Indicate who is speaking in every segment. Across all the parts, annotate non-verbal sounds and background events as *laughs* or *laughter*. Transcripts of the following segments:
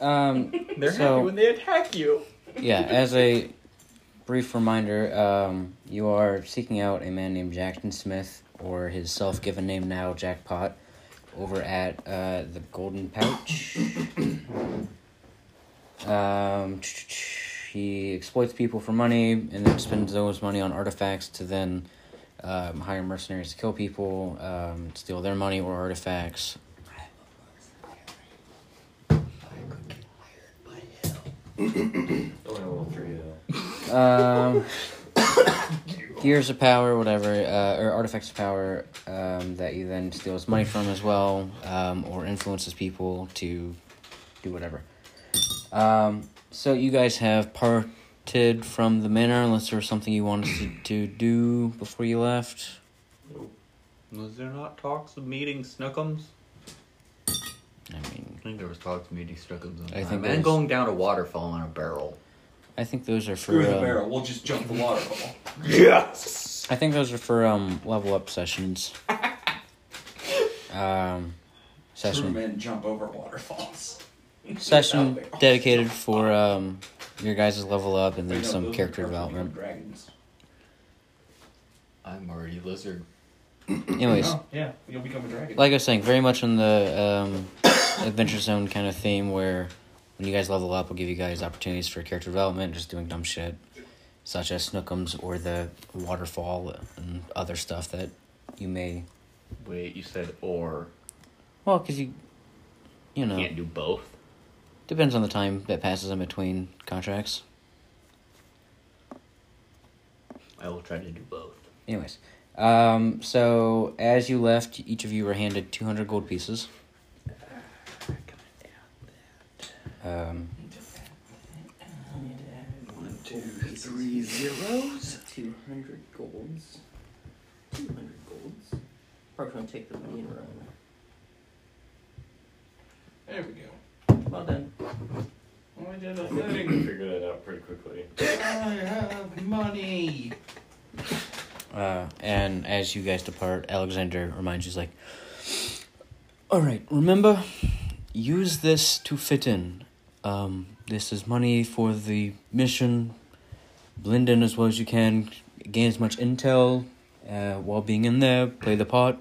Speaker 1: Um,
Speaker 2: *laughs* They're
Speaker 1: So-
Speaker 2: happy when they attack you.
Speaker 1: yeah, as a brief reminder, um, you are seeking out a man named Jackson Smith, or his self given name now, Jackpot, over at uh, the Golden Pouch. um, he exploits people for money and then spends those money on artifacts to then um, hire mercenaries to kill people, um, steal their money or artifacts.
Speaker 3: Oh, and a little three though.
Speaker 1: um, gears of power, whatever, uh, or artifacts of power um, that you then steals money from as well, um, or influences people to do whatever. Um, so you guys have parted from the manor, unless there was something you wanted to, to do before you left.
Speaker 2: Was there not talks of meeting Snookums?
Speaker 1: I mean,
Speaker 3: I think there was talks of meeting Snookums on
Speaker 1: I
Speaker 3: I
Speaker 1: think
Speaker 3: think
Speaker 1: there was-
Speaker 3: and going down a waterfall in a barrel.
Speaker 1: I think those are for.
Speaker 4: Through the
Speaker 1: um,
Speaker 4: barrel. We'll just jump the waterfall.
Speaker 2: Yes.
Speaker 1: I think those are for um level up
Speaker 4: *laughs*
Speaker 1: sessions. um,
Speaker 4: True
Speaker 1: session.
Speaker 4: men jump over waterfalls.
Speaker 1: session
Speaker 4: Out there.
Speaker 1: dedicated for um your guys' level up and
Speaker 4: Wait,
Speaker 1: then
Speaker 4: no,
Speaker 1: some
Speaker 4: those are
Speaker 1: character
Speaker 4: carpet
Speaker 1: development.
Speaker 4: Dragons.
Speaker 3: I'm already a lizard.
Speaker 1: Anyways,
Speaker 4: No, Oh, yeah, you'll become a dragon.
Speaker 1: like I was saying, very much in the um, adventure zone kind of theme where when you guys level up, we'll give you guys opportunities for character development, just doing dumb shit, such as Snookums or the waterfall and other stuff that you may.
Speaker 3: Wait, you said or
Speaker 1: Well, because you, you know,
Speaker 3: can't do both?
Speaker 1: depends on the time that passes in between contracts.
Speaker 3: I will try to do both.
Speaker 1: Anyways, um, so as you left, each of you were handed 200 gold pieces. Um,
Speaker 4: One, two, three zeros.
Speaker 5: Two hundred golds. Two hundred golds. Probably gonna take the money and run.
Speaker 4: There we go.
Speaker 5: Well done.
Speaker 4: I did a
Speaker 6: I think
Speaker 4: thing.
Speaker 6: we figured that out pretty quickly.
Speaker 4: I have money.
Speaker 1: uh, and as you guys depart, Alexander reminds you, he's like, All right, remember, use this to fit in. Um, this is money for the mission. Blend in as well as you can. Gain as much intel uh, while being in there. Play the part.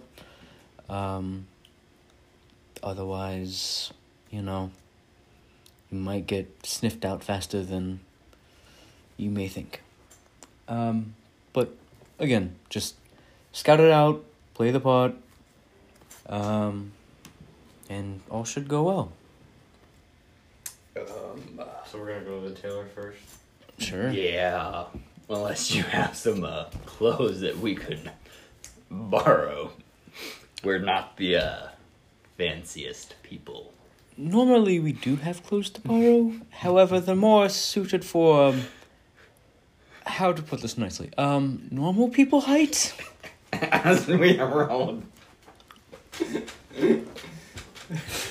Speaker 1: Um, otherwise, you know, you might get sniffed out faster than you may think. Um, but again, just scout it out, play the part, um, and all should go well.
Speaker 6: So we're gonna go to the tailor first.
Speaker 1: Sure.
Speaker 3: Yeah. Unless you have some uh, clothes that we could borrow. We're not the uh, fanciest people.
Speaker 1: Normally, we do have clothes to borrow. However, they're more suited for um, how to put this nicely. Um, normal people height.
Speaker 3: As we have our own.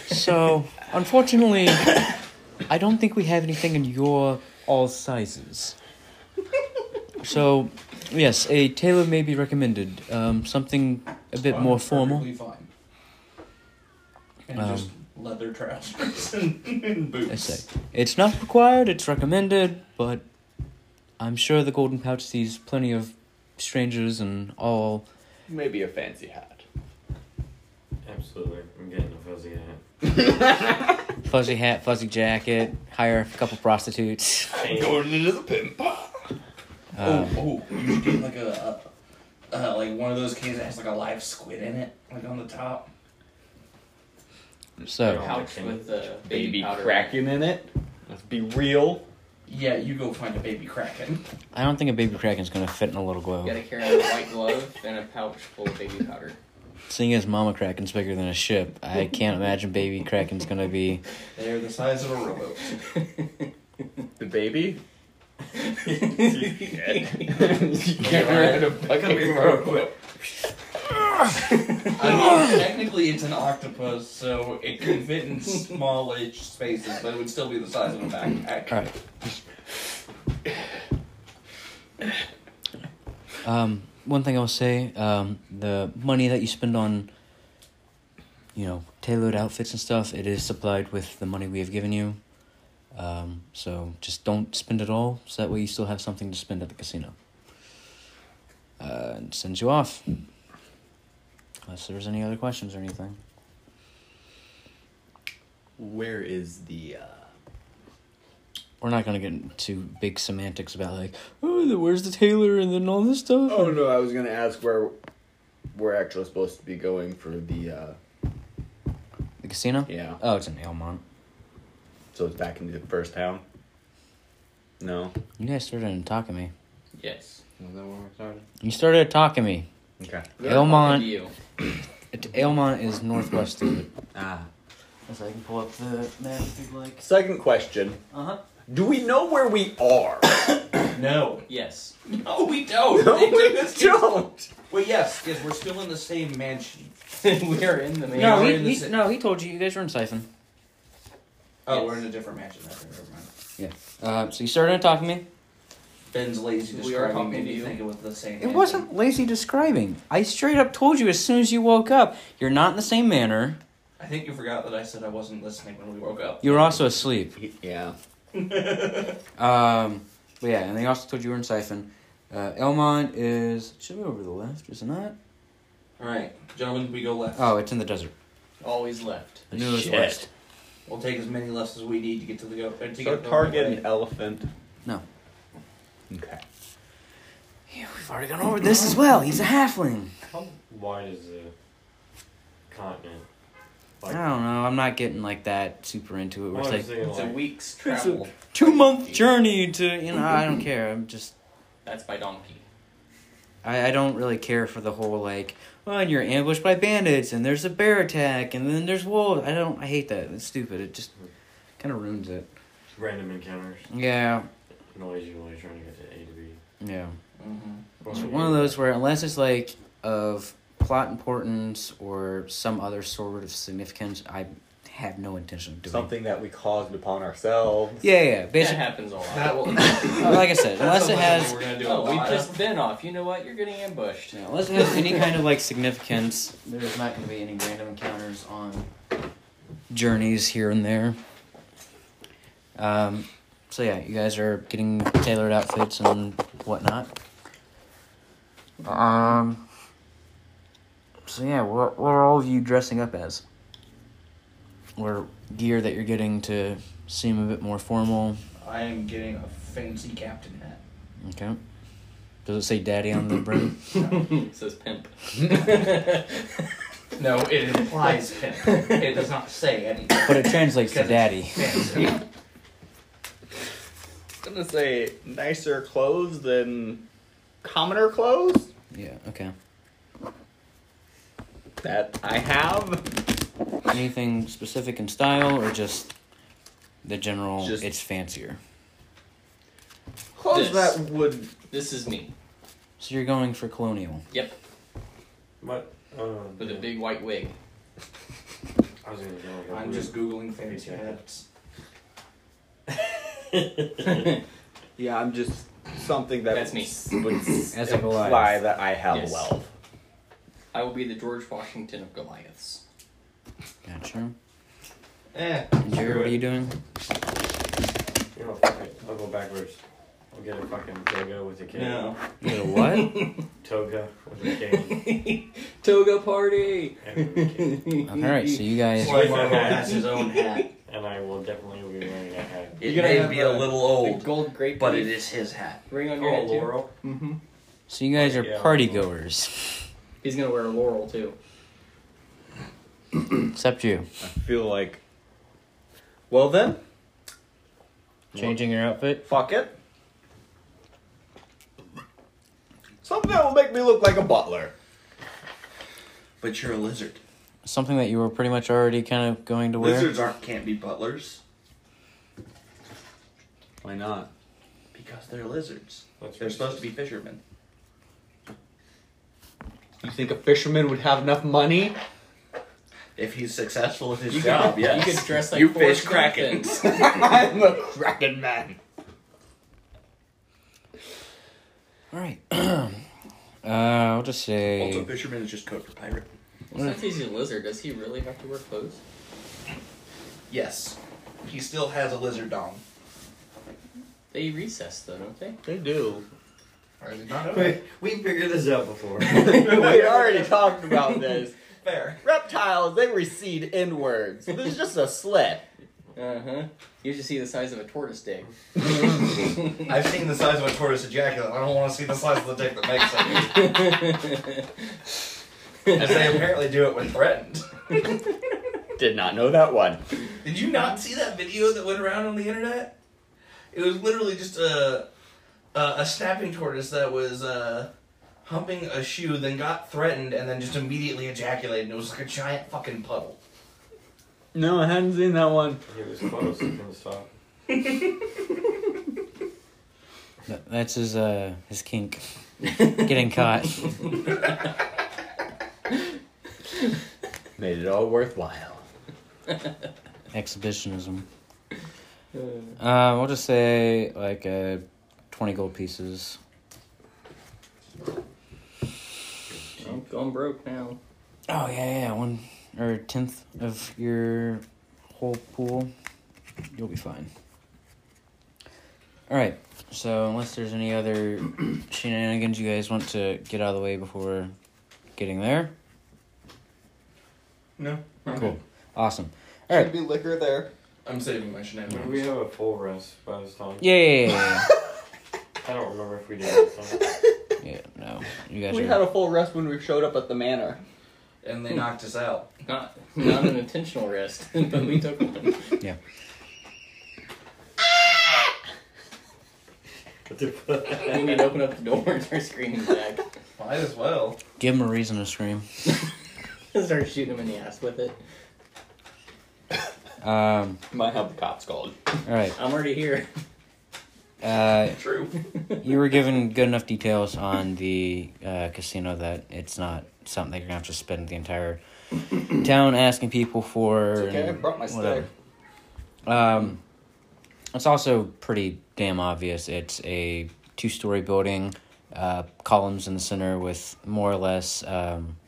Speaker 1: So, unfortunately, I don't think we have anything in your all sizes. So, yes, a tailor may be recommended. Um, something a bit
Speaker 4: Fine,
Speaker 1: more formal.
Speaker 4: perfectly fine. And
Speaker 1: Um,
Speaker 4: just leather trousers *laughs* and, and
Speaker 1: I
Speaker 4: boots.
Speaker 1: say. It's not required, it's recommended, but I'm sure the Golden Pouch sees plenty of strangers and all.
Speaker 3: Maybe a fancy hat.
Speaker 6: Absolutely. I'm getting a fuzzy hat.
Speaker 1: Fuzzy hat, fuzzy jacket, hire a couple
Speaker 7: *laughs*
Speaker 1: prostitutes.
Speaker 3: Going into the pimp.
Speaker 1: Um,
Speaker 4: oh, oh, you should get like a, a uh, like one of those cases that has like a live squid in it, like on the top.
Speaker 1: so,
Speaker 6: Ouch,
Speaker 5: Pouch with uh,
Speaker 3: Baby
Speaker 5: baby powder.
Speaker 3: Kraken in it. Let's be real.
Speaker 4: Yeah, you go find a baby kraken.
Speaker 1: I don't think a baby kraken's gonna fit in a little
Speaker 5: You gotta
Speaker 1: globe.
Speaker 5: carry a
Speaker 1: *laughs*
Speaker 5: white glove and a pouch full of baby powder.
Speaker 1: Seeing as Mama Kraken's bigger than a ship, I can't imagine baby kraken's gonna be.
Speaker 4: They're the size of a *laughs* rowboat.
Speaker 3: The *laughs* baby?
Speaker 4: I mean, technically it's an octopus, so it can fit in smallish spaces, but it would still be the size of a backpack.
Speaker 1: Alright. Um, one thing I'll say, um, the money that you spend on, you know, tailored outfits and stuff, it is supplied with the money we have given you. Um, so just don't spend it all, so that way you still have something to spend at the casino. Uh, and sends you off. Unless there's any other questions or anything.
Speaker 3: Where is the? Uh...
Speaker 1: We're not gonna get into big semantics about like, oh, the, where's the tailor and then all this stuff.
Speaker 3: Oh no, I was gonna ask where we're actually supposed to be going for the. Uh...
Speaker 1: The casino.
Speaker 3: Yeah,
Speaker 1: Oh, it's in Elmont.
Speaker 3: so it's back into the first town. No.
Speaker 1: You guys started talking to me.
Speaker 5: Yes.
Speaker 2: Is that where we started?
Speaker 1: You started talking to me.
Speaker 3: Okay.
Speaker 1: Elmont.
Speaker 5: You.
Speaker 1: It- Elmont is northwest of it.
Speaker 3: Ah.
Speaker 1: So I can pull up the map if you'd like.
Speaker 3: Second question.
Speaker 1: Uh
Speaker 5: Uh-huh.
Speaker 1: huh.
Speaker 3: Do we know where we are?
Speaker 4: No.
Speaker 5: Yes. *laughs*
Speaker 4: No, we don't.
Speaker 3: No,
Speaker 4: They
Speaker 3: we
Speaker 4: took us-
Speaker 3: don't.
Speaker 4: Well, yes, because we're still in the same mansion.
Speaker 5: we are in the main.
Speaker 1: No,
Speaker 4: we're
Speaker 1: he,
Speaker 4: in the
Speaker 1: he-
Speaker 4: sa-
Speaker 1: no, he told you you guys were in Siphon.
Speaker 4: Oh,
Speaker 5: Yes.
Speaker 4: we're in a different mansion. Okay, never mind.
Speaker 1: Uh, so you started talking to me.
Speaker 4: Ben's lazy
Speaker 5: We are
Speaker 4: describing
Speaker 5: talking
Speaker 4: made
Speaker 5: to
Speaker 4: me
Speaker 5: you.
Speaker 4: think it was the same.
Speaker 1: It
Speaker 4: mansion.
Speaker 1: wasn't lazy describing. I straight up told you as soon as you woke up, you're not in the same manner.
Speaker 4: I think you forgot that I said I wasn't listening when we woke up. *laughs*
Speaker 1: You were also asleep.
Speaker 3: Yeah.
Speaker 1: Um, but yeah, and they also told you were in Siphon. Uh, Elmont is should be over to the left, is it not?
Speaker 4: All right, gentlemen, we go left.
Speaker 1: Oh, it's in the desert.
Speaker 5: Always left.
Speaker 1: I knew it was
Speaker 3: Shit.
Speaker 1: west.
Speaker 4: We'll take as many lefts as we need to get to the go. uh, To
Speaker 2: So
Speaker 4: get
Speaker 2: target an elephant.
Speaker 3: Okay.
Speaker 1: Yeah, we've already gone over Oh, this as well. He's a halfling.
Speaker 6: How wide is the continent?
Speaker 1: I don't know. I'm not getting like that super into it. We're
Speaker 6: what
Speaker 1: like
Speaker 6: is it
Speaker 5: It's a
Speaker 6: like?
Speaker 5: week's travel.
Speaker 1: two month journey to you know. I don't care. I'm just
Speaker 5: That's by donkey.
Speaker 1: I, I don't really care for the whole like well and you're ambushed by bandits and there's a bear attack and then there's wolves. I don't I hate that. It's stupid. It just kind of ruins it.
Speaker 6: Random encounters.
Speaker 1: Yeah.
Speaker 6: Noise you're really trying to get to A to B.
Speaker 1: Yeah.
Speaker 4: hmm
Speaker 1: It's one of those where unless it's like of plot importance or some other sort of significance, I have no intention of doing.
Speaker 3: Something that we caused upon
Speaker 1: *laughs*
Speaker 3: ourselves.
Speaker 1: Yeah, yeah.
Speaker 5: That
Speaker 1: Basically,
Speaker 5: happens a lot.
Speaker 4: That *coughs* will.
Speaker 1: like I said, unless it
Speaker 4: That's something
Speaker 1: has
Speaker 4: We're gonna do a
Speaker 5: Oh, we've
Speaker 4: lot
Speaker 5: just
Speaker 4: of-
Speaker 5: been off. You know what? You're getting ambushed.
Speaker 1: Yeah, unless it has any kind of like significance, there's not going to be any random encounters on journeys here and there. Um, so yeah, you guys are getting tailored outfits and whatnot. Um. So yeah, what what are all of you dressing up as? Or gear that you're getting to seem a bit more formal.
Speaker 4: I am getting a fancy captain hat.
Speaker 1: Okay. Does it say "daddy" on the brim?
Speaker 5: it says pimp.
Speaker 4: No, it *laughs* implies pimp. It does not say anything.
Speaker 1: But it translates to
Speaker 4: Because it's
Speaker 1: "daddy."
Speaker 4: Fancy.
Speaker 3: I'm gonna say nicer clothes than commoner clothes
Speaker 1: *laughs* Yeah. Okay.
Speaker 3: that I have.
Speaker 1: Anything specific in style or just the general
Speaker 3: Just-
Speaker 1: it's fancier?
Speaker 3: Clothes
Speaker 5: This.
Speaker 3: that would.
Speaker 5: This is me
Speaker 1: So you're going for colonial.
Speaker 6: What? Um,
Speaker 5: with a big white wig.
Speaker 6: I was gonna go like a
Speaker 4: I'm
Speaker 6: blue-
Speaker 4: just googling fancy hats. *laughs*
Speaker 3: Yeah, I'm just something that
Speaker 5: That's me.
Speaker 3: s- would s-
Speaker 1: As a Goliath.
Speaker 3: imply that I have
Speaker 5: Yes.
Speaker 3: wealth.
Speaker 5: I will be the George Washington of Goliaths.
Speaker 1: Gotcha.
Speaker 4: Eh.
Speaker 1: And Jared, what are you doing?
Speaker 6: You know, fuck it. I'll go backwards. I'll get a fucking toga with a cane.
Speaker 4: No.
Speaker 1: You got a
Speaker 5: *laughs*
Speaker 1: what?
Speaker 6: Toga with a
Speaker 4: *laughs*
Speaker 6: cane.
Speaker 5: Toga party.
Speaker 6: and, a cane.
Speaker 5: *laughs*
Speaker 1: Alright, so you guys.
Speaker 6: Well,
Speaker 4: Why Marvel has his own hat.
Speaker 6: and I will definitely be wearing that hat.
Speaker 4: It
Speaker 5: You're gonna
Speaker 4: may
Speaker 5: have
Speaker 4: be a
Speaker 5: a-
Speaker 4: little
Speaker 5: The
Speaker 4: old,
Speaker 5: gold grape.
Speaker 4: but
Speaker 5: leaf
Speaker 4: it is his hat.
Speaker 5: Ring on your
Speaker 6: Oh,
Speaker 5: head too.
Speaker 6: Laurel.
Speaker 5: Mm-hmm.
Speaker 1: So you guys are
Speaker 6: Yeah.
Speaker 1: party goers.
Speaker 5: He's gonna wear a laurel too.
Speaker 1: Except you.
Speaker 3: I feel like. Well then,
Speaker 1: Changing your outfit?
Speaker 3: fuck it. Something that will make me look like a butler.
Speaker 4: But you're a lizard.
Speaker 1: Something that you were pretty much already kind of going to wear?
Speaker 4: Lizards aren't can't be butlers
Speaker 3: Why not?
Speaker 4: because they're lizards.
Speaker 6: That's
Speaker 4: They're
Speaker 6: racist.
Speaker 4: supposed to be fishermen.
Speaker 3: You think a fisherman would have enough *laughs* money?
Speaker 4: If he's successful at his
Speaker 5: You
Speaker 4: job,
Speaker 5: could,
Speaker 4: yes.
Speaker 5: you could dress like
Speaker 3: You
Speaker 5: Forrest
Speaker 3: fish kraken.
Speaker 5: Gump then.
Speaker 3: I'm a kraken man.
Speaker 1: Alright. *clears throat* uh, I'll just
Speaker 4: *laughs* Also,
Speaker 1: say.
Speaker 4: fisherman is just code for pirate.
Speaker 5: Well, Since he's a lizard, does he really have to wear clothes?
Speaker 4: Yes. He still has a lizard dong.
Speaker 5: They recess though, don't they?
Speaker 2: They do.
Speaker 4: I did not know that.
Speaker 6: Wait, we figured this out before.
Speaker 3: we *laughs* already talked about this.
Speaker 4: Fair.
Speaker 3: Reptiles, they recede inwards. There's just a slit.
Speaker 5: Uh huh. You just see the size of a tortoise
Speaker 1: *laughs*
Speaker 5: dick.
Speaker 4: I've seen the size of a tortoise ejaculate. I don't want to see the size of the dick that makes *laughs* it. As they apparently do it when threatened.
Speaker 3: Did not know that one.
Speaker 4: Did you not see that video that went around on the internet? It was literally just a a, a snapping tortoise that was uh, humping a shoe, then got threatened, and then just immediately ejaculated. And it was like a giant fucking puddle.
Speaker 3: No, I hadn't seen that one.
Speaker 6: he was close from
Speaker 4: *laughs*
Speaker 6: the stop.
Speaker 1: Th- That's his uh his kink. Getting caught.
Speaker 3: Made it all worthwhile.
Speaker 1: Exhibitionism.
Speaker 5: Uh,
Speaker 1: Uh, we'll just say like uh, twenty gold pieces.
Speaker 5: *laughs* I'm going broke now.
Speaker 1: Oh yeah, yeah, yeah, one or a tenth of your whole pool, you'll be fine. All right. So unless there's any other *clears throat* shenanigans you guys want to get out of the way before getting there,
Speaker 4: No,
Speaker 1: cool, awesome. All right.
Speaker 5: be liquor there.
Speaker 4: I'm saving my shenanigans.
Speaker 6: Did we have a full rest by this time?
Speaker 1: Yeah, yeah, yeah,
Speaker 6: I don't remember if we did. or something.
Speaker 1: yeah. *laughs* yeah no, you guys
Speaker 5: We
Speaker 1: are
Speaker 5: had a full rest when we showed up at the manor.
Speaker 4: And they knocked us out.
Speaker 5: Not not an intentional rest, *laughs* but we took one.
Speaker 6: What the fuck?
Speaker 5: And we'd open up the door and start screaming back. *laughs*
Speaker 4: Might as well.
Speaker 1: give him a reason to scream.
Speaker 5: start shooting him in the ass with it.
Speaker 1: Um.
Speaker 3: Might have the cops called.
Speaker 1: All right.
Speaker 5: I'm already here.
Speaker 1: Uh.
Speaker 4: True.
Speaker 1: You were given good enough details on the uh, casino that it's not something that you're gonna have to spend the entire town asking people for.
Speaker 5: It's okay, I
Speaker 1: and
Speaker 5: brought my stack.
Speaker 1: whatever. Um, it's also pretty damn obvious. It's a two-story building, uh, columns in the center with more or less, um,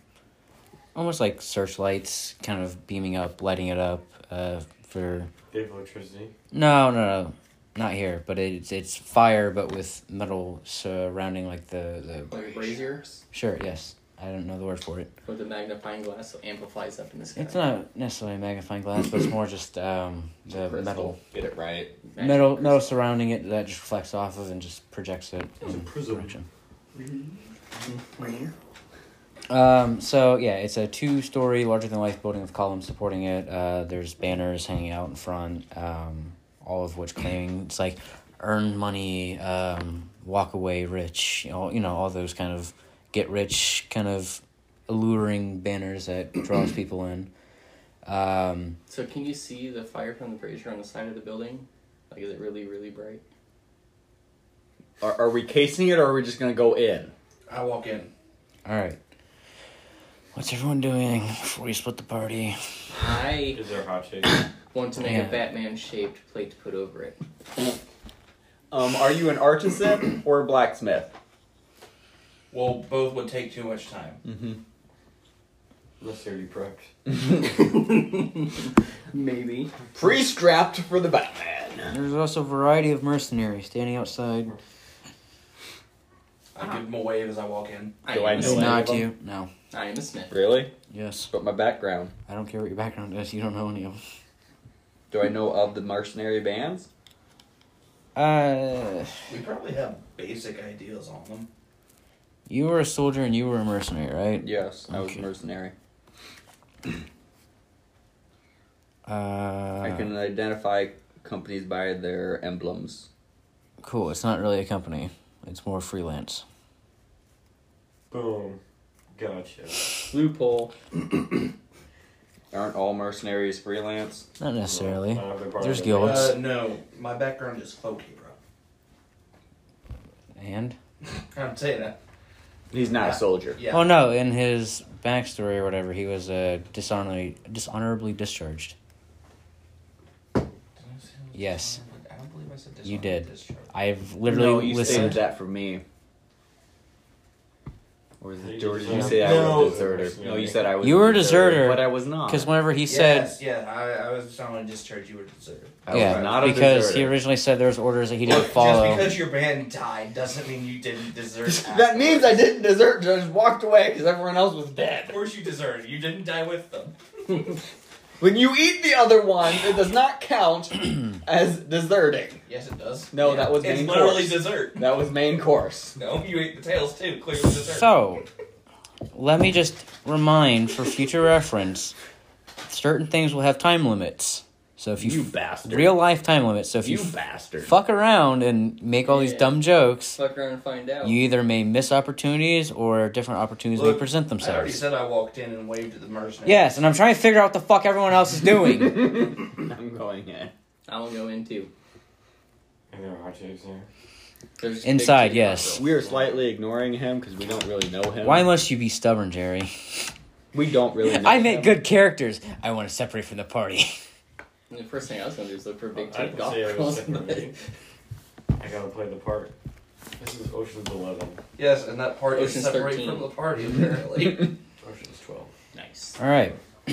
Speaker 1: almost like searchlights, kind of beaming up, lighting it up. Uh, for
Speaker 6: They have electricity.
Speaker 1: no, no, no, not here. But it's it's fire, but with metal surrounding like the the
Speaker 5: Like braziers
Speaker 1: Sure, yes. I don't know the word for it.
Speaker 5: with a magnifying glass so amplifies up in the sky.
Speaker 1: It's not necessarily a magnifying glass, but it's more just um, the
Speaker 5: Crystal.
Speaker 1: metal
Speaker 3: Get it right.
Speaker 5: Magic
Speaker 1: metal
Speaker 5: crystal.
Speaker 1: metal surrounding it that just reflects off of and just projects it
Speaker 6: It's a
Speaker 1: in
Speaker 6: prism.
Speaker 1: direction. Um, so yeah, it's a two story larger than life building with columns supporting it. Uh, there's banners hanging out in front, um, all of which claim it's like earn money, um, walk away rich, you know, you know, all those kind of get rich kind of alluring banners that draws people in. Um,
Speaker 5: So can you see the fire from the brazier on the side of the building? Like, is it really, really bright?
Speaker 3: Are, are we casing it or are we just gonna go in?
Speaker 4: I walk in.
Speaker 1: all right. What's everyone doing before we split the party?
Speaker 5: I
Speaker 6: Is there a hot shake?
Speaker 5: want to make
Speaker 1: Yeah.
Speaker 5: a Batman-shaped plate to put over it.
Speaker 3: Um, are you an artisan *clears throat* or a blacksmith?
Speaker 4: Well, both would take too much time.
Speaker 1: Mm-hmm.
Speaker 6: Unless they're already prepped.
Speaker 5: Maybe.
Speaker 3: Pre-strapped for the Batman.
Speaker 1: There's also a variety of mercenaries standing outside.
Speaker 4: I give him a wave as I walk in.
Speaker 5: I
Speaker 3: Do
Speaker 5: am
Speaker 3: I
Speaker 5: a
Speaker 1: It's
Speaker 3: know
Speaker 5: smith.
Speaker 3: any
Speaker 1: not
Speaker 3: of 'em?
Speaker 1: you. No.
Speaker 5: I am a smith.
Speaker 3: Really?
Speaker 1: Yes.
Speaker 3: But my background.
Speaker 1: I don't care what your background is. You don't know any of them.
Speaker 3: Do I know of the mercenary bands?
Speaker 1: Uh,
Speaker 4: We probably have basic ideas on them.
Speaker 1: you were a soldier and you were a mercenary, right?
Speaker 3: Yes, I was a
Speaker 1: Okay.
Speaker 3: mercenary.
Speaker 1: Uh, Uh-huh.
Speaker 3: I can identify companies by their emblems.
Speaker 1: Cool. It's not really a company. It's more freelance.
Speaker 6: Boom. Gotcha.
Speaker 5: Loophole.
Speaker 3: Aren't all mercenaries freelance?
Speaker 1: Not necessarily.
Speaker 6: Not every part
Speaker 1: There's
Speaker 6: of it.
Speaker 1: guilds.
Speaker 4: Uh, no, my background is cloak hero. *laughs*
Speaker 1: And
Speaker 4: I'm saying that.
Speaker 3: He's not a soldier.
Speaker 4: Yeah.
Speaker 1: oh no, in his backstory or whatever, he was uh, dishonorably dishonorably discharged.
Speaker 4: Did I say I was
Speaker 1: Yes.
Speaker 4: dishonored? I don't believe I said
Speaker 1: You
Speaker 4: dishonored,
Speaker 1: did.
Speaker 4: discharged.
Speaker 1: I've literally
Speaker 3: you saved
Speaker 1: listened.
Speaker 3: that for me.
Speaker 7: Or, is
Speaker 6: You
Speaker 7: it, or did
Speaker 6: just
Speaker 7: you
Speaker 1: said-
Speaker 7: say I
Speaker 4: No.
Speaker 7: was a deserter? No, you said I was.
Speaker 1: You were a deserter.
Speaker 7: but I was not.
Speaker 1: Because whenever he said,
Speaker 4: yes, yeah, I, I was someone discharged you were deserted.
Speaker 7: I was
Speaker 1: yeah,
Speaker 7: not a
Speaker 1: because
Speaker 7: deserter.
Speaker 1: he originally said there was orders that he didn't
Speaker 4: Look,
Speaker 1: follow.
Speaker 4: Just because your band died doesn't mean you
Speaker 7: *laughs*
Speaker 4: didn't desert.
Speaker 7: that means I didn't desert. I just walked away because everyone else was
Speaker 4: Of
Speaker 7: dead.
Speaker 4: course you deserted. You didn't die with them.
Speaker 7: When you eat the other one, it does not count as deserting.
Speaker 4: Yes, it does.
Speaker 7: No, that was
Speaker 4: It's
Speaker 7: main
Speaker 4: literally
Speaker 7: course.
Speaker 4: dessert.
Speaker 7: That was main course.
Speaker 4: No, you ate the tails too. Clearly dessert.
Speaker 1: So, let me just remind for future reference, certain things will have time limits. So if you,
Speaker 7: You bastard.
Speaker 1: real life time limits. So if
Speaker 7: You
Speaker 1: you, f-
Speaker 7: bastard.
Speaker 1: fuck around and make all these
Speaker 5: Yeah.
Speaker 1: dumb jokes,
Speaker 5: Fuck around and find out.
Speaker 1: you either may miss opportunities or different opportunities may
Speaker 4: Look,
Speaker 1: present
Speaker 4: I already
Speaker 1: themselves.
Speaker 4: said I walked in and waved at the mercenary.
Speaker 1: Yes, and I'm trying to figure out what the fuck everyone else is doing.
Speaker 7: *laughs* I'm going in.
Speaker 5: I will go in too.
Speaker 6: And there are hot tubes here.
Speaker 5: There's just
Speaker 1: Inside,
Speaker 5: big
Speaker 1: yes.
Speaker 7: We are slightly ignoring him because we don't really know him.
Speaker 1: Why must you be stubborn, Jerry?
Speaker 7: We don't really. Know
Speaker 1: I make
Speaker 7: him.
Speaker 1: good characters. I want to separate from the party. *laughs*
Speaker 5: And the first thing I was gonna do is look for a big
Speaker 6: Oh, I
Speaker 5: tape
Speaker 6: can
Speaker 5: golf
Speaker 6: see it
Speaker 5: balls.
Speaker 6: was different
Speaker 5: but- *laughs*
Speaker 6: than I gotta play the part. This is Ocean's Eleven.
Speaker 4: Yes, and that part is
Speaker 5: Ocean's
Speaker 4: separate
Speaker 5: 13.
Speaker 4: from the party
Speaker 7: *laughs*
Speaker 4: apparently.
Speaker 6: Ocean's Twelve.
Speaker 7: Nice.
Speaker 1: All right. *clears throat*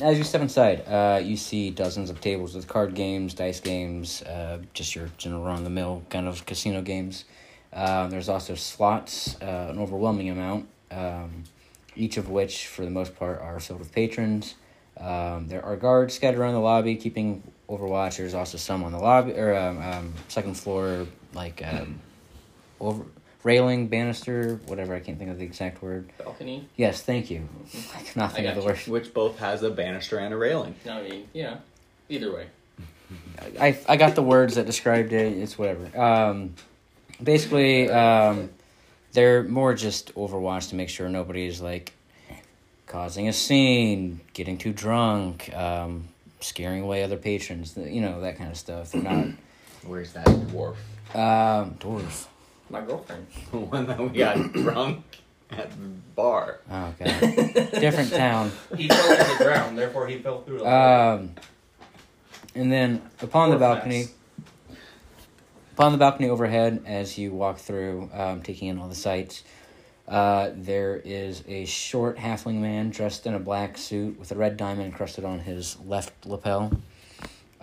Speaker 1: As you step inside, uh, you see dozens of tables with card games, dice games, uh, just your general run of the mill kind of casino games. Uh, there's also slots, uh, an overwhelming amount, um, each of which, for the most part, are filled with patrons. Um, there are guards scattered around the lobby keeping overwatch. There's also some on the lobby or um, um, second floor, like um, over railing, banister, whatever. I can't think of the exact word.
Speaker 5: Balcony?
Speaker 1: Yes, thank you. I cannot
Speaker 5: I
Speaker 1: think of the
Speaker 5: got
Speaker 1: word.
Speaker 7: *laughs* Which both has a banister and a railing.
Speaker 5: No, I mean, yeah. Either way.
Speaker 1: I, I got the words that described it. It's whatever. Um, basically, um, they're more just Overwatch to make sure nobody is like causing a scene, getting too drunk, um, scaring away other patrons. th- You know that kind of stuff. They're not *clears throat*
Speaker 7: Where's that dwarf? *laughs*
Speaker 1: um, dwarf.
Speaker 5: My girlfriend.
Speaker 7: The one that we got drunk at the bar.
Speaker 1: Oh god, different town.
Speaker 4: he fell to the ground, therefore he fell through the
Speaker 7: Uh,
Speaker 1: Um, and then upon the
Speaker 4: Or
Speaker 1: balcony,
Speaker 4: fast.
Speaker 1: upon the balcony overhead, as you walk through, um, taking in all the sights, uh, there is a short halfling man dressed in a black suit with a red diamond encrusted on his left lapel.
Speaker 6: you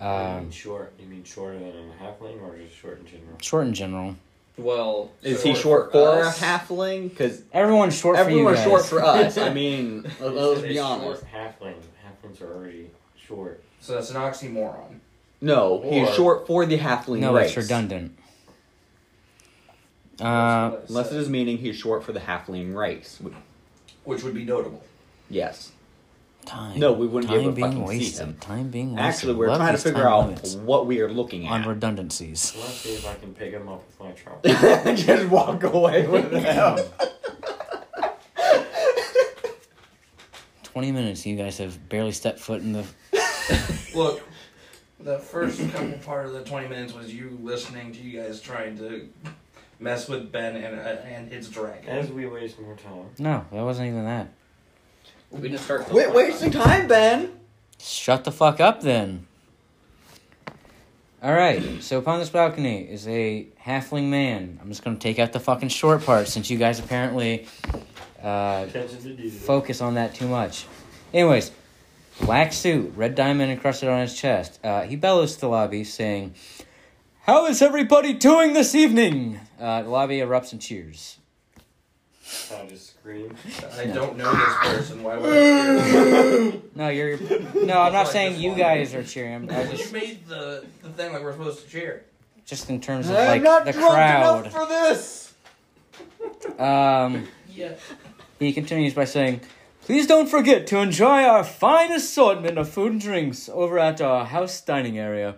Speaker 6: mean
Speaker 1: Um,
Speaker 6: short? You mean shorter than a halfling, or just short in general?
Speaker 1: short in general.
Speaker 5: Well,
Speaker 7: Is he short for a
Speaker 5: us.
Speaker 7: halfling? Because
Speaker 1: Everyone's short for you
Speaker 7: everyone's
Speaker 1: guys.
Speaker 7: short for us. *laughs* I mean, let- let's
Speaker 6: It's
Speaker 7: be
Speaker 6: short
Speaker 7: honest.
Speaker 6: Halfling. Halflings are already short.
Speaker 4: So that's an oxymoron.
Speaker 7: No, he's
Speaker 6: Or-
Speaker 7: short for the halfling
Speaker 1: No,
Speaker 7: race.
Speaker 1: it's redundant. Uh,
Speaker 4: That's what
Speaker 7: Unless
Speaker 4: said,
Speaker 7: it is meaning he's short for the halfling race. We-
Speaker 4: which would be notable.
Speaker 7: Yes.
Speaker 1: time.
Speaker 7: No, we wouldn't be
Speaker 1: time
Speaker 7: able to
Speaker 1: being
Speaker 7: fucking see
Speaker 1: wasted.
Speaker 7: him.
Speaker 1: Time being wasted.
Speaker 7: Actually, we're
Speaker 1: Love
Speaker 7: trying
Speaker 1: these
Speaker 7: to figure
Speaker 1: time
Speaker 7: out
Speaker 1: limits.
Speaker 7: what we are looking
Speaker 1: on
Speaker 7: at.
Speaker 1: redundancies.
Speaker 6: Let's see if I can pick him up with my
Speaker 7: *laughs*
Speaker 6: trunk.
Speaker 7: Just walk away with
Speaker 1: *laughs*
Speaker 7: him.
Speaker 1: 20 minutes, you guys have barely stepped foot in the.
Speaker 4: Look, the first couple *coughs* part of the 20 minutes was you listening to you guys trying to mess with Ben and uh, and his dragon.
Speaker 6: As we waste more time,
Speaker 1: No, that wasn't even that.
Speaker 5: We didn't start. till
Speaker 7: Quit
Speaker 5: five.
Speaker 7: wasting time, Ben.
Speaker 1: Shut the fuck up then. Alright, so upon this balcony is a halfling man. I'm just gonna take out the fucking short part since you guys apparently uh,
Speaker 6: attention to detail.
Speaker 1: focus on that too much. Anyways, black suit, red diamond encrusted on his chest. Uh, he bellows to the lobby, saying, How is everybody doing this evening? Uh, the lobby erupts in cheers.
Speaker 6: I'll just scream.
Speaker 4: I don't know this person. Why
Speaker 7: *laughs*
Speaker 4: would *laughs* I
Speaker 1: No, you're. No, I'm not
Speaker 4: Like
Speaker 1: saying
Speaker 4: this
Speaker 1: you
Speaker 4: one.
Speaker 1: guys are cheering. I
Speaker 4: care? you
Speaker 1: just,
Speaker 4: made the, the thing like we're supposed to cheer.
Speaker 1: just in terms of like the crowd.
Speaker 7: for this. *laughs*
Speaker 1: Um,
Speaker 4: Yeah.
Speaker 1: he continues by saying, "Please don't forget to enjoy our fine assortment of food and drinks over at our house dining area."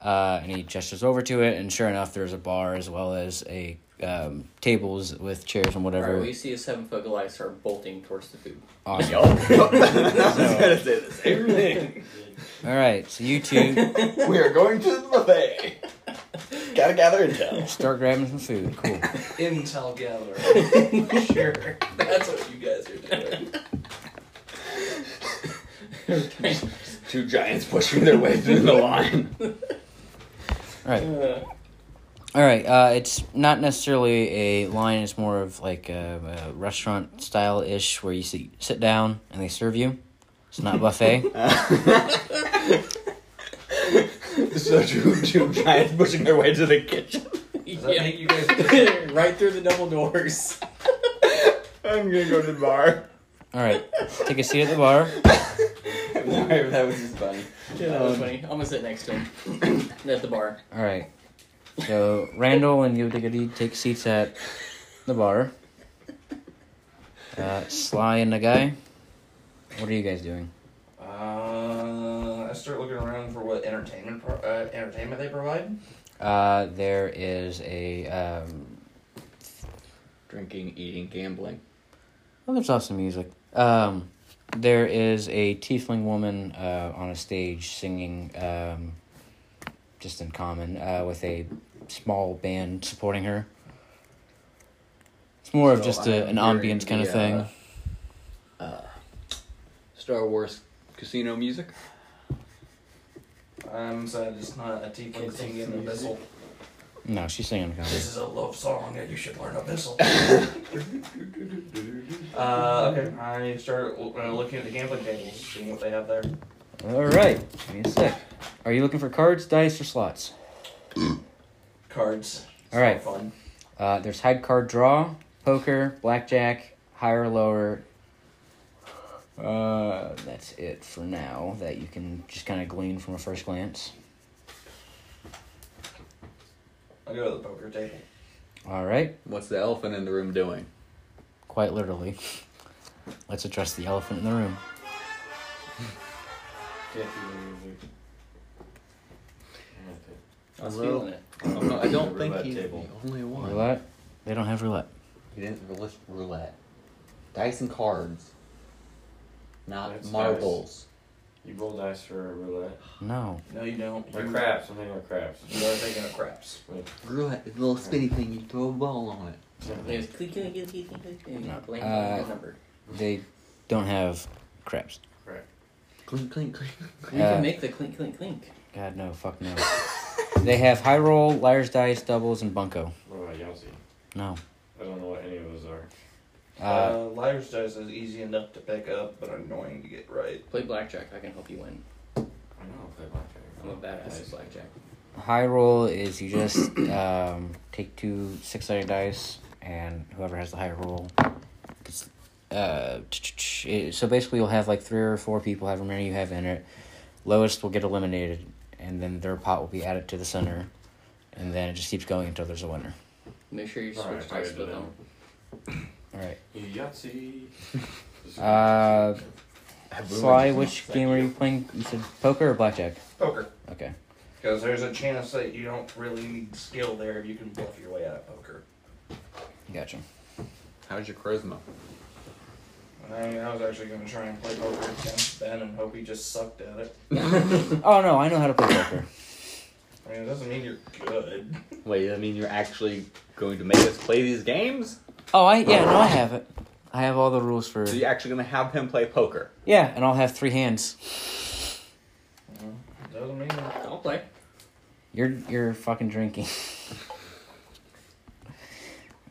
Speaker 1: Uh, and he gestures over to it, and sure enough, there's a bar as well as a um, tables with chairs and
Speaker 5: Alright,
Speaker 1: whatever.
Speaker 5: we see a seven foot Goliath start bolting towards the food.
Speaker 1: Awesome.
Speaker 7: Yo, I was gonna say the same thing.
Speaker 1: All right, so you two
Speaker 7: We are going to the buffet.
Speaker 5: *laughs*
Speaker 7: Gotta gather intel.
Speaker 1: start grabbing some food. Cool.
Speaker 4: Intel gathering. sure. That's what you guys are doing.
Speaker 7: Two giants pushing their way through the line.
Speaker 1: All right. All right. Uh, it's not necessarily a line. It's more of like a, a restaurant style ish where you sit, sit down and they serve you. It's not buffet.
Speaker 7: Uh, *laughs* so two two giants pushing their way to the kitchen.
Speaker 4: Does that make you guys?
Speaker 5: Uh, *laughs* right through the double doors.
Speaker 7: I'm gonna go to the *laughs* bar.
Speaker 1: All right. Take a seat at the bar.
Speaker 7: Sorry, *laughs* that was just funny.
Speaker 5: Yeah, that
Speaker 1: Um,
Speaker 5: was funny. I'm gonna sit next to him at the bar.
Speaker 1: All right. So Randall and you Diggity take seats at the bar. Uh, Sly and the guy. What are you guys doing?
Speaker 4: Uh, I start looking around for what entertainment pro- uh, entertainment they provide.
Speaker 1: Uh, there is a. Um,
Speaker 7: Drinking, eating, gambling.
Speaker 1: well, there's also music. Um, there is a tiefling woman uh, on a stage singing, um, just in common, uh, with a small band supporting her. It's more of
Speaker 7: So
Speaker 1: just a,
Speaker 7: I'm
Speaker 1: an
Speaker 7: hearing
Speaker 1: ambience kind of
Speaker 7: the,
Speaker 1: thing.
Speaker 7: uh, Uh, Star Wars casino music.
Speaker 4: I'm sad it's not a tiefling
Speaker 6: Kids
Speaker 4: singing
Speaker 6: sing
Speaker 4: an
Speaker 6: music.
Speaker 4: abyssal.
Speaker 1: no, she's singing common.
Speaker 4: This is a love song, and you should learn abyssal. uh, okay, I start uh, looking at the gambling tables, seeing what they have there.
Speaker 1: All right. Give me a sec. Are you looking for cards, dice, or slots?
Speaker 4: Cards. It's
Speaker 1: All right.
Speaker 4: not Fun.
Speaker 1: Uh, there's hide card draw, poker, blackjack, higher lower. Uh, that's it for now. That you can just kind of glean from a first glance.
Speaker 4: I go to the poker table.
Speaker 1: All right.
Speaker 7: What's the elephant in the room doing?
Speaker 1: Quite literally. Let's address the elephant in the room.
Speaker 6: Can't do the music.
Speaker 5: I was
Speaker 7: Hello?
Speaker 5: feeling it.
Speaker 7: I'm not- I *laughs* don't think
Speaker 6: Roulette
Speaker 7: he's
Speaker 6: table.
Speaker 7: the only one.
Speaker 1: Roulette. They don't have roulette.
Speaker 7: He didn't list roulette. Dice and cards. Not
Speaker 6: That's
Speaker 7: marbles.
Speaker 6: You roll dice for roulette.
Speaker 1: No.
Speaker 4: No, you don't.
Speaker 6: Or
Speaker 4: You-
Speaker 6: craps. I'm thinking of craps.
Speaker 4: You are thinking of craps.
Speaker 7: Roulette, the little spinny thing, you throw a ball on it.
Speaker 5: It was click, click, click, click, click, click,
Speaker 1: No.
Speaker 5: blank,
Speaker 1: Uh,
Speaker 5: blank number.
Speaker 1: They don't have craps.
Speaker 7: Clink, clink, clink.
Speaker 5: We
Speaker 1: uh,
Speaker 5: can make the clink, clink, clink.
Speaker 1: God no. Fuck no. they have high roll, liar's dice, doubles, and bunco.
Speaker 6: What about Yahtzee?
Speaker 1: No.
Speaker 6: I don't know what any of those are.
Speaker 1: Uh,
Speaker 4: Uh, liar's dice is easy enough to pick up, but annoying to get right.
Speaker 5: Play blackjack. I can help you win.
Speaker 6: I know I play blackjack.
Speaker 5: I'm a badass at blackjack.
Speaker 1: High roll is you just um, take two six sided dice, and whoever has the higher roll gets. Uh, it, so basically, you'll have like three or four people, however many you have in it. Lowest will get eliminated, and then their pot will be added to the center, and then it just keeps going until there's a winner.
Speaker 5: Make sure you switch
Speaker 6: Alright, I
Speaker 5: dice
Speaker 6: did
Speaker 5: with
Speaker 6: that.
Speaker 5: them.
Speaker 1: All right. *laughs*
Speaker 6: Yahtzee.
Speaker 1: Uh,
Speaker 7: Have we
Speaker 1: Sly,
Speaker 7: already-
Speaker 1: which game are you playing? You said poker or blackjack?
Speaker 4: Poker.
Speaker 1: Okay.
Speaker 4: Because there's a chance that you don't really need skill there if you can bluff your way out of poker.
Speaker 1: Gotcha.
Speaker 7: How's your *laughs* charisma?
Speaker 4: I, mean, I was actually going to try and play poker against Ben and hope he just sucked at it.
Speaker 1: Oh no, I know how to play poker.
Speaker 4: I mean, it doesn't mean you're good.
Speaker 7: Wait, I mean, you're actually going to make us play these games?
Speaker 1: Oh, I yeah, no, I have it. I have all the rules for.
Speaker 7: So you're actually going to have him play poker?
Speaker 1: Yeah, and I'll have three hands.
Speaker 4: It doesn't mean.
Speaker 5: I'll play.
Speaker 1: You're you're fucking drinking. *laughs*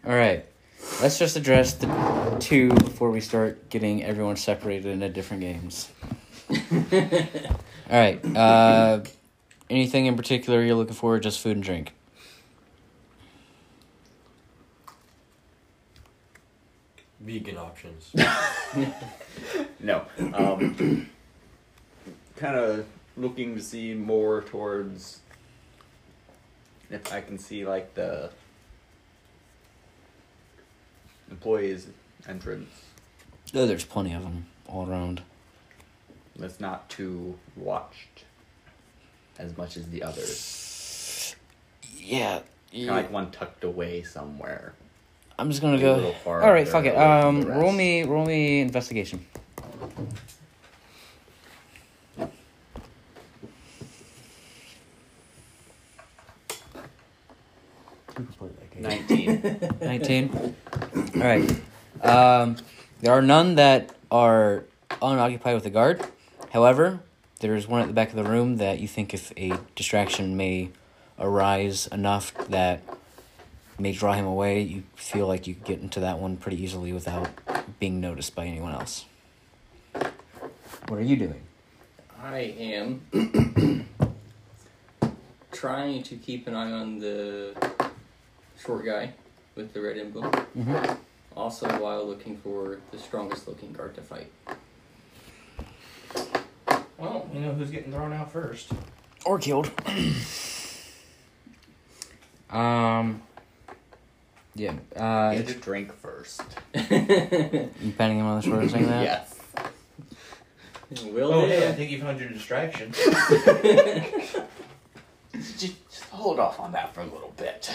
Speaker 1: All right, let's just address the two before we start getting everyone separated into different games. All right. Uh, anything in particular you're looking for? or Just food and drink.
Speaker 6: Vegan options.
Speaker 7: No. Um, *coughs* kind of looking to see more towards if I can see like the employees entrance.
Speaker 1: Oh, there's plenty of them all around.
Speaker 7: That's not too watched as much as the others.
Speaker 1: Yeah.
Speaker 7: Kind of like one tucked away somewhere.
Speaker 1: I'm just gonna
Speaker 7: a
Speaker 1: go.
Speaker 7: little far
Speaker 1: All right,
Speaker 7: there
Speaker 1: fuck it.
Speaker 7: away from
Speaker 1: Um,
Speaker 7: the
Speaker 1: roll
Speaker 7: rest.
Speaker 1: me, roll me investigation.
Speaker 7: Nineteen.
Speaker 1: 19. All right. Um, there are none that are unoccupied with a guard. However, there is one at the back of the room that you think if a distraction may arise enough that may draw him away, you feel like you could get into that one pretty easily without being noticed by anyone else. What are you doing?
Speaker 5: I am *coughs* trying to keep an eye on the short guy with the red emblem.
Speaker 1: Mhm.
Speaker 5: Also, while looking for the strongest looking guard to fight. *laughs*
Speaker 4: Well, you know who's getting thrown out first.
Speaker 1: Or killed. *clears throat* um. Yeah. Uh,
Speaker 3: Get
Speaker 1: it's-
Speaker 3: a drink first.
Speaker 1: you patting him on the shoulder saying that?
Speaker 3: Yes.
Speaker 5: Will
Speaker 4: Oh, hey, I
Speaker 5: it?
Speaker 4: think you found your
Speaker 6: *laughs*
Speaker 4: distraction.
Speaker 3: Just, just hold off on that for a little bit.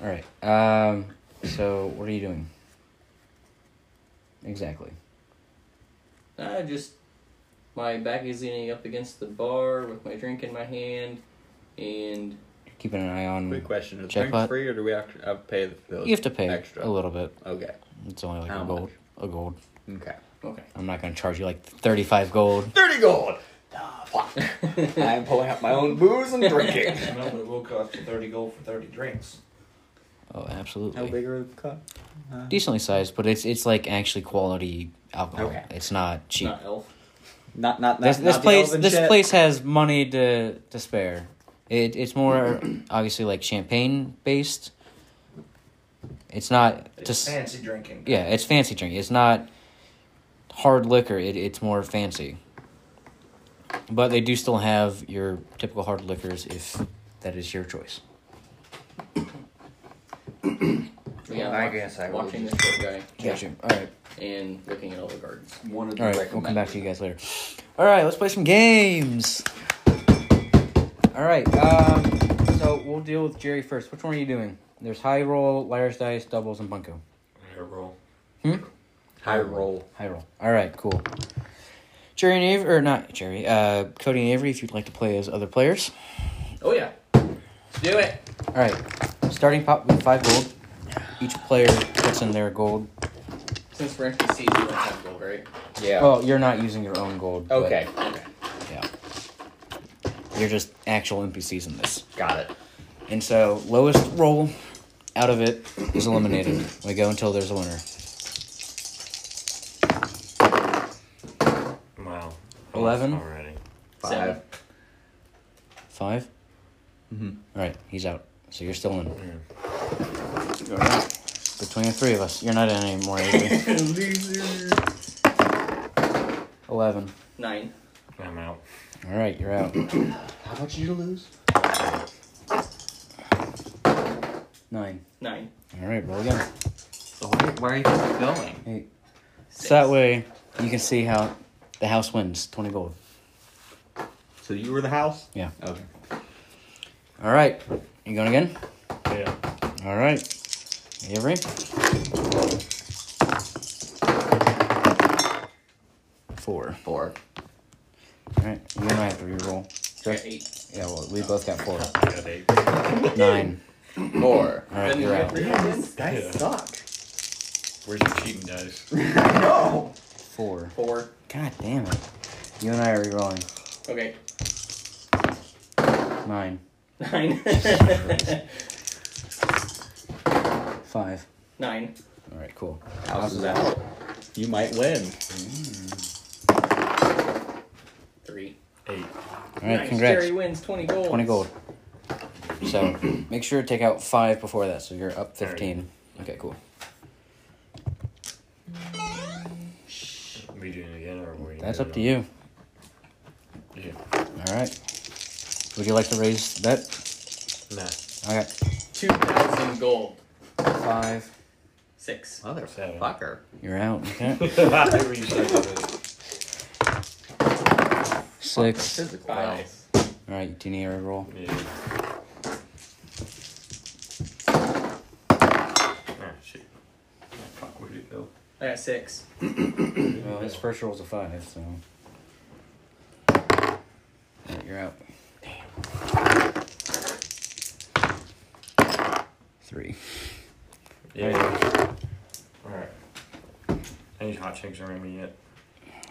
Speaker 1: All right. Um. So what are you doing? Exactly.
Speaker 5: I just my back is leaning up against the bar with my drink in my hand, and
Speaker 1: Keeping an eye on.
Speaker 3: Quick question: Is drink
Speaker 1: Jackpot?
Speaker 3: free, or do we have to have to pay the bill?
Speaker 1: You have to pay
Speaker 3: Extra.
Speaker 1: a little bit.
Speaker 3: Okay.
Speaker 1: It's only like
Speaker 3: How
Speaker 1: a
Speaker 3: much?
Speaker 1: gold. A gold.
Speaker 3: Okay.
Speaker 5: okay,
Speaker 1: I'm not gonna charge you like thirty five gold.
Speaker 3: Thirty gold. Ah, *laughs* fuck. I'm pulling out my own booze and drinking.
Speaker 4: I know, but it will cost you 30 gold for 30 drinks.
Speaker 1: Oh,
Speaker 3: *laughs*
Speaker 1: absolutely.
Speaker 3: How big are the cup?
Speaker 1: Decently sized, but it's it's like actually quality alcohol.
Speaker 3: Okay.
Speaker 1: It's not cheap.
Speaker 5: not elf.
Speaker 3: Not not
Speaker 1: this
Speaker 3: not,
Speaker 1: this
Speaker 3: not
Speaker 1: place
Speaker 3: The elven
Speaker 1: this
Speaker 3: shit.
Speaker 1: place has money to to spare. It it's
Speaker 3: *clears throat*
Speaker 1: more obviously like champagne based. It's not
Speaker 4: It's
Speaker 1: just
Speaker 4: fancy drinking.
Speaker 1: yeah. It's fancy drink. It's not hard liquor. It it's more fancy. But they do still have your typical hard liquors if that is your choice.
Speaker 5: Yeah,
Speaker 3: I
Speaker 5: wa-
Speaker 3: guess I will
Speaker 5: watching the short guy
Speaker 1: Gotcha. All right.
Speaker 5: and looking at all the guards.
Speaker 3: One of the
Speaker 1: All right, we'll come back to you guys later. All right, let's play some games. All right, um, so we'll deal with Jerry first. Which one are you doing? There's high roll, liar's dice, doubles, and bunko.
Speaker 6: High roll.
Speaker 1: Hmm?
Speaker 6: High roll.
Speaker 1: High roll. All right, cool. Jerry and Avery, or not Jerry, uh, Cody and Avery, if you'd like to play as other players.
Speaker 5: Oh yeah, Let's do it.
Speaker 1: All right, starting pot with five gold. Each player puts in their gold.
Speaker 5: Since we're in season, we don't have gold, right?
Speaker 3: Yeah.
Speaker 1: Well, you're not using your own gold. but
Speaker 3: okay. Okay.
Speaker 1: You're just actual NPCs in this.
Speaker 3: Got it.
Speaker 1: And so lowest roll out of it is eliminated. we go until there's a winner.
Speaker 6: Wow.
Speaker 1: Eleven?
Speaker 6: Already.
Speaker 5: Seven.
Speaker 3: Five.
Speaker 1: Five? Mm-hmm. Alright, he's out. So you're still in. Alright. Between the three of us. You're not in anymore, Avery. Eleven.
Speaker 5: Nine.
Speaker 6: I'm out.
Speaker 1: Alright, you're out.
Speaker 3: How much did you lose?
Speaker 1: Nine.
Speaker 5: Nine.
Speaker 1: Alright, roll again.
Speaker 3: Why, why are you going?
Speaker 1: So that way you can see how the house wins. Twenty gold.
Speaker 3: So you were the house?
Speaker 1: Yeah.
Speaker 3: Okay.
Speaker 1: Alright. You going again?
Speaker 6: Yeah.
Speaker 1: Alright. Avery? Four.
Speaker 3: Four.
Speaker 1: Alright, you and I have to reroll.
Speaker 5: Got eight.
Speaker 1: Yeah, well, we both got
Speaker 5: *laughs*
Speaker 1: four.
Speaker 6: I got eight.
Speaker 1: Nine.
Speaker 3: Four. *coughs*
Speaker 1: Alright, you're out.
Speaker 3: These
Speaker 6: guys Yeah.
Speaker 3: suck.
Speaker 6: Where's your cheating dice?
Speaker 3: no.
Speaker 1: Four.
Speaker 5: Four.
Speaker 1: God damn it. You and I are rerolling.
Speaker 5: Okay. *laughs*
Speaker 1: Nine.
Speaker 5: Nine.
Speaker 1: *laughs* Five.
Speaker 5: Nine.
Speaker 1: Alright, cool.
Speaker 3: House is out. You might win.
Speaker 5: Three.
Speaker 6: Eight.
Speaker 1: Alright,
Speaker 5: nice.
Speaker 1: congrats.
Speaker 5: Jerry wins twenty gold.
Speaker 1: 20 gold. So, make sure to take out five before that, so you're up 15. Okay, cool.
Speaker 6: we doing it again or we?
Speaker 1: That's up to you.
Speaker 6: Yeah.
Speaker 1: Alright. Would you like to raise that?
Speaker 6: Nah.
Speaker 1: I got
Speaker 5: Two thousand gold.
Speaker 1: five.
Speaker 5: Six.
Speaker 3: Motherfucker.
Speaker 1: You're out. *laughs* Okay.
Speaker 6: *laughs* I recycled it.
Speaker 5: *laughs*
Speaker 1: Six.
Speaker 3: Physical.
Speaker 5: Five.
Speaker 1: Alright, do you need a roll?
Speaker 6: Yeah. Ah, shit. Ah, Fuck, where'd it go?
Speaker 5: I got six.
Speaker 1: Well, his first roll's a five, so. Alright, you're out. Three.
Speaker 6: Yeah. Alright. Any hot chicks around me yet?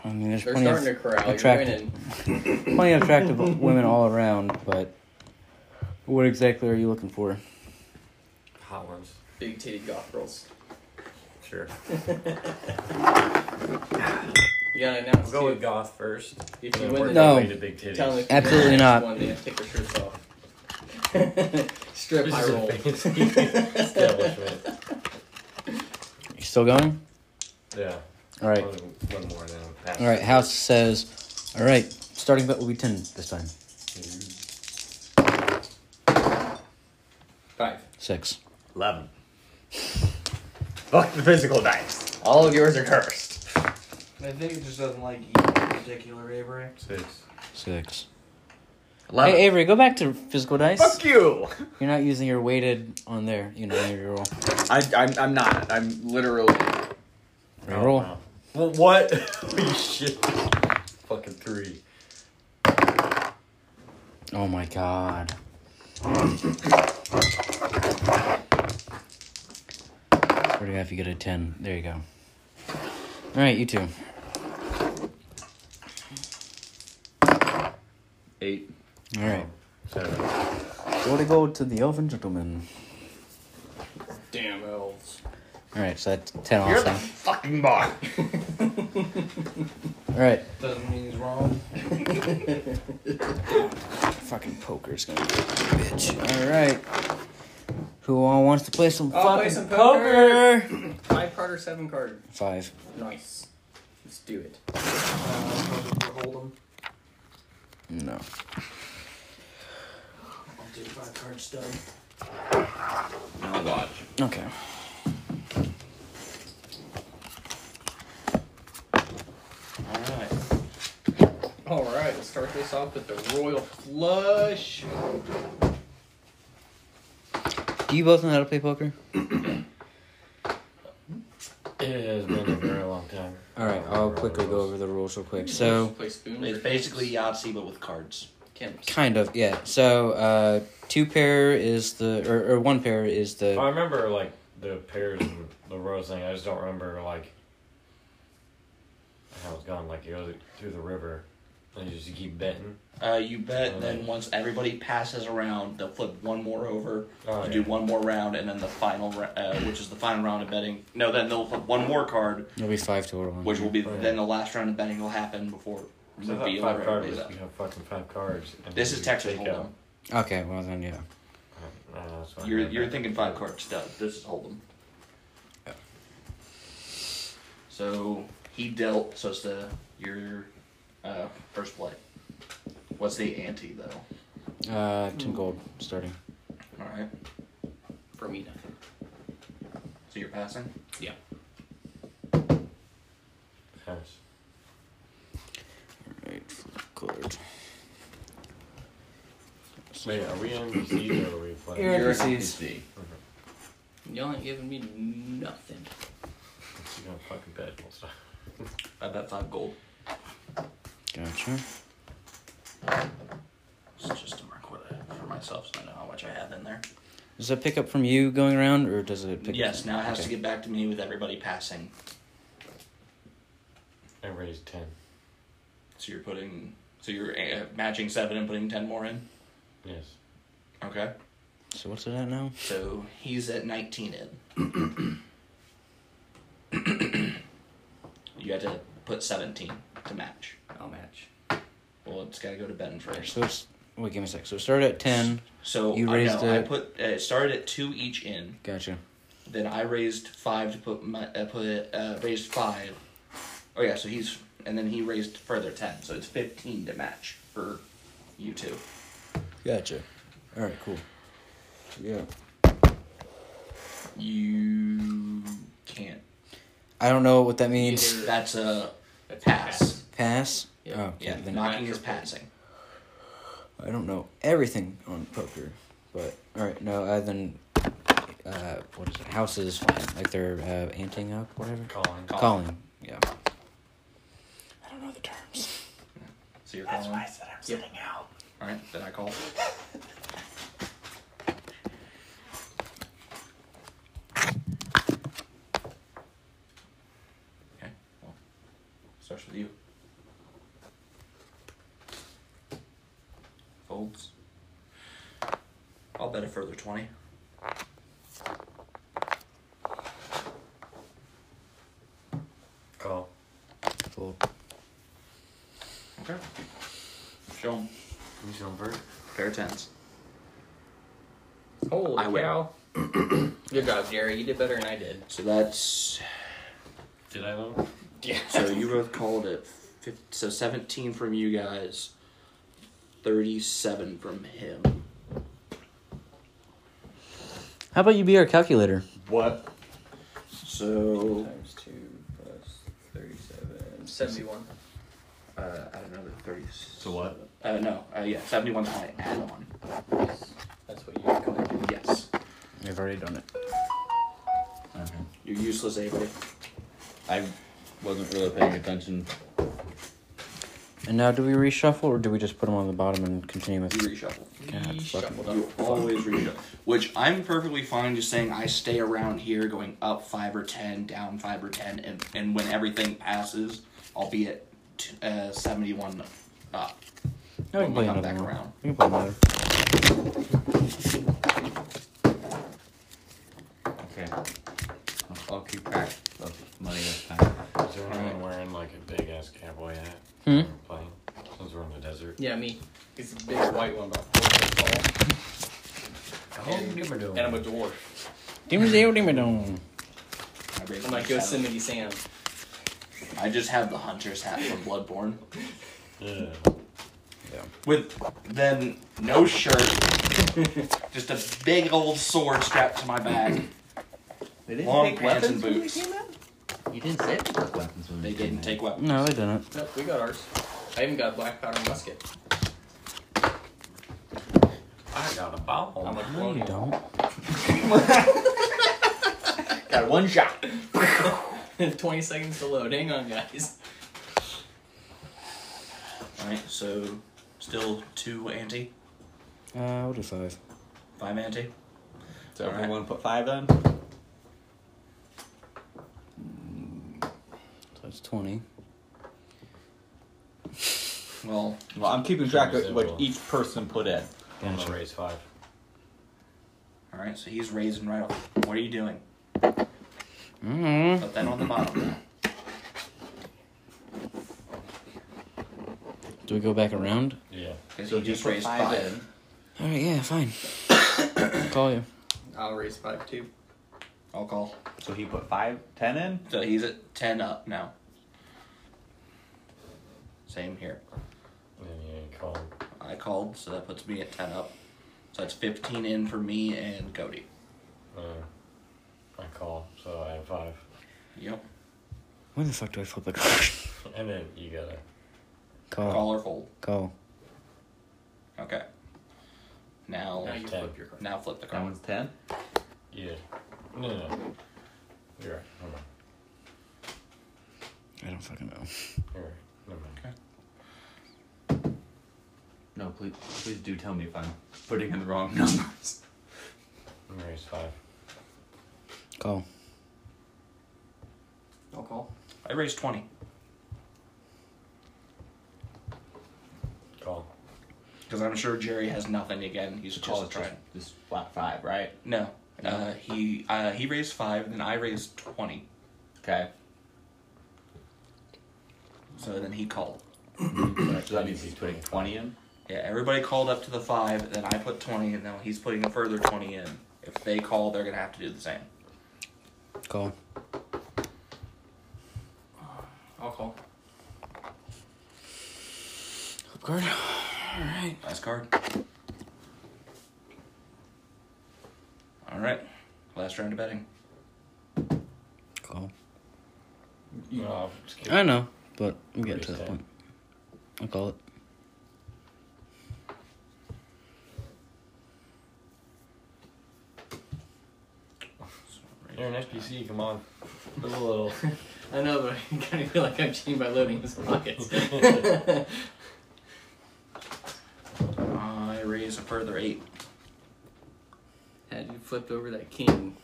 Speaker 1: I mean, there's
Speaker 5: They're
Speaker 1: plenty
Speaker 5: starting
Speaker 1: of,
Speaker 5: to corral. You're
Speaker 1: attractive-
Speaker 5: winning.
Speaker 1: plenty of attractive women all around, but What exactly are you looking for?
Speaker 6: Hot ones.
Speaker 5: Big titty goth girls.
Speaker 6: Sure.
Speaker 5: You gotta announce
Speaker 6: We'll go with
Speaker 5: too.
Speaker 6: goth first.
Speaker 5: If you
Speaker 6: then
Speaker 5: win
Speaker 6: work
Speaker 5: the
Speaker 1: No.
Speaker 6: our way to big titties.
Speaker 5: Tell them if you
Speaker 1: Absolutely
Speaker 5: win the next
Speaker 1: not.
Speaker 5: One, they have to take their shirts off. *laughs* Strip
Speaker 6: This
Speaker 5: high
Speaker 6: is
Speaker 5: roll.
Speaker 6: a
Speaker 5: *laughs*
Speaker 6: fancy establishment.
Speaker 1: You still going?
Speaker 6: Yeah.
Speaker 1: All right.
Speaker 6: One, one more, then i
Speaker 1: All right. House says, all right. Starting bet will be ten this time.
Speaker 5: Five.
Speaker 1: Six.
Speaker 3: Eleven. Fuck the physical dice. All of yours are cursed.
Speaker 4: I think it just doesn't like you in particular, Avery.
Speaker 6: Six.
Speaker 1: Six.
Speaker 3: Eleven.
Speaker 1: Hey Avery, go back to physical dice.
Speaker 3: Fuck you.
Speaker 1: You're not using your weighted on there. You know your roll.
Speaker 3: I, I'm, I'm not. I'm literally.
Speaker 1: Your roll.
Speaker 6: Oh, Well, what? *laughs* Holy shit. Fucking three.
Speaker 1: Oh my god. Where do you have you get a 10? There you go. Alright, you two.
Speaker 3: Eight.
Speaker 1: Alright.
Speaker 6: Seven.
Speaker 1: Gotta go to the elven gentleman.
Speaker 5: Damn elves.
Speaker 1: Alright, so that's 10
Speaker 3: You're the
Speaker 1: also.
Speaker 3: fucking bar.
Speaker 1: Alright.
Speaker 4: Doesn't mean he's wrong.
Speaker 1: Fucking poker's gonna be a bitch. Alright. Who all wants to play some
Speaker 5: I'll
Speaker 1: fucking
Speaker 5: play some poker.
Speaker 1: poker?
Speaker 5: Five card or seven card?
Speaker 1: Five.
Speaker 5: Nice. Let's do it.
Speaker 4: Uh, hold him.
Speaker 1: No.
Speaker 4: I'll do five card stub.
Speaker 3: Now watch.
Speaker 1: Okay.
Speaker 3: Alright.
Speaker 5: All right, let's start this off with the royal flush.
Speaker 1: Do you both know how to play poker?
Speaker 6: It has been a very long time.
Speaker 1: Alright, I'll quickly go over the rules real quick. So.
Speaker 5: Just play spoon.
Speaker 4: It's basically Yahtzee, but with cards.
Speaker 5: Kim's.
Speaker 1: Kind of, yeah. So uh, two pair is the or, or one pair is the
Speaker 6: I remember like the pairs and the rose thing. I just don't remember like how it's gone. Like you go through the river and you just keep betting.
Speaker 4: Uh, you bet, and then once everybody passes around, they'll flip one more over.
Speaker 6: Oh,
Speaker 4: you
Speaker 6: yeah.
Speaker 4: do one more round, and then the final, ra- uh, which is the final round of betting. No, then they'll flip one more card,
Speaker 1: there'll be five total. on
Speaker 4: which
Speaker 1: here.
Speaker 4: will be
Speaker 6: Right.
Speaker 4: then the last round of betting will happen before
Speaker 6: So I thought
Speaker 4: reveal
Speaker 6: five
Speaker 4: where
Speaker 6: cards.
Speaker 4: everybody's
Speaker 6: was-
Speaker 4: at.
Speaker 6: You have fucking five cards. and
Speaker 4: This
Speaker 6: you
Speaker 4: is Texas
Speaker 6: take
Speaker 4: Hold'em.
Speaker 6: out-
Speaker 1: okay. Well then, yeah.
Speaker 6: I don't know, that's fine.
Speaker 4: You're you're thinking five card stud. This is Hold'em. So he dealt. So it's the your uh, first play. What's the ante though?
Speaker 1: Uh, ten gold starting.
Speaker 4: All right.
Speaker 5: For me, nothing.
Speaker 4: So you're passing.
Speaker 6: House.
Speaker 1: Right, card.
Speaker 6: Wait, are we in season or are we playing?
Speaker 1: You're in
Speaker 4: You're an
Speaker 1: NPCs.
Speaker 4: NPC.
Speaker 5: Y'all ain't giving me nothing.
Speaker 6: You don't fucking bet. and stuff.
Speaker 4: I bet five gold.
Speaker 1: Gotcha.
Speaker 4: It's just to mark what I for myself, so I know how much I have in there.
Speaker 1: Does that pick up from you going around, or does it pick?
Speaker 4: yes. Now it has to
Speaker 1: okay.
Speaker 4: get back to me with everybody passing.
Speaker 6: *laughs* I raised ten.
Speaker 4: So you're putting. So you're uh, matching seven and putting ten more in.
Speaker 6: Yes.
Speaker 4: Okay.
Speaker 1: So what's it at now?
Speaker 4: So he's at 19 in. you had to put 17 to match.
Speaker 5: I'll match.
Speaker 4: Well, it's got to go to Ben first.
Speaker 1: So it's wait, give me a sec. So start at ten.
Speaker 4: So
Speaker 1: You
Speaker 4: I
Speaker 1: raised
Speaker 4: know, I
Speaker 1: it.
Speaker 4: put uh, it started at two each in.
Speaker 1: Gotcha.
Speaker 4: Then I raised five to put my uh, put uh, raised five. Oh yeah, so he's and then he raised further ten, so it's 15 to match for you two.
Speaker 1: Gotcha. All right. Cool. Yeah.
Speaker 4: You can't.
Speaker 1: I don't know what that means.
Speaker 4: That's a
Speaker 5: That's
Speaker 4: pass.
Speaker 1: Pass.
Speaker 5: Yeah.
Speaker 1: Oh, okay.
Speaker 4: Yeah,
Speaker 1: Then
Speaker 4: knocking is passing.
Speaker 1: I don't know everything on poker, but all right, no, uh, then uh, what is it? Houses is fine, like they're uh, anting up, whatever.
Speaker 6: Calling.
Speaker 1: Calling. yeah. I don't know the terms.
Speaker 4: So you're calling.
Speaker 3: said I'm
Speaker 5: Yep.
Speaker 3: out.
Speaker 4: All right, then I call. okay, well, starts with you. Folds. I'll bet a further 20.
Speaker 6: Call.
Speaker 1: Cool.
Speaker 4: Show him.
Speaker 6: You sound first.
Speaker 4: Pair of tens.
Speaker 5: Holy
Speaker 4: I win.
Speaker 5: cow.
Speaker 4: *clears throat*
Speaker 5: Good job, Jerry. You did better than I did.
Speaker 4: So that's.
Speaker 6: Did I though?
Speaker 4: *laughs* So you both called it. 50, so 17 from you guys, 37 from him.
Speaker 1: How about you be our calculator?
Speaker 6: What?
Speaker 4: So.
Speaker 5: Times 2 plus
Speaker 4: 37.
Speaker 5: 71.
Speaker 4: Uh, I don't know, the 30.
Speaker 6: So what?
Speaker 4: Uh, no, uh, yeah, 71 high add on.
Speaker 5: That's what you got.
Speaker 4: Yes.
Speaker 1: I've already done it.
Speaker 3: Okay.
Speaker 4: You're useless, Avery.
Speaker 3: I wasn't really paying attention.
Speaker 1: And now, do we reshuffle or do we just put them on the bottom and continue
Speaker 4: You
Speaker 1: with?
Speaker 4: reshuffle.
Speaker 1: God, fucking-
Speaker 4: You always reshuffle. Which I'm perfectly fine just saying I stay around here going up 5 or 10, down 5 or 10, and, and when everything passes, I'll be at t- uh, 71 up.
Speaker 1: No, we can
Speaker 4: When we
Speaker 1: play
Speaker 4: come
Speaker 1: another
Speaker 4: back
Speaker 1: one.
Speaker 4: around.
Speaker 1: We can play another.
Speaker 3: Okay. I'll, I'll keep track of money this time.
Speaker 6: Is there anyone wearing like a big ass cowboy hat?
Speaker 1: Hmm?
Speaker 6: When we're Playing. Since we're in the desert.
Speaker 5: Yeah, me. It's a big white one, about four feet tall. And I'm a dwarf.
Speaker 1: Demons, yeah, demon.
Speaker 4: I raise
Speaker 5: I'm
Speaker 4: my
Speaker 5: like
Speaker 4: shadow.
Speaker 5: Yosemite Sam.
Speaker 4: I just have the hunter's hat from Bloodborne.
Speaker 6: Yeah.
Speaker 4: with then no shirt, *laughs* just a big old sword strapped to my back.
Speaker 3: They
Speaker 4: Long pants and boots.
Speaker 3: You didn't say they took weapons when
Speaker 4: They
Speaker 3: we came
Speaker 4: didn't
Speaker 3: in.
Speaker 4: take weapons.
Speaker 1: No, they didn't.
Speaker 5: Nope, we got ours. I even got a black powder musket.
Speaker 6: I got a ball.
Speaker 5: I'm like,
Speaker 1: No, you don't.
Speaker 3: Got one shot.
Speaker 5: *laughs* 20 seconds to load. Hang on, guys.
Speaker 4: Alright, so still two anti,
Speaker 1: Uh, we'll do five.
Speaker 4: five anti.
Speaker 2: So
Speaker 4: Alright.
Speaker 2: everyone put five in?
Speaker 1: So that's 20.
Speaker 4: Well,
Speaker 2: Well, I'm keeping track of what
Speaker 6: Simple.
Speaker 2: each person put in.
Speaker 6: I'm gonna raise five.
Speaker 4: alright, so he's raising right off. What are you doing?
Speaker 1: Mm-hmm.
Speaker 4: Put that on the bottom.
Speaker 1: Do we go back around?
Speaker 6: Yeah.
Speaker 4: Because
Speaker 5: So
Speaker 4: he just
Speaker 5: put
Speaker 4: raised five.
Speaker 1: Alright, yeah, fine. Call you.
Speaker 5: I'll raise five too.
Speaker 4: I'll call.
Speaker 2: So he put five, ten in?
Speaker 4: So he's at ten up now. Same here.
Speaker 6: And then you ain't called.
Speaker 4: I called, so that puts me at ten up. So that's fifteen in for me and Cody.
Speaker 6: Uh, I call, so I have five. *laughs*
Speaker 4: Yep.
Speaker 1: When the fuck do I flip the card?
Speaker 6: And then you gotta.
Speaker 1: Call.
Speaker 4: Call or fold.
Speaker 1: Call.
Speaker 4: Okay. Now,
Speaker 5: Now you
Speaker 6: Ten.
Speaker 5: flip your card.
Speaker 4: now flip the
Speaker 2: That
Speaker 4: card.
Speaker 2: one's ten?
Speaker 6: Yeah. No, no, no. You're right. Never mind.
Speaker 1: I don't fucking know.
Speaker 6: You're right. Never mind.
Speaker 3: No, please, please do tell me if I'm putting in the
Speaker 7: *laughs*
Speaker 3: wrong numbers.
Speaker 6: I'm gonna raise five.
Speaker 1: Call.
Speaker 5: I'll call.
Speaker 4: I raised 20.
Speaker 6: Call.
Speaker 4: Because I'm sure Jerry has nothing again. He's just a try.
Speaker 3: Just flat five, right?
Speaker 4: No. Uh, he uh, he raised 5, then I raised 20.
Speaker 3: Okay.
Speaker 4: So then he called.
Speaker 3: So that means he's putting twenty in.
Speaker 4: Yeah, everybody called up to the 5, then I put 20, and now he's putting a further 20 in. If they call, they're going to have to do the same.
Speaker 1: Call.
Speaker 5: I'll call.
Speaker 1: Flip card. Alright.
Speaker 4: Last card. Alright. Last round of betting.
Speaker 1: Call.
Speaker 6: No, I'll just keep-
Speaker 1: I know, but I'm getting to
Speaker 6: Raise
Speaker 1: that
Speaker 6: ten.
Speaker 1: point. I'll call it.
Speaker 6: You're an SPC, come on. Put a little.
Speaker 5: I know, but *laughs* I kind of feel like I'm cheating by loading his pockets.
Speaker 4: I raised a further 8.
Speaker 5: Had you flipped over that king,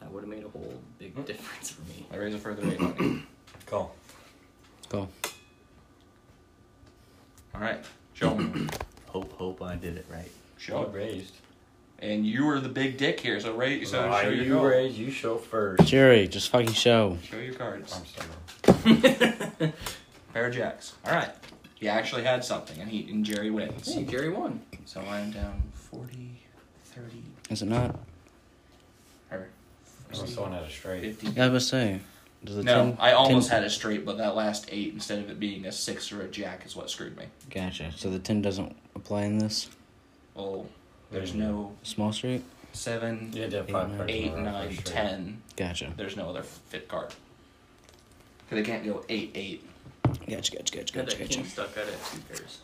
Speaker 5: that would have made a whole big difference for me.
Speaker 4: I raised a further 8 money.
Speaker 6: *coughs* Call.
Speaker 1: Call.
Speaker 4: Alright. Show him.
Speaker 6: *coughs*
Speaker 3: Hope, hope I did it right.
Speaker 4: Show him.
Speaker 6: raised.
Speaker 4: and you were the big dick here. So rate. So
Speaker 6: Why
Speaker 4: show your
Speaker 6: you
Speaker 4: card.
Speaker 6: raise, you show first.
Speaker 1: Jerry, just fucking show.
Speaker 4: Show your cards.
Speaker 6: I'm sorry.
Speaker 4: *laughs* Pair of jacks. All right. He actually had something, and he and Jerry wins.
Speaker 5: Hey, Jerry won.
Speaker 4: So I'm down 40, 30,
Speaker 1: Is it not?
Speaker 4: or
Speaker 6: Oh, someone had a straight.
Speaker 4: 50.
Speaker 1: Yeah, I was saying. Does the
Speaker 4: No,
Speaker 1: tin-
Speaker 4: I almost
Speaker 1: tin-
Speaker 4: had it straight, but that last eight, instead of it being a six or a jack, is what screwed me.
Speaker 1: Gotcha. So the tin doesn't apply in this
Speaker 4: Well, there's no
Speaker 1: small street.
Speaker 4: seven,
Speaker 6: Hmm. You had to have five cards.
Speaker 4: eight,
Speaker 6: in a row
Speaker 4: nine,
Speaker 6: for a straight.
Speaker 4: ten.
Speaker 1: Gotcha.
Speaker 4: There's no other fit card. Because I can't go eight, eight.
Speaker 1: Gotcha. Gotcha. Gotcha.
Speaker 5: Got
Speaker 1: Gotcha.
Speaker 5: that
Speaker 1: Gotcha.
Speaker 5: king stuck. I had two pairs.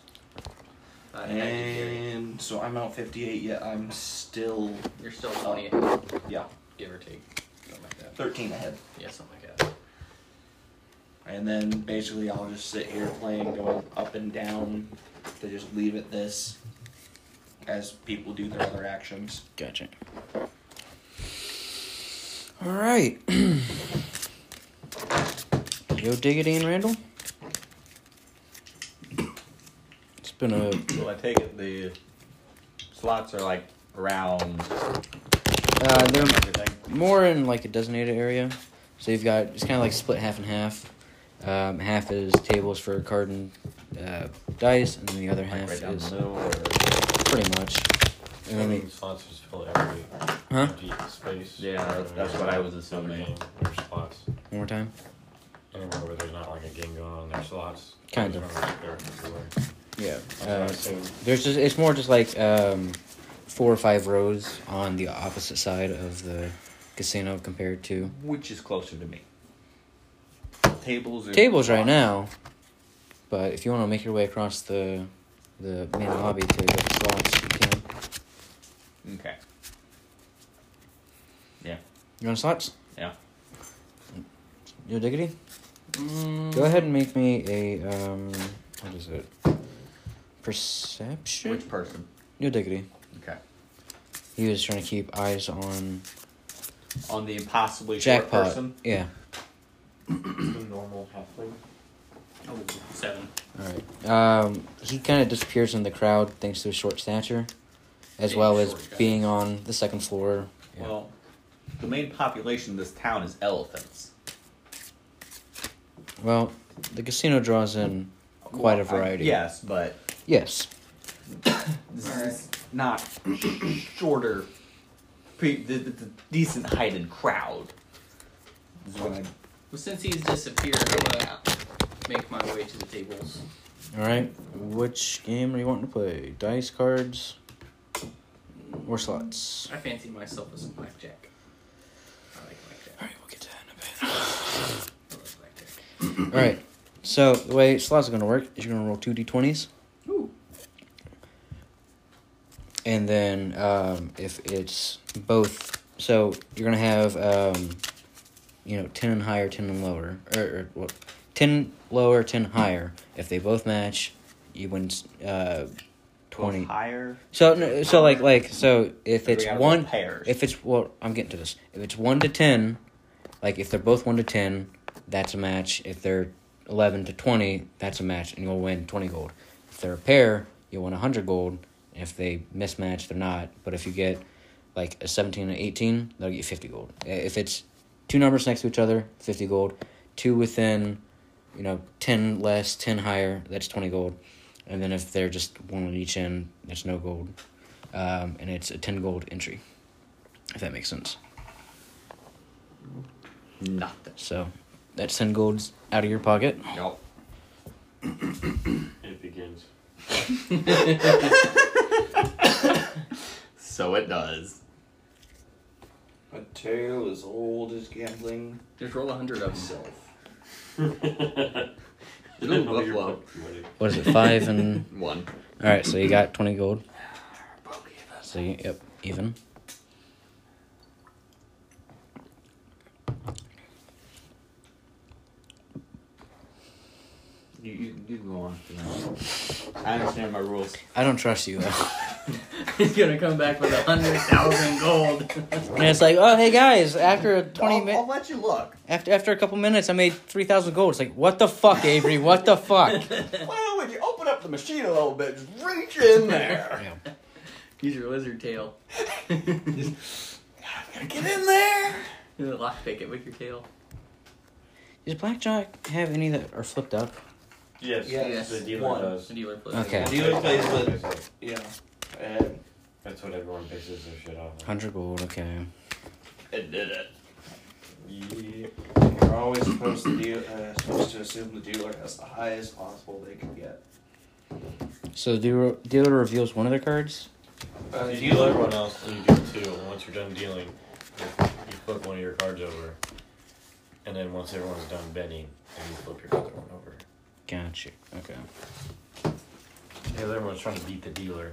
Speaker 5: Uh, I had to Jerry.
Speaker 4: And so I'm out 58, yet I'm still
Speaker 5: You're still twenty, ahead,
Speaker 4: yeah
Speaker 5: give or take, something like that.
Speaker 4: 13 ahead.
Speaker 5: Yeah, something like that.
Speaker 4: And then basically I'll just sit here playing, going up and down to just leave it this as people do their other actions.
Speaker 1: Gotcha. All right. *clears throat* Yo, Diggity and Randall. It's been a
Speaker 7: Well, I take it the slots are like round
Speaker 1: uh, they're
Speaker 7: everything.
Speaker 1: more in like a designated area. So you've got it's kind of like split half and half. Um, half is tables for card and uh, dice, and then the other half
Speaker 7: Like right down
Speaker 1: is
Speaker 7: the middle. Or,
Speaker 1: pretty much. And
Speaker 6: I
Speaker 1: then
Speaker 6: mean, slots just fill every
Speaker 1: Huh?
Speaker 6: empty space.
Speaker 7: yeah, that's, that's what I was
Speaker 6: Some
Speaker 7: assuming.
Speaker 6: game, there's slots.
Speaker 1: one more time.
Speaker 6: Anywhere where there's not like a game going on, there's slots.
Speaker 1: Kind
Speaker 6: There's
Speaker 1: of.
Speaker 6: no characters to
Speaker 7: Uh,
Speaker 6: wear.
Speaker 1: Yeah.
Speaker 6: That's what I
Speaker 1: Uh,
Speaker 7: *clears throat*
Speaker 6: assumed.
Speaker 1: there's just it's more just like um, four or five rows on the opposite side of the casino compared to
Speaker 7: Which is closer to me? Tables. Or
Speaker 1: tables right
Speaker 7: slots?
Speaker 1: now. But if you want to make your way across the the main lobby to the slots, you can.
Speaker 7: Okay.
Speaker 1: You want slots?
Speaker 7: Yeah.
Speaker 1: Yo, diggity.
Speaker 5: Mm,
Speaker 1: Go ahead and make me a um what is it? Perception?
Speaker 7: Which person?
Speaker 1: Yo diggity.
Speaker 7: Okay.
Speaker 1: He was trying to keep eyes on
Speaker 7: On the impossibly short
Speaker 1: jackpot.
Speaker 7: person.
Speaker 1: Yeah.
Speaker 6: The normal halfling.
Speaker 5: Oh, seven.
Speaker 1: Alright. Um he kinda disappears in the crowd thanks to his short stature. As
Speaker 4: Being
Speaker 1: well
Speaker 4: a
Speaker 1: as
Speaker 4: short guy.
Speaker 1: being on the second floor. Yeah.
Speaker 7: Well, the main population of this town is elephants.
Speaker 1: Well, the casino draws in quite a variety.
Speaker 7: yes, but
Speaker 1: Yes.
Speaker 7: this is not shorter, pre- the, the, the decent heighted crowd. Is what I
Speaker 5: Well, since he's disappeared, I'm gonna make my way to the tables.
Speaker 1: Alright. Which game are you wanting to play? Dice cards or slots?
Speaker 5: I fancy myself as a blackjack. I like blackjack.
Speaker 1: Alright, we'll get to that in a bit.
Speaker 5: I like blackjack.
Speaker 1: All right. So the way slots are gonna work is you're gonna roll two d20s.
Speaker 5: Ooh.
Speaker 1: And then um, if it's both, so you're gonna have um, you know ten and higher, ten and lower, or, or what, ten lower, ten higher. If they both match, you win uh, twenty.
Speaker 7: higher.
Speaker 1: So no, so like like so if
Speaker 7: So we
Speaker 1: it's
Speaker 7: gotta roll
Speaker 1: one
Speaker 7: pairs.
Speaker 1: if it's well I'm getting to this if it's one to ten, like if they're both one to ten, that's a match. If they're eleven to twenty, that's a match, and you'll win twenty gold. If they're a pair, you'll win hundred gold. And if they mismatch, they're not. But if you get like a seventeen and eighteen, they'll get fifty gold. Uh, If it's two numbers next to each other, fifty gold. Two within, you know, ten less, ten higher, that's twenty gold. And then if they're just one on each end, there's no gold. Um, and it's a 10 gold entry, if that makes sense.
Speaker 7: Nothing.
Speaker 1: So that's 10 golds out of your pocket.
Speaker 7: Nope.
Speaker 6: It *laughs* begins.
Speaker 7: So it
Speaker 5: *laughs*
Speaker 7: does.
Speaker 8: A tale as old as gambling
Speaker 5: Just roll a hundred of them.
Speaker 8: itself.
Speaker 7: Little
Speaker 6: Know your
Speaker 7: buffalo.
Speaker 6: fucking money.
Speaker 1: What is it, 5 and.
Speaker 7: *laughs*
Speaker 1: *laughs*
Speaker 7: One.
Speaker 1: Alright, so you got 20 gold. So, you, yep, even.
Speaker 7: You, you, you go on. I understand my rules.
Speaker 1: I don't trust you, *laughs* though.
Speaker 5: *laughs* he's gonna come back with a *laughs* hundred thousand *laughs* gold.
Speaker 1: And it's like, oh, hey guys, after 20
Speaker 7: I'll, I'll
Speaker 1: minutes.
Speaker 7: let you look.
Speaker 1: After, after a couple minutes, I made 3,000 gold. It's like, what the fuck, Avery? What the
Speaker 5: *laughs*
Speaker 1: fuck?
Speaker 7: Why don't you open up the machine a little bit? Just reach in there.
Speaker 1: Yeah.
Speaker 5: Use your lizard tail.
Speaker 4: Get in there!
Speaker 5: You know, lockpick it with your tail.
Speaker 1: Does blackjack have any that are flipped up?
Speaker 6: Yes,
Speaker 4: Yes,
Speaker 6: the dealer
Speaker 4: one.
Speaker 6: does.
Speaker 5: The dealer plays.
Speaker 1: Okay.
Speaker 4: The dealer plays with.
Speaker 6: That's-
Speaker 4: Yeah. And
Speaker 6: That's what everyone bases their shit off of.
Speaker 1: Hundred gold. Okay.
Speaker 3: I did it.
Speaker 6: Yeah.
Speaker 4: you're always supposed to, deal, uh, supposed to assume the dealer has the highest possible they can get.
Speaker 1: So the dealer, dealer reveals one of their cards.
Speaker 4: Uh,
Speaker 6: You deal
Speaker 4: dealer,
Speaker 6: everyone else, and you do it too. And once you're done dealing, you flip one of your cards over. And then once everyone's done betting, then you flip your other one over.
Speaker 1: Gotcha. Okay.
Speaker 6: Because everyone's trying to beat the dealer,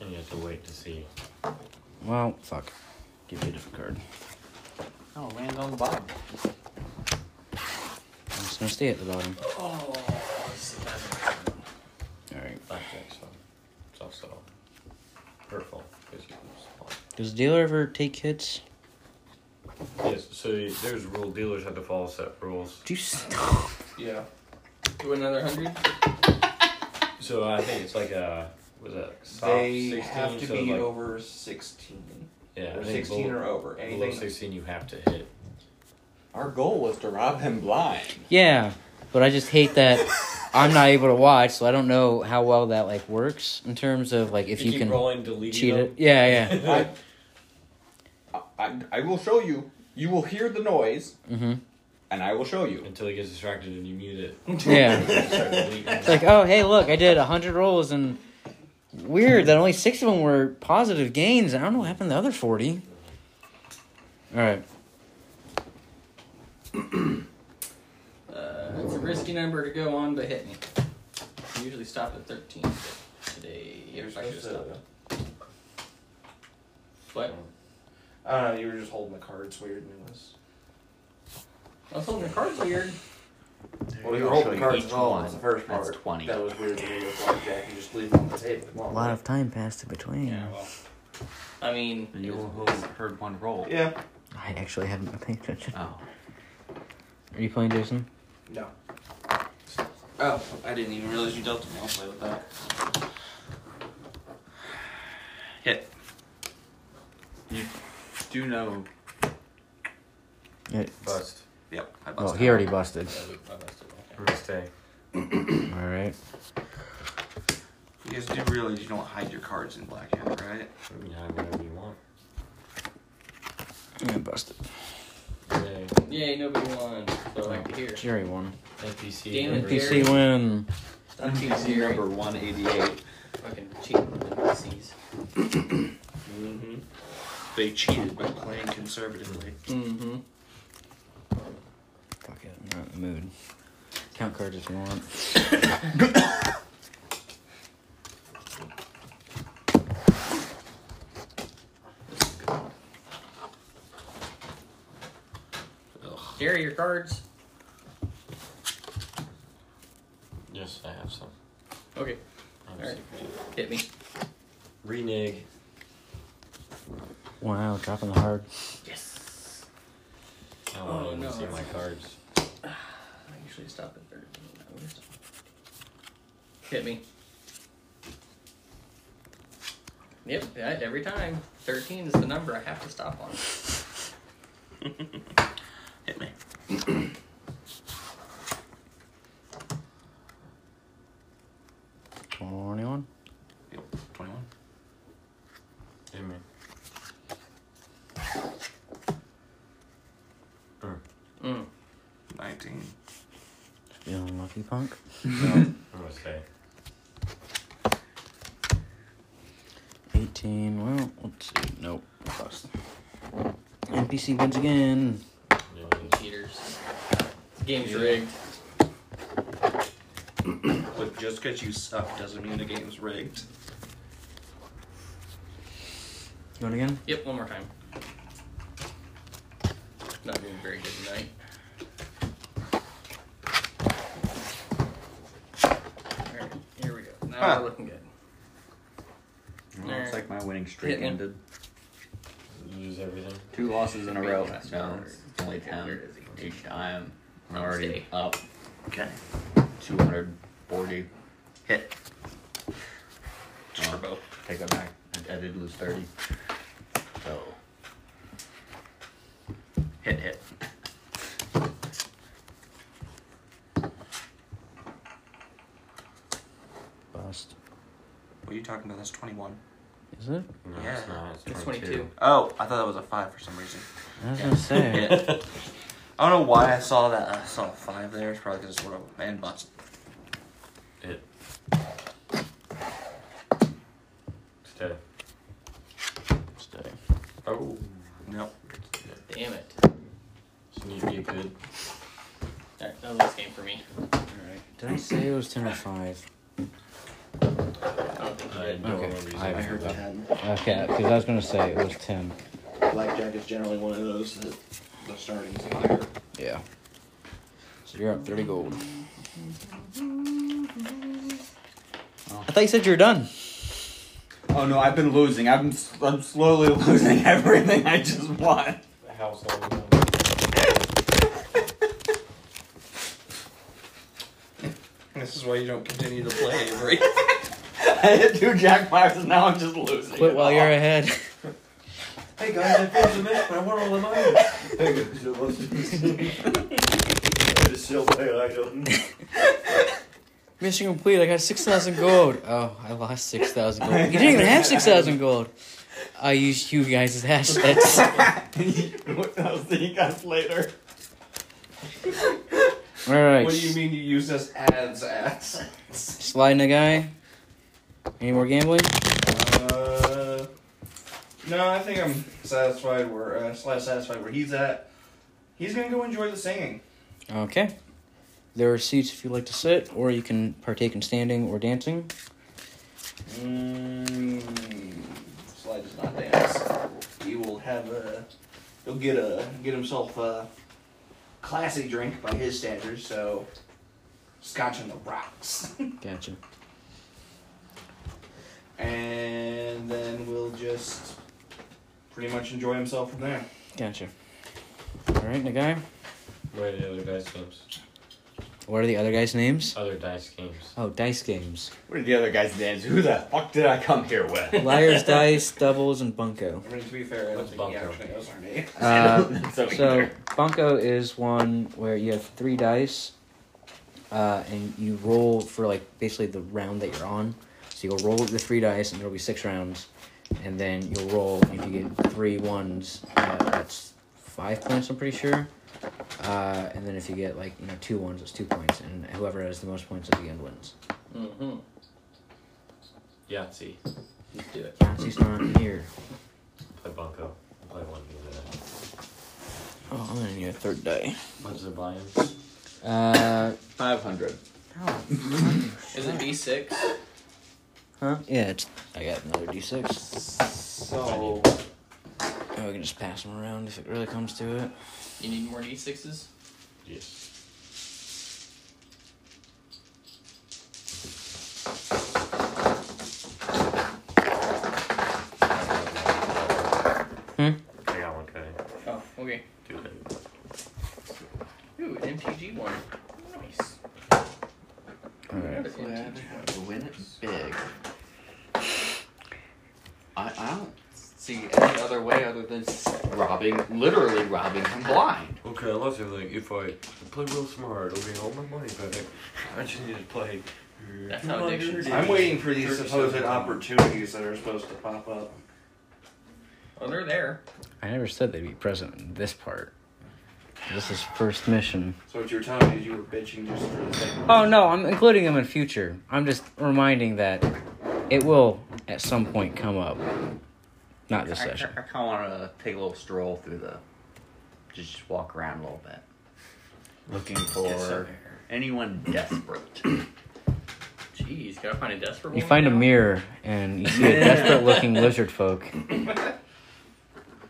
Speaker 6: and you have to wait to see.
Speaker 1: Well, fuck. Give you a different card.
Speaker 9: Oh, land on the bottom.
Speaker 1: I'm just gonna stay at the bottom.
Speaker 9: Oh, this is a bad one.
Speaker 1: All right.
Speaker 6: Blackjack's fun. It's also hurtful because you lose.
Speaker 1: Does the dealer ever take hits?
Speaker 6: Yes, so there's rule. Dealers have to follow set rules.
Speaker 1: Do you stop?
Speaker 4: yeah.
Speaker 5: Do another hundred.
Speaker 6: So I think it's like a was that like soft
Speaker 4: They
Speaker 6: 16,
Speaker 4: have to
Speaker 6: so
Speaker 4: be
Speaker 6: like,
Speaker 4: over 16.
Speaker 6: yeah, I
Speaker 4: or
Speaker 6: think
Speaker 4: 16
Speaker 6: below,
Speaker 4: or over.
Speaker 6: below
Speaker 4: Anything.
Speaker 6: 16 you have to hit.
Speaker 9: Our goal was to rob him blind.
Speaker 1: Yeah, but I just hate that I'm not able to watch, so I don't know how well that like works in terms of like if you,
Speaker 6: keep
Speaker 1: can
Speaker 6: rolling, delete
Speaker 1: cheat it. Yeah, yeah.
Speaker 6: *laughs* yeah.
Speaker 9: I, I, I will show you. You will hear the noise,
Speaker 1: Mm-hmm.
Speaker 9: and I will show you.
Speaker 6: Until he gets distracted and you mute
Speaker 5: *laughs*
Speaker 6: it.
Speaker 1: Yeah.
Speaker 6: Start deleting.
Speaker 1: It's like, oh, hey, look, I did 100 rolls, and weird that only six of them were positive gains. I don't know what happened to the other 40. All right.
Speaker 5: Uh, it's a risky number to go on, but hit me. I usually stop at thirteen. but Today,
Speaker 4: You're
Speaker 5: I should have
Speaker 4: supposed
Speaker 5: stopped.
Speaker 4: to.
Speaker 5: What?
Speaker 4: I don't know, you were just holding the cards weird and it was.
Speaker 5: I was holding the cards weird.
Speaker 4: Well, you were
Speaker 3: I'll show
Speaker 4: holding
Speaker 3: you
Speaker 4: cards
Speaker 3: each
Speaker 4: at all.
Speaker 3: one.
Speaker 4: That's the first part.
Speaker 3: That's 20.
Speaker 4: That was weird to me with blackjack. You just leave them on the table.
Speaker 1: A lot of time passed in between.
Speaker 5: Yeah. Well, I mean,
Speaker 3: And Hmm. you
Speaker 5: it was-
Speaker 3: only heard one roll.
Speaker 4: Yeah.
Speaker 1: I actually haven't been paying attention.
Speaker 3: Oh.
Speaker 1: Are you playing Jason?
Speaker 4: No.
Speaker 9: Oh, I didn't even realize you dealt me. I'll play with that. Hit.
Speaker 3: Do you know
Speaker 1: Yeah.
Speaker 6: Bust.
Speaker 9: Yep. I
Speaker 1: Well,
Speaker 9: busted
Speaker 1: he
Speaker 9: out.
Speaker 1: already busted.
Speaker 6: Mistake.
Speaker 1: All right.
Speaker 9: You guys do realize you don't hide your cards in blackjack, right?
Speaker 6: Yeah, whatever you want.
Speaker 1: Yeah, busted.
Speaker 6: Yay.
Speaker 5: yay, nobody won. So I like to hear.
Speaker 1: Jerry won.
Speaker 6: NPC.
Speaker 5: Damn it,
Speaker 6: number-
Speaker 5: Jerry.
Speaker 1: PC win.
Speaker 5: Stop cheating, Jerry.
Speaker 3: number 188?
Speaker 5: Fucking cheating NPCs.
Speaker 4: Mm-hmm.
Speaker 9: They cheated by playing conservatively.
Speaker 5: Mm-hmm.
Speaker 1: Fuck it. I'm not in the mood. Count cards if you want.
Speaker 5: Jerry, your cards.
Speaker 6: Yes, I have some.
Speaker 5: Okay,
Speaker 6: I'm
Speaker 5: Alright.
Speaker 6: sick.
Speaker 5: hit me.
Speaker 6: Renege.
Speaker 1: Wow, dropping the hard.
Speaker 5: Yes.
Speaker 6: I don't want
Speaker 5: Oh,
Speaker 6: anyone
Speaker 5: no.
Speaker 6: to see my cards.
Speaker 5: I usually stop at thirteen. I would stop. Hit me. Yep, that every time. Thirteen is the number I have to stop on.
Speaker 9: Hit me.
Speaker 1: Twenty-one.
Speaker 9: Yep. 21.
Speaker 6: Hit me. Hmm.
Speaker 5: Mm.
Speaker 9: 19.
Speaker 1: Feeling lucky, punk.
Speaker 6: I'm gonna say.
Speaker 1: Eighteen. Well, let's see. Nope. Bust. NPC wins again.
Speaker 6: Really.
Speaker 5: Cheaters. Mm, Game's rigged.
Speaker 9: Look, just because you suck doesn't mean the game's rigged.
Speaker 1: Going again?
Speaker 5: Yep, one more time. Not doing very good tonight. Alright, here we go. Now
Speaker 9: Huh.
Speaker 5: we're looking good.
Speaker 3: Well, it's like my winning streak
Speaker 5: Hit me.
Speaker 3: ended.
Speaker 6: Lose everything.
Speaker 3: Two losses in a
Speaker 5: Big
Speaker 3: row.
Speaker 5: last
Speaker 3: No,
Speaker 5: round.
Speaker 3: it's only
Speaker 5: Okay, where
Speaker 3: ten
Speaker 5: is he?
Speaker 3: each time. I'm already
Speaker 5: Stay.
Speaker 3: up
Speaker 9: Okay.
Speaker 3: two hundred forty. Uh,
Speaker 9: Hit. Turbo.
Speaker 3: Take that back. I I did lose 30. So. Hit, hit.
Speaker 1: Bust.
Speaker 9: What are you talking about? That's 21.
Speaker 1: Is it?
Speaker 6: No,
Speaker 9: Yeah.
Speaker 6: it's not. It's,
Speaker 5: It's
Speaker 6: 22. *laughs*
Speaker 5: 22.
Speaker 9: Oh, I thought that was a 5 for some reason.
Speaker 1: I was gonna say.
Speaker 9: Yeah. I don't know why I saw that. I saw a 5 there. It's probably because it's what a man bust.
Speaker 6: It. Stay.
Speaker 1: Stay.
Speaker 6: Oh.
Speaker 9: Nope.
Speaker 5: Damn it.
Speaker 6: So you get good.
Speaker 5: Alright, that was this game for me.
Speaker 1: *laughs* Alright. Did I say it was ten or five?
Speaker 6: I don't
Speaker 1: Okay.
Speaker 6: remember you
Speaker 1: I
Speaker 6: saying
Speaker 1: heard
Speaker 6: that.
Speaker 9: 10.
Speaker 1: Okay, because I was gonna say it was ten.
Speaker 9: Blackjack is generally one of those that the starting's higher.
Speaker 1: Yeah. So you're up thirty gold. I thought you said you were done.
Speaker 3: Oh no, I've been losing. I'm, s- I'm slowly *laughs* losing everything I just won.
Speaker 6: House
Speaker 9: This is why you don't continue to play every.
Speaker 3: *laughs* I hit two jackpots and now I'm just losing.
Speaker 1: Quit while you're ahead. *laughs*
Speaker 2: Hey guys, I finished the match, but I won all the money.
Speaker 3: *laughs*
Speaker 1: Mission complete. I got six thousand gold. Oh, I lost six thousand gold. You didn't even have six thousand gold. I used you guys' *laughs* assets.
Speaker 3: What else do you guys later?
Speaker 1: All right.
Speaker 4: What do you mean you use us as ass?
Speaker 1: Sliding a guy. Any more gambling?
Speaker 4: Uh, no, I think I'm satisfied where uh, slash satisfied where he's at. He's gonna go enjoy the singing.
Speaker 1: Okay. There are seats if you'd like to sit, or you can partake in standing or dancing.
Speaker 4: Mm, Sly does not dance. He will have a. He'll get a get himself a classy drink by his standards. So, scotch on the rocks, *laughs*
Speaker 1: Gotcha.
Speaker 4: and then we'll just pretty much enjoy himself from there.
Speaker 1: Gotcha. All right, the guy.
Speaker 6: Where are the other dice games?
Speaker 1: What are the other guys' names?
Speaker 6: Other dice games.
Speaker 1: Oh, dice games.
Speaker 3: What are the other guys' names? Who the fuck did I come here with?
Speaker 1: Liar's dice, doubles, and bunco.
Speaker 4: I mean, to be fair, I don't
Speaker 6: What's
Speaker 4: think he
Speaker 6: Bunko?
Speaker 4: actually knows our name.
Speaker 3: *laughs*
Speaker 1: Uh,
Speaker 7: *laughs*
Speaker 3: so,
Speaker 1: So bunco is one where you have three dice, uh, and you roll for like basically the round that you're on. So you'll roll the three dice, and there'll be six rounds, and then you'll roll. If you get three ones, uh, that's five points. I'm pretty sure. Uh, and then if you get like you know two ones, it's two points, and whoever has the most points at the end wins.
Speaker 5: Mm-hmm.
Speaker 6: Yahtzee.
Speaker 5: Let's do it.
Speaker 1: Yahtzee's not here.
Speaker 6: Play Bunko. Play one game of that.
Speaker 1: Oh, I'm gonna need a third die.
Speaker 6: What's the buy-in?
Speaker 1: Uh,
Speaker 3: 500.
Speaker 5: Is it D6?
Speaker 1: huh? Yeah, it's. I got another d six.
Speaker 4: So,
Speaker 1: Oh, we can just pass them around if it really comes to it.
Speaker 5: You need more D6s?
Speaker 6: Yes.
Speaker 1: Hmm?
Speaker 6: I got one cutting.
Speaker 5: Oh, okay.
Speaker 6: Do it.
Speaker 5: Ooh, an MTG one. Nice.
Speaker 1: All right.
Speaker 5: Another MTG one.
Speaker 3: Win it big. I, I don't see any other way other than s- robbing, literally robbing him blind.
Speaker 6: Okay, I lost everything. If I play real smart, it'll be all my money back. I just need to play.
Speaker 5: That's how addiction is.
Speaker 4: I'm waiting for these supposed
Speaker 6: 37.
Speaker 4: opportunities that are supposed to pop up.
Speaker 5: Oh, they're there.
Speaker 1: I never said they'd be present in this part. This is first mission.
Speaker 4: So what you were telling me is you were bitching just for the sake of
Speaker 1: Oh no, I'm including them in future. I'm just reminding that it will at some point come up. Not this
Speaker 3: I,
Speaker 1: session.
Speaker 3: kind of want to take a little stroll through the. Just, just walk around a little bit. Looking for anyone desperate.
Speaker 5: Jeez, gotta find a desperate one.
Speaker 1: You find a
Speaker 5: now?
Speaker 1: mirror and you *laughs* see a desperate looking lizard folk.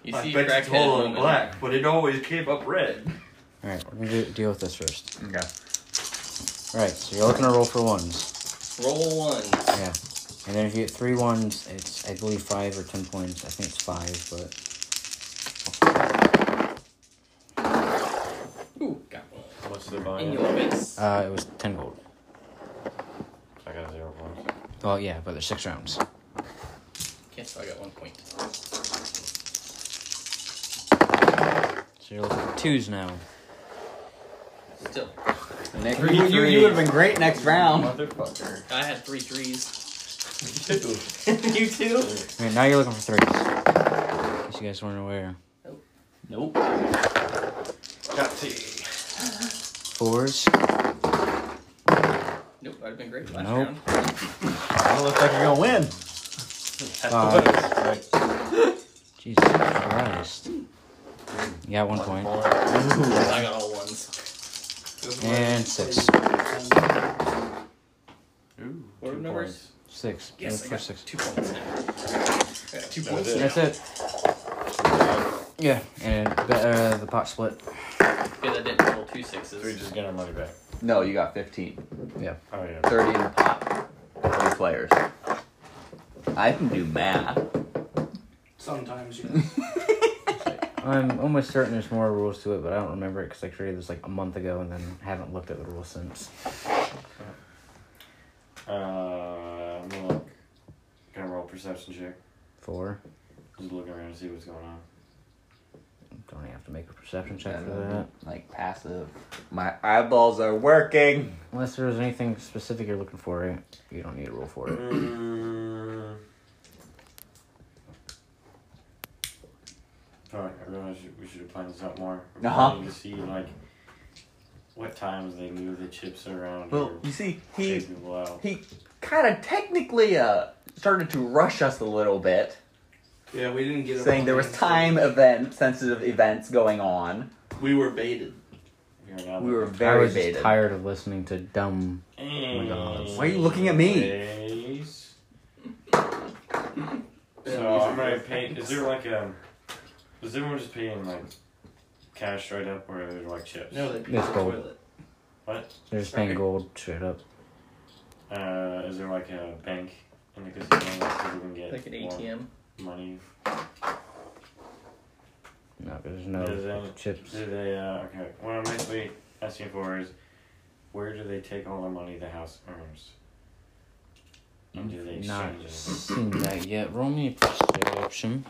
Speaker 5: You
Speaker 4: I
Speaker 5: see
Speaker 4: bet
Speaker 5: crackhead
Speaker 4: it's all in
Speaker 5: woman.
Speaker 4: black, but it always came up red.
Speaker 1: Alright, we're gonna do, deal with this first.
Speaker 3: okay.
Speaker 1: Alright, so you're looking to roll for ones.
Speaker 5: Roll one.
Speaker 1: Yeah. And then if you get three ones, it's I believe five or ten points. I think it's five, but
Speaker 5: Ooh, got one.
Speaker 6: What's the
Speaker 5: In
Speaker 6: buy-in?
Speaker 5: your face.
Speaker 1: uh it was ten gold.
Speaker 6: I got zero points.
Speaker 1: Well yeah, but there's six rounds.
Speaker 5: Okay, so I got one point.
Speaker 1: So you're looking at twos now.
Speaker 5: Still,
Speaker 7: Next,
Speaker 1: Three
Speaker 7: you,
Speaker 1: threes.
Speaker 7: would have been great next round.
Speaker 6: Motherfucker.
Speaker 5: I had three threes.
Speaker 10: you too?
Speaker 1: Alright, now you're looking for threes. In case you guys weren't aware.
Speaker 7: Nope.
Speaker 4: Got tea.
Speaker 1: Fours.
Speaker 5: *laughs* Nope, I'd have been great last
Speaker 1: Nope.
Speaker 5: round.
Speaker 7: It looks like you're gonna win.
Speaker 1: Fives. Jesus Christ. You got one point.
Speaker 5: I got all ones.
Speaker 1: And six.
Speaker 5: What
Speaker 6: Ooh, two
Speaker 5: were numbers?
Speaker 6: points.
Speaker 1: Six.
Speaker 5: Yes,
Speaker 1: Look for
Speaker 5: I got
Speaker 1: six.
Speaker 5: two points now. I got two
Speaker 6: That
Speaker 5: points.
Speaker 6: was it.
Speaker 1: That's it. Yeah, and it- uh, the pot split.
Speaker 5: Yeah, that didn't roll two sixes.
Speaker 6: So we just get our money back.
Speaker 7: No, you got 15.
Speaker 6: Oh yeah.
Speaker 7: 30 in the pot. 30 players. I can do math.
Speaker 4: Sometimes, you know.
Speaker 1: I'm almost certain there's more rules to it, but I don't remember it because I created this like a month ago and then haven't looked at the rules since.
Speaker 6: Uh, I'm gonna Uh, look. Can I roll a perception check?
Speaker 1: Four.
Speaker 6: Just looking around to see what's going on.
Speaker 1: Don't even have to make a perception check for
Speaker 7: Uh,
Speaker 1: that.
Speaker 7: Like passive. My eyeballs are working.
Speaker 1: Unless there's anything specific you're looking for, right? You don't need a rule
Speaker 6: Uh,
Speaker 1: for it.
Speaker 6: Mm. Alright, I realize you- we should have planned this out more. We're
Speaker 7: Uh-huh.
Speaker 6: planning To see like what times they move the chips around
Speaker 7: Well,
Speaker 6: or
Speaker 7: you see,
Speaker 6: take
Speaker 7: he
Speaker 6: people out.
Speaker 7: he kind of technically uh started to rush us a little bit,
Speaker 4: *laughs* yeah, we didn't get.
Speaker 7: saying there was time event sensitive events going on.
Speaker 4: We were baited.
Speaker 6: We are not-
Speaker 7: We were Oh
Speaker 1: I
Speaker 7: very
Speaker 1: was just
Speaker 7: baited.
Speaker 1: tired of listening to dumb.
Speaker 6: Anyways.
Speaker 1: Why
Speaker 7: are you looking at me?
Speaker 6: So I'm gonna pay. Is there like a? Is everyone just paying like cash right up, or are there like chips?
Speaker 10: No, they
Speaker 1: That's gold.
Speaker 6: What?
Speaker 1: They're just paying
Speaker 6: Sorry.
Speaker 1: gold straight up.
Speaker 6: Uh, is there like a bank in the casino that people can get
Speaker 5: Like an
Speaker 6: more
Speaker 5: ATM.
Speaker 6: money?
Speaker 1: No, 'cause there's no
Speaker 6: Is that-
Speaker 1: chips.
Speaker 6: Do they? Uh, okay. What I'm basically asking for is, where do they take all the money the house earns? And do they
Speaker 1: Not
Speaker 6: exchange it?
Speaker 1: seen that yet. Roll me a perception.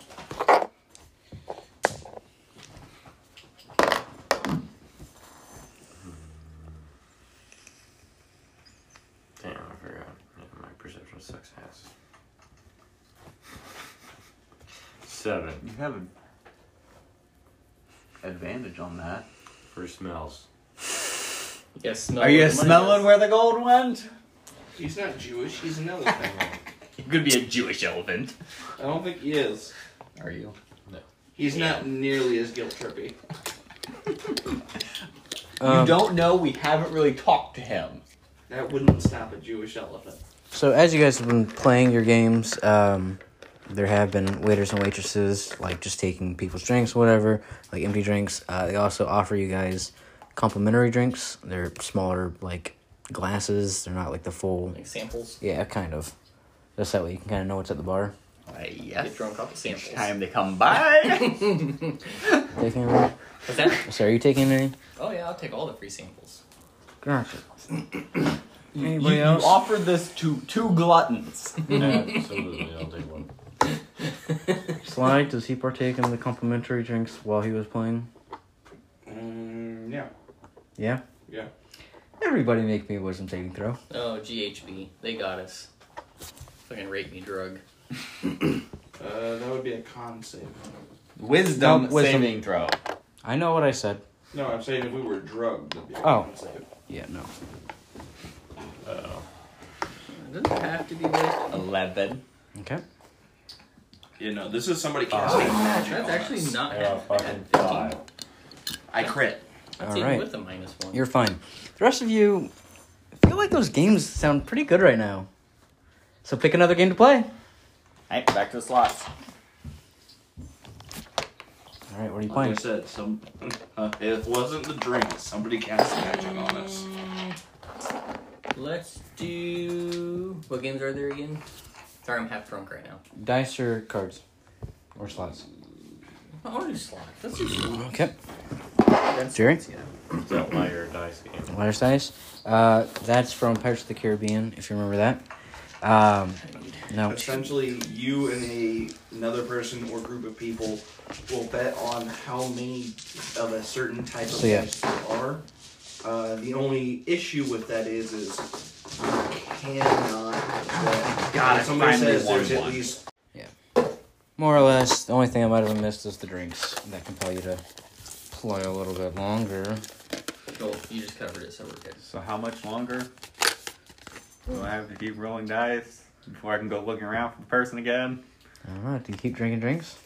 Speaker 6: Damn, I forgot. Yeah, my perception sucks ass. Seven
Speaker 7: You have an advantage on that.
Speaker 6: for *laughs* smells.
Speaker 5: Yeah, smell
Speaker 7: Are you
Speaker 5: where the money
Speaker 7: smelling
Speaker 5: is.
Speaker 7: where the gold went?
Speaker 4: He's not Jewish. He's
Speaker 7: *laughs*
Speaker 4: an elephant.
Speaker 7: You could be a Jewish elephant.
Speaker 4: I don't think he is.
Speaker 7: Are you?
Speaker 4: He's not nearly as guilt trippy.
Speaker 1: Um,
Speaker 7: you don't know. We haven't really talked to him.
Speaker 4: That wouldn't stop a Jewish elephant.
Speaker 1: So as you guys have been playing your games, um, there have been waiters and waitresses like just taking people's drinks, whatever, like empty drinks. Uh, they also offer you guys complimentary drinks. They're smaller, like glasses. They're not like the full.
Speaker 5: Like samples.
Speaker 1: Yeah, kind of. Just that way you can kind of know what's at the bar.
Speaker 7: Why, Uh, yes.
Speaker 5: Get drunk off of
Speaker 7: Each
Speaker 5: samples.
Speaker 7: time they come *laughs* by.
Speaker 1: Taking any?
Speaker 5: What's that?
Speaker 1: Sorry, are you taking any?
Speaker 5: *laughs* Oh yeah, I'll take all the free samples. *laughs*
Speaker 1: Gotcha.
Speaker 7: you,
Speaker 1: *clears throat* Anybody
Speaker 7: you
Speaker 1: else?
Speaker 7: offered this to two gluttons.
Speaker 6: Absolutely, I'll take one.
Speaker 1: Slide. Does he partake in the complimentary drinks while he was playing?
Speaker 4: Mm, yeah.
Speaker 1: Yeah.
Speaker 4: Yeah.
Speaker 1: Everybody make me a wisdom saving throw.
Speaker 5: Oh, GHB. They got us. Fucking rape me drug.
Speaker 4: Uh, that would be a con save.
Speaker 7: Wisdom,
Speaker 1: Nope, wisdom.
Speaker 7: saving throw.
Speaker 1: I know what I said.
Speaker 4: No, I'm saying if we were drugged, that'd be a
Speaker 1: Oh.
Speaker 4: con save.
Speaker 1: Yeah. No.
Speaker 5: It doesn't have to be this.
Speaker 7: Eleven.
Speaker 1: Okay.
Speaker 4: You know, this is
Speaker 7: Oh.
Speaker 4: somebody casting magic.
Speaker 5: That's
Speaker 4: on
Speaker 5: actually
Speaker 4: us.
Speaker 5: not
Speaker 6: I got a
Speaker 5: half bad.
Speaker 6: fucking
Speaker 5: 15.
Speaker 6: five.
Speaker 11: I crit.
Speaker 5: That's
Speaker 1: All
Speaker 5: even
Speaker 1: right.
Speaker 5: with a minus one.
Speaker 1: You're fine. The rest of you I feel like those games sound pretty good right now. So pick another game to play.
Speaker 7: Hey, back to the slots.
Speaker 1: All right, what are you
Speaker 4: Like I
Speaker 1: playing?
Speaker 4: said, some uh, it wasn't the drink. Somebody cast magic on us.
Speaker 5: Let's do. What games are there again? Sorry, I'm half drunk right now.
Speaker 1: Dice or cards or slots?
Speaker 5: I want to do slots. Let's do slots.
Speaker 1: Okay.
Speaker 5: That's-
Speaker 1: Jerry?
Speaker 5: Yeah.
Speaker 6: Is that why you're a dice game?
Speaker 1: Letters dice. Uh, that's from Pirates of the Caribbean, if you remember that. Um, no.
Speaker 4: Essentially, you and a, another person or group of people will bet on how many of a certain type of
Speaker 1: So, yeah.
Speaker 4: dice there are. Uh, the only issue with that is, is you cannot. Bet.
Speaker 12: God, I
Speaker 4: If somebody
Speaker 12: finally
Speaker 4: says there's
Speaker 12: won
Speaker 4: at
Speaker 12: one.
Speaker 4: least
Speaker 1: More or less, the only thing I might have missed is the drinks that compel you to play a little bit longer.
Speaker 5: Joel, you just covered it, so we're good.
Speaker 7: So how much longer do I have to keep rolling dice before I can go looking around for the person again?
Speaker 1: All right, Uh, do you keep drinking drinks?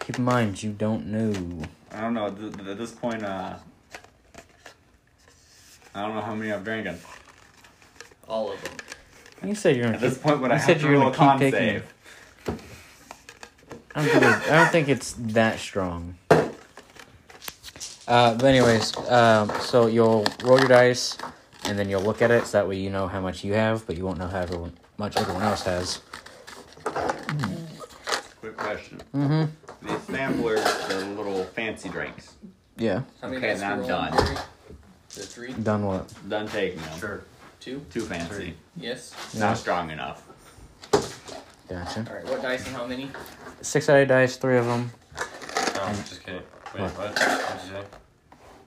Speaker 1: Keep in mind, you don't know.
Speaker 7: I don't know. Th- th- at this point, uh, I don't know how many I'm drinking.
Speaker 5: All of them.
Speaker 1: You said you're
Speaker 7: At
Speaker 1: gonna.
Speaker 7: this
Speaker 1: Keep,
Speaker 7: point, would I
Speaker 1: You
Speaker 7: have
Speaker 1: said
Speaker 7: to
Speaker 1: you were
Speaker 7: roll a
Speaker 1: gonna
Speaker 7: con
Speaker 1: keep taking
Speaker 7: save?
Speaker 1: I don't think. It, I don't think it's that strong. Uh, but anyways, um, so you'll roll your dice, and then you'll look at it. So that way you know how much you have, but you won't know how everyone, much everyone else has.
Speaker 7: Quick question.
Speaker 1: Mm-hmm.
Speaker 7: These samplers, the little fancy drinks.
Speaker 1: Yeah.
Speaker 5: How many
Speaker 7: Okay,
Speaker 5: dice
Speaker 7: now
Speaker 5: you
Speaker 7: I'm
Speaker 5: roll?
Speaker 7: done.
Speaker 5: Three? The three?
Speaker 1: Done what?
Speaker 7: Done taking them.
Speaker 6: Sure.
Speaker 5: Two?
Speaker 7: Too fancy.
Speaker 5: Yes.
Speaker 1: Yeah.
Speaker 7: Not strong enough.
Speaker 1: Gotcha.
Speaker 5: Alright, what dice and how many?
Speaker 1: Six-sided dice, three of them.
Speaker 6: No, I'm just kidding. Wait, what? What'd you say?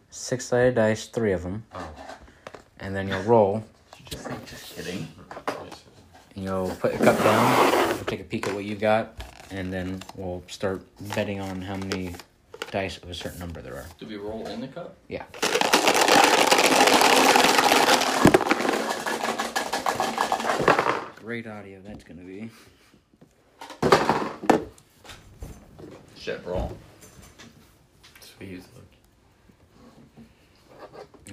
Speaker 1: Six-sided dice, three of them.
Speaker 6: Oh.
Speaker 1: And then you'll roll.
Speaker 7: Just, just kidding.
Speaker 1: and you'll put your cup down, we'll take a peek at what you got, and then we'll start betting on how many dice of a certain number there are.
Speaker 5: Do we roll in the cup?
Speaker 1: Yeah. Great audio that's gonna be.
Speaker 7: Shit, roll.
Speaker 6: Sweet.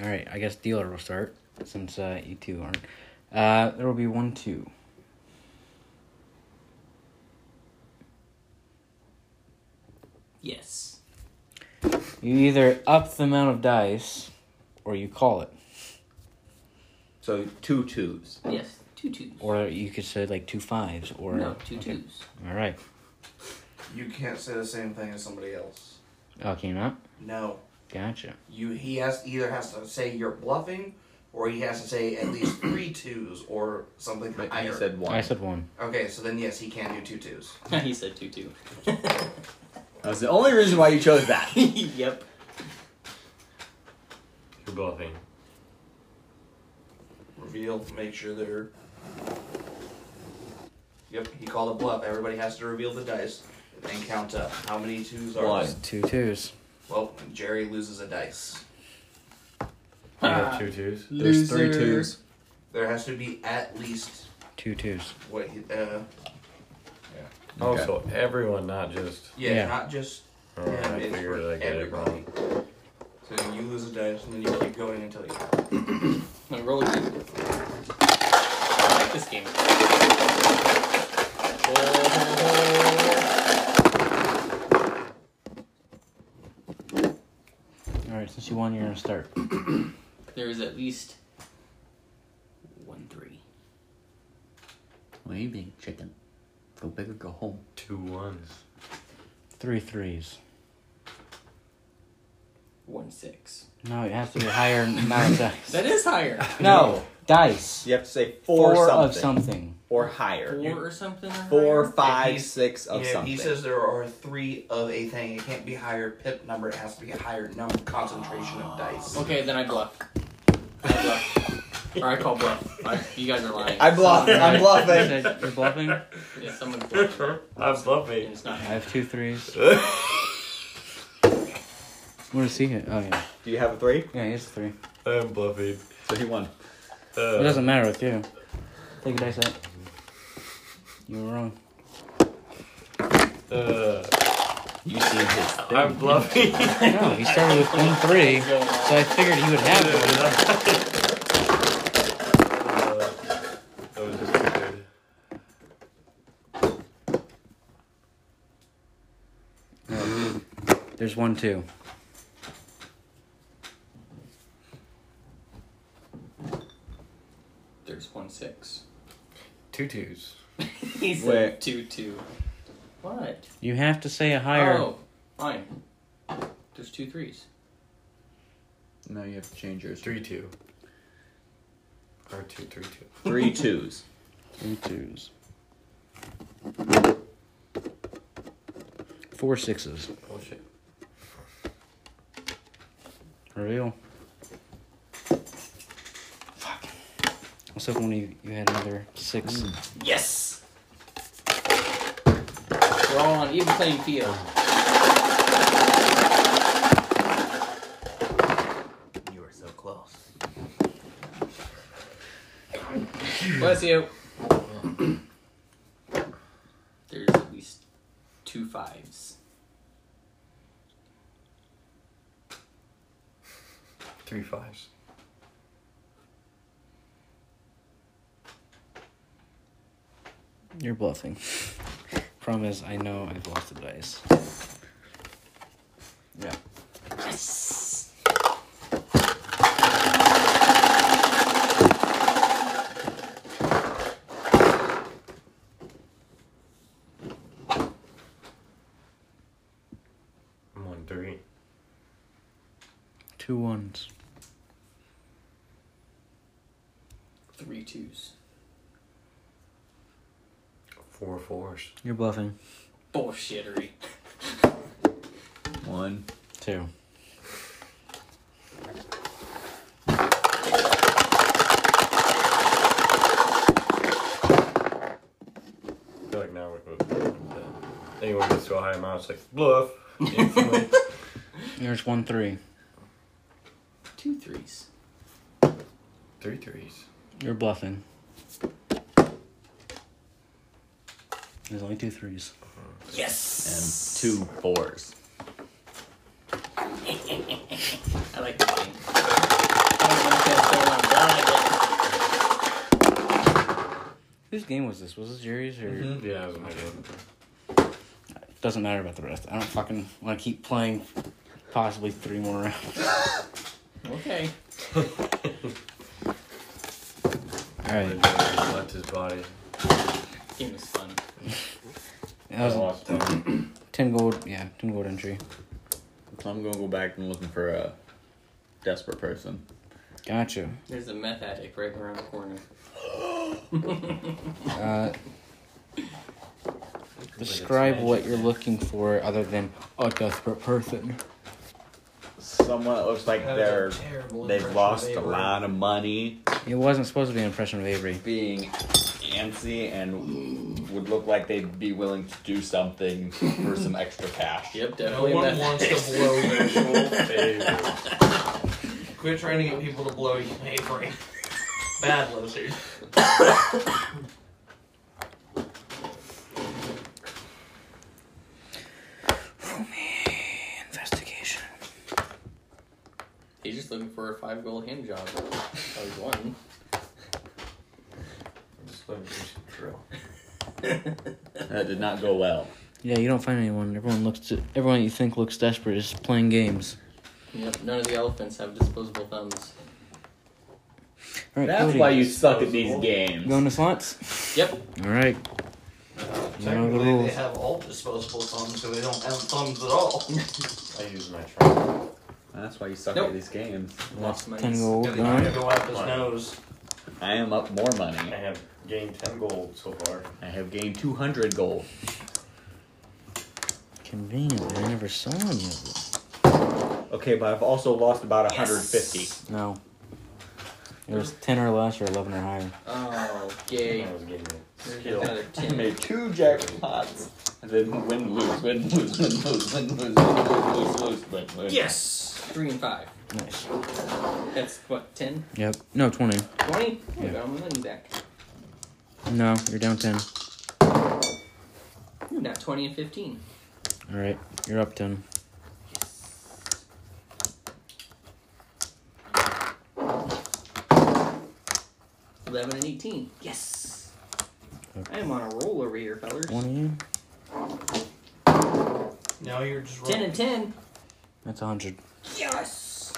Speaker 1: All right, I guess dealer will start since uh, you two aren't. Uh, there will be one, two.
Speaker 5: Yes.
Speaker 1: You either up the amount of dice, or you call it,
Speaker 13: So two twos.
Speaker 5: Yes. Two twos.
Speaker 1: or you could say like two fives, or
Speaker 5: no, two
Speaker 1: okay.
Speaker 5: twos. *laughs*
Speaker 1: All right.
Speaker 4: you can't say the same thing as somebody else.
Speaker 1: Oh, can you not?
Speaker 4: No,
Speaker 1: Gotcha.
Speaker 4: you he has either has to say you're bluffing, or he has to say at *coughs* least three twos or something
Speaker 13: But
Speaker 4: higher.
Speaker 13: you said one.
Speaker 1: I said one.
Speaker 4: okay, so then yes, he can do two twos.
Speaker 5: he said two two. *laughs*
Speaker 13: That was the only reason why you chose that. *laughs*
Speaker 5: yep.
Speaker 6: You're bluffing.
Speaker 4: Reveal. Make sure they're. Yep, he called a bluff. Everybody has to reveal the dice and count up how many twos are.
Speaker 13: One.
Speaker 4: there.
Speaker 1: Two twos.
Speaker 4: Well, Jerry loses a dice.
Speaker 6: You have two twos?
Speaker 13: There's three twos.
Speaker 4: There has to be at least
Speaker 1: Two twos.
Speaker 4: what? he- Uh,
Speaker 6: Oh,
Speaker 13: Okay.
Speaker 6: so everyone, not just.
Speaker 4: yeah,
Speaker 1: Yeah.
Speaker 4: not just.
Speaker 6: Oh,
Speaker 4: him,
Speaker 6: I
Speaker 4: it's
Speaker 6: figured
Speaker 4: for
Speaker 6: I get it wrong.
Speaker 4: everybody. So you lose a dice, and then you keep going until you.
Speaker 5: i roll again. I like this game. Uh,
Speaker 1: All right, since you won, you're gonna start.
Speaker 5: There is at least one three.
Speaker 13: What are you being chicken? Go big or go home.
Speaker 6: Two ones.
Speaker 1: Three threes.
Speaker 5: One six.
Speaker 1: No, it has to be higher amount of dice.
Speaker 5: That is higher.
Speaker 1: no dice.
Speaker 13: You have to say four, something.
Speaker 1: of something.
Speaker 13: Or higher.
Speaker 5: Four or something. or
Speaker 13: Four,
Speaker 5: higher?
Speaker 13: five,
Speaker 4: he's-
Speaker 13: six of
Speaker 4: yeah,
Speaker 13: something.
Speaker 4: he says there are three of a thing. It can't be higher pip number. It has to be a higher number concentration of dice.
Speaker 5: Okay, then I bluff. I bluff. or I call bluff. I, you guys are lying.
Speaker 13: I bluff.
Speaker 1: *laughs*
Speaker 5: *laughs*
Speaker 13: I'm
Speaker 1: You
Speaker 13: bluffing.
Speaker 1: said You're bluffing. I
Speaker 5: Someone- Yeah, someone's bluffing.
Speaker 6: I'm bluffing.
Speaker 5: And it's not.
Speaker 1: have two threes. Where is he? at? Oh yeah,
Speaker 13: Do you have a three?
Speaker 1: yeah, he has three.
Speaker 6: I'm bluffing.
Speaker 13: So he won.
Speaker 1: It
Speaker 6: Uh,
Speaker 1: doesn't matter with you. Take a dice out. You were wrong.
Speaker 6: uh,
Speaker 13: You see his thing.
Speaker 6: I'm
Speaker 1: *laughs*
Speaker 6: bluffing.
Speaker 1: No, he started with one three, so I figured he would have one.
Speaker 6: Uh, that was just good.
Speaker 1: There's one two.
Speaker 5: There's one six.
Speaker 6: Two twos.
Speaker 5: *laughs* he said
Speaker 13: Wait.
Speaker 5: two two. What?
Speaker 1: You have to say a higher.
Speaker 5: Oh, fine. There's two threes.
Speaker 13: No, you have to change yours.
Speaker 6: Three two. Or two, three two.
Speaker 13: Three twos.
Speaker 1: Three twos. Four sixes.
Speaker 5: Oh shit.
Speaker 1: For real. Fuck. I was hoping you, you had another six.
Speaker 5: Yes. We're all on even playing field.
Speaker 7: You are so close.
Speaker 5: Bless you. There's at least two fives.
Speaker 7: Three fives.
Speaker 1: You're bluffing. *laughs* Problem is, I know I've lost the dice. Yeah.
Speaker 6: I'm on three.
Speaker 1: Two ones.
Speaker 5: Three twos.
Speaker 6: Four fours.
Speaker 1: You're bluffing.
Speaker 5: Bullshittery.
Speaker 7: One.
Speaker 1: Two.
Speaker 6: I feel like now we're both like that. Anyone gets to a high amount, it's like bluff. *laughs* Instantly.
Speaker 1: There's one three.
Speaker 5: Two threes.
Speaker 6: three threes.
Speaker 1: You're bluffing. There's only two threes.
Speaker 7: And two fours.
Speaker 5: I like the game. I don't want to get thrown on the line,
Speaker 1: Whose game was this? Was this Jerry's or?
Speaker 6: Yeah, that was my game.
Speaker 1: Doesn't matter about the rest. I don't fucking want to keep playing. Possibly three more rounds.
Speaker 5: but- Okay.
Speaker 1: All right.
Speaker 6: He left his body.
Speaker 5: Game is fun.
Speaker 1: That was
Speaker 6: I lost him.
Speaker 1: ten gold. Yeah, ten gold entry.
Speaker 7: So I'm gonna go back and looking for a desperate person.
Speaker 1: Gotcha.
Speaker 5: There's a meth addict right around the corner.
Speaker 1: Uh, describe what you're looking for other than a desperate person.
Speaker 7: Someone that looks like
Speaker 4: That was a
Speaker 7: they're
Speaker 4: terrible
Speaker 7: they've
Speaker 4: impression
Speaker 7: lost
Speaker 4: of
Speaker 7: a
Speaker 4: Avery.
Speaker 7: lot of money,
Speaker 1: It wasn't supposed to be an impression of Avery.
Speaker 7: being antsy, and would look like they'd be willing to do something for *laughs* some extra cash.
Speaker 5: Yep,
Speaker 4: No
Speaker 5: definitely a
Speaker 4: one
Speaker 5: meth
Speaker 4: wants
Speaker 5: addict.
Speaker 4: to blow their
Speaker 6: Mutual favor.
Speaker 4: Quit trying to get people to blow you, Avery. *laughs* Bad lizard.
Speaker 1: Investigation.
Speaker 5: He's just looking for a five goal hand job. That was one.
Speaker 6: Just let me finish the drill.
Speaker 7: That did not go well.
Speaker 1: Yeah, you don't find anyone. Everyone looks. everyone you think looks desperate is playing games.
Speaker 5: *laughs* Yep, none of the elephants have disposable thumbs.
Speaker 1: All right,
Speaker 7: That's
Speaker 1: Cody,
Speaker 7: why you suck at these
Speaker 1: you going
Speaker 7: games.
Speaker 1: to slots.
Speaker 5: Yep.
Speaker 1: All right. You know the
Speaker 4: Technically, they
Speaker 1: rules.
Speaker 4: have all disposable thumbs, so they don't have thumbs at all.
Speaker 6: I use my trunk.
Speaker 7: That's why you suck
Speaker 5: Nope.
Speaker 7: at these games.
Speaker 5: Lost my
Speaker 1: Ten
Speaker 5: knees.
Speaker 1: gold.
Speaker 4: And they have
Speaker 1: Gone.
Speaker 4: to go out his nose.
Speaker 7: I am up more
Speaker 6: I
Speaker 7: money.
Speaker 6: have gained 10 gold so far.
Speaker 7: I have gained 200 gold.
Speaker 1: Convenient. I never saw him. yet.
Speaker 7: Okay, but I've also lost about 150.
Speaker 1: No. It was ten or less or eleven or higher.
Speaker 5: Oh,
Speaker 6: I
Speaker 5: gay.
Speaker 6: was getting it.
Speaker 5: There's another
Speaker 7: *laughs* I
Speaker 5: ten.
Speaker 7: made two jackpots. And then win, lose, win, lose, win, lose, win, lose, win, lose, lose, lose, win, lose.
Speaker 5: Yes! Three and five.
Speaker 1: Nice.
Speaker 5: That's what, 10?
Speaker 1: Yep. No, twenty.
Speaker 5: 20?
Speaker 1: Yeah.
Speaker 5: Yeah. I'm money back.
Speaker 1: No, you're down ten.
Speaker 5: Ooh, not 20 and 15.
Speaker 1: All right, you're up ten.
Speaker 5: Yes. 11 and 18. Yes! I am on a roll over here, fellas.
Speaker 1: Twenty.
Speaker 4: Now you're just
Speaker 5: 10
Speaker 4: rolling.
Speaker 5: and 10.
Speaker 1: That's a hundred.
Speaker 5: Yes!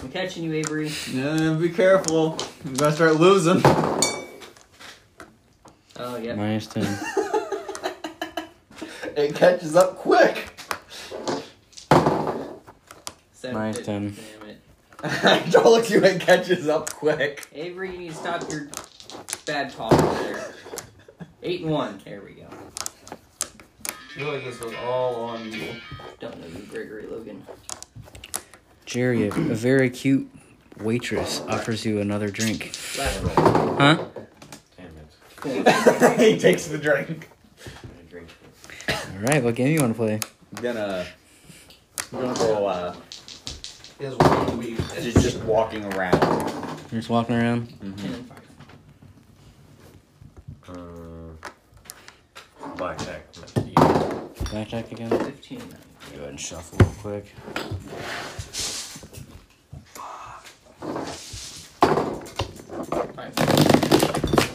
Speaker 5: I'm catching you, Avery.
Speaker 7: Yeah, be careful. You're gonna start losing.
Speaker 5: Oh, yeah. *laughs*
Speaker 1: Minus *laughs* ten.
Speaker 7: It catches up quick. *laughs*
Speaker 5: Seven.
Speaker 1: Nice,
Speaker 5: fif-
Speaker 1: ten.
Speaker 5: Damn it.
Speaker 7: Dolix you it catches up quick. *laughs*
Speaker 5: Avery, you need to stop your bad talk there. Eight and one. There we go.
Speaker 4: I feel like this was all on you.
Speaker 5: Don't know you, Gregory Logan.
Speaker 1: Jerry, a, a very cute waitress offers you another drink.
Speaker 5: Last roll.
Speaker 1: Huh?
Speaker 6: Damn it.
Speaker 5: Cool.
Speaker 7: he takes the drink.
Speaker 6: I drink.
Speaker 1: All right, what game you want to play?
Speaker 7: I'm gonna. I'm gonna go, uh.
Speaker 4: He has one week.
Speaker 7: Just, just walking around.
Speaker 1: You're just walking around.
Speaker 7: Mm-hmm.
Speaker 5: Ten and five.
Speaker 6: Uh, blackjack.
Speaker 1: Blackjack again.
Speaker 5: Fifteen and nine.
Speaker 1: Go ahead and shuffle real quick.
Speaker 5: Fine. This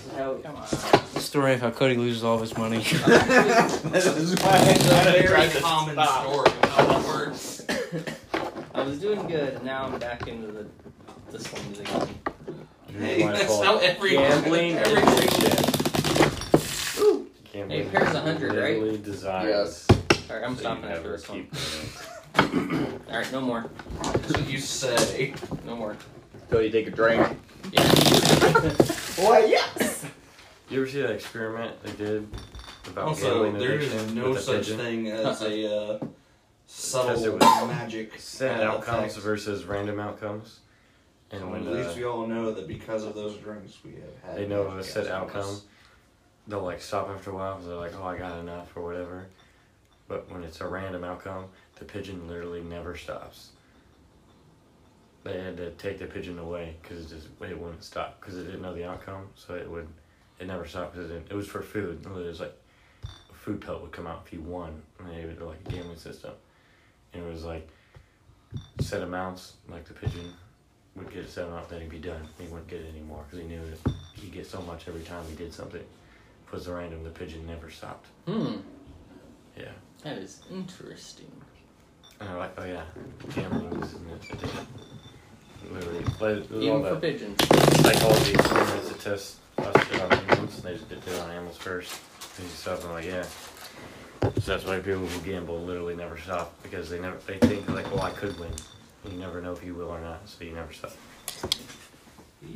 Speaker 5: is how. Come on.
Speaker 1: The story of how Cody loses all of his money. *laughs*
Speaker 7: *laughs* this is why I'm
Speaker 4: It's a
Speaker 7: trying to
Speaker 4: very
Speaker 7: try to
Speaker 4: common
Speaker 7: stop.
Speaker 4: story of how it works.
Speaker 5: *laughs* I was doing good, and now I'm back into the this one again.
Speaker 4: Hey, that's how every
Speaker 6: Gambling is
Speaker 4: every
Speaker 6: shit.
Speaker 5: Hey, pairs a hundred, right?
Speaker 6: Literally
Speaker 7: Yes.
Speaker 6: desires.
Speaker 5: All right, I'm
Speaker 6: that you
Speaker 5: stopping
Speaker 6: never
Speaker 5: after this one.
Speaker 6: keep doing
Speaker 5: All right, no more,
Speaker 4: That's what you say.
Speaker 5: no more.
Speaker 7: So you take a drink.
Speaker 5: Yeah.
Speaker 7: Why, yes!
Speaker 6: it. You ever see that experiment they did about
Speaker 4: Also,
Speaker 6: gambling
Speaker 4: there is
Speaker 6: addiction
Speaker 4: no
Speaker 6: with a
Speaker 4: such
Speaker 6: pigeon?
Speaker 4: thing as a uh,
Speaker 6: Because
Speaker 4: subtle
Speaker 6: it was
Speaker 4: magic.
Speaker 6: Set
Speaker 4: uh,
Speaker 6: outcomes
Speaker 4: effect.
Speaker 6: versus random outcomes. And
Speaker 4: So
Speaker 6: when
Speaker 4: at least
Speaker 6: uh,
Speaker 4: we all know that because of those drinks, we have had.
Speaker 6: they know of a
Speaker 4: magic
Speaker 6: set outcome,
Speaker 4: outcomes.
Speaker 6: they'll like stop after a while because they're like, oh, I got enough or whatever. But when it's a random outcome, the pigeon literally never stops. They had to take the pigeon away because it just it wouldn't stop because it didn't know the outcome, so it would it never stopped because it, didn't- it was for food. It was like a food pelt would come out if you won, and they would like a gambling system. And it was like set amounts, like the pigeon would get a set amount, then he'd be done. He wouldn't get it anymore because he knew that he get so much every time he did something. It was random. The pigeon never stopped.
Speaker 5: hmm.
Speaker 6: Yeah.
Speaker 5: That is interesting.
Speaker 6: And I'm like, oh yeah, gambling is an addiction. Literally, but it was all
Speaker 5: Even for
Speaker 6: that
Speaker 5: pigeons.
Speaker 6: psychology experiments that test us shit on humans. and They just did it on animals first. They just stop and like, yeah. So that's why people who gamble literally never stop because they never they think like, well, I could win. You never know if you will or not, so you never stop.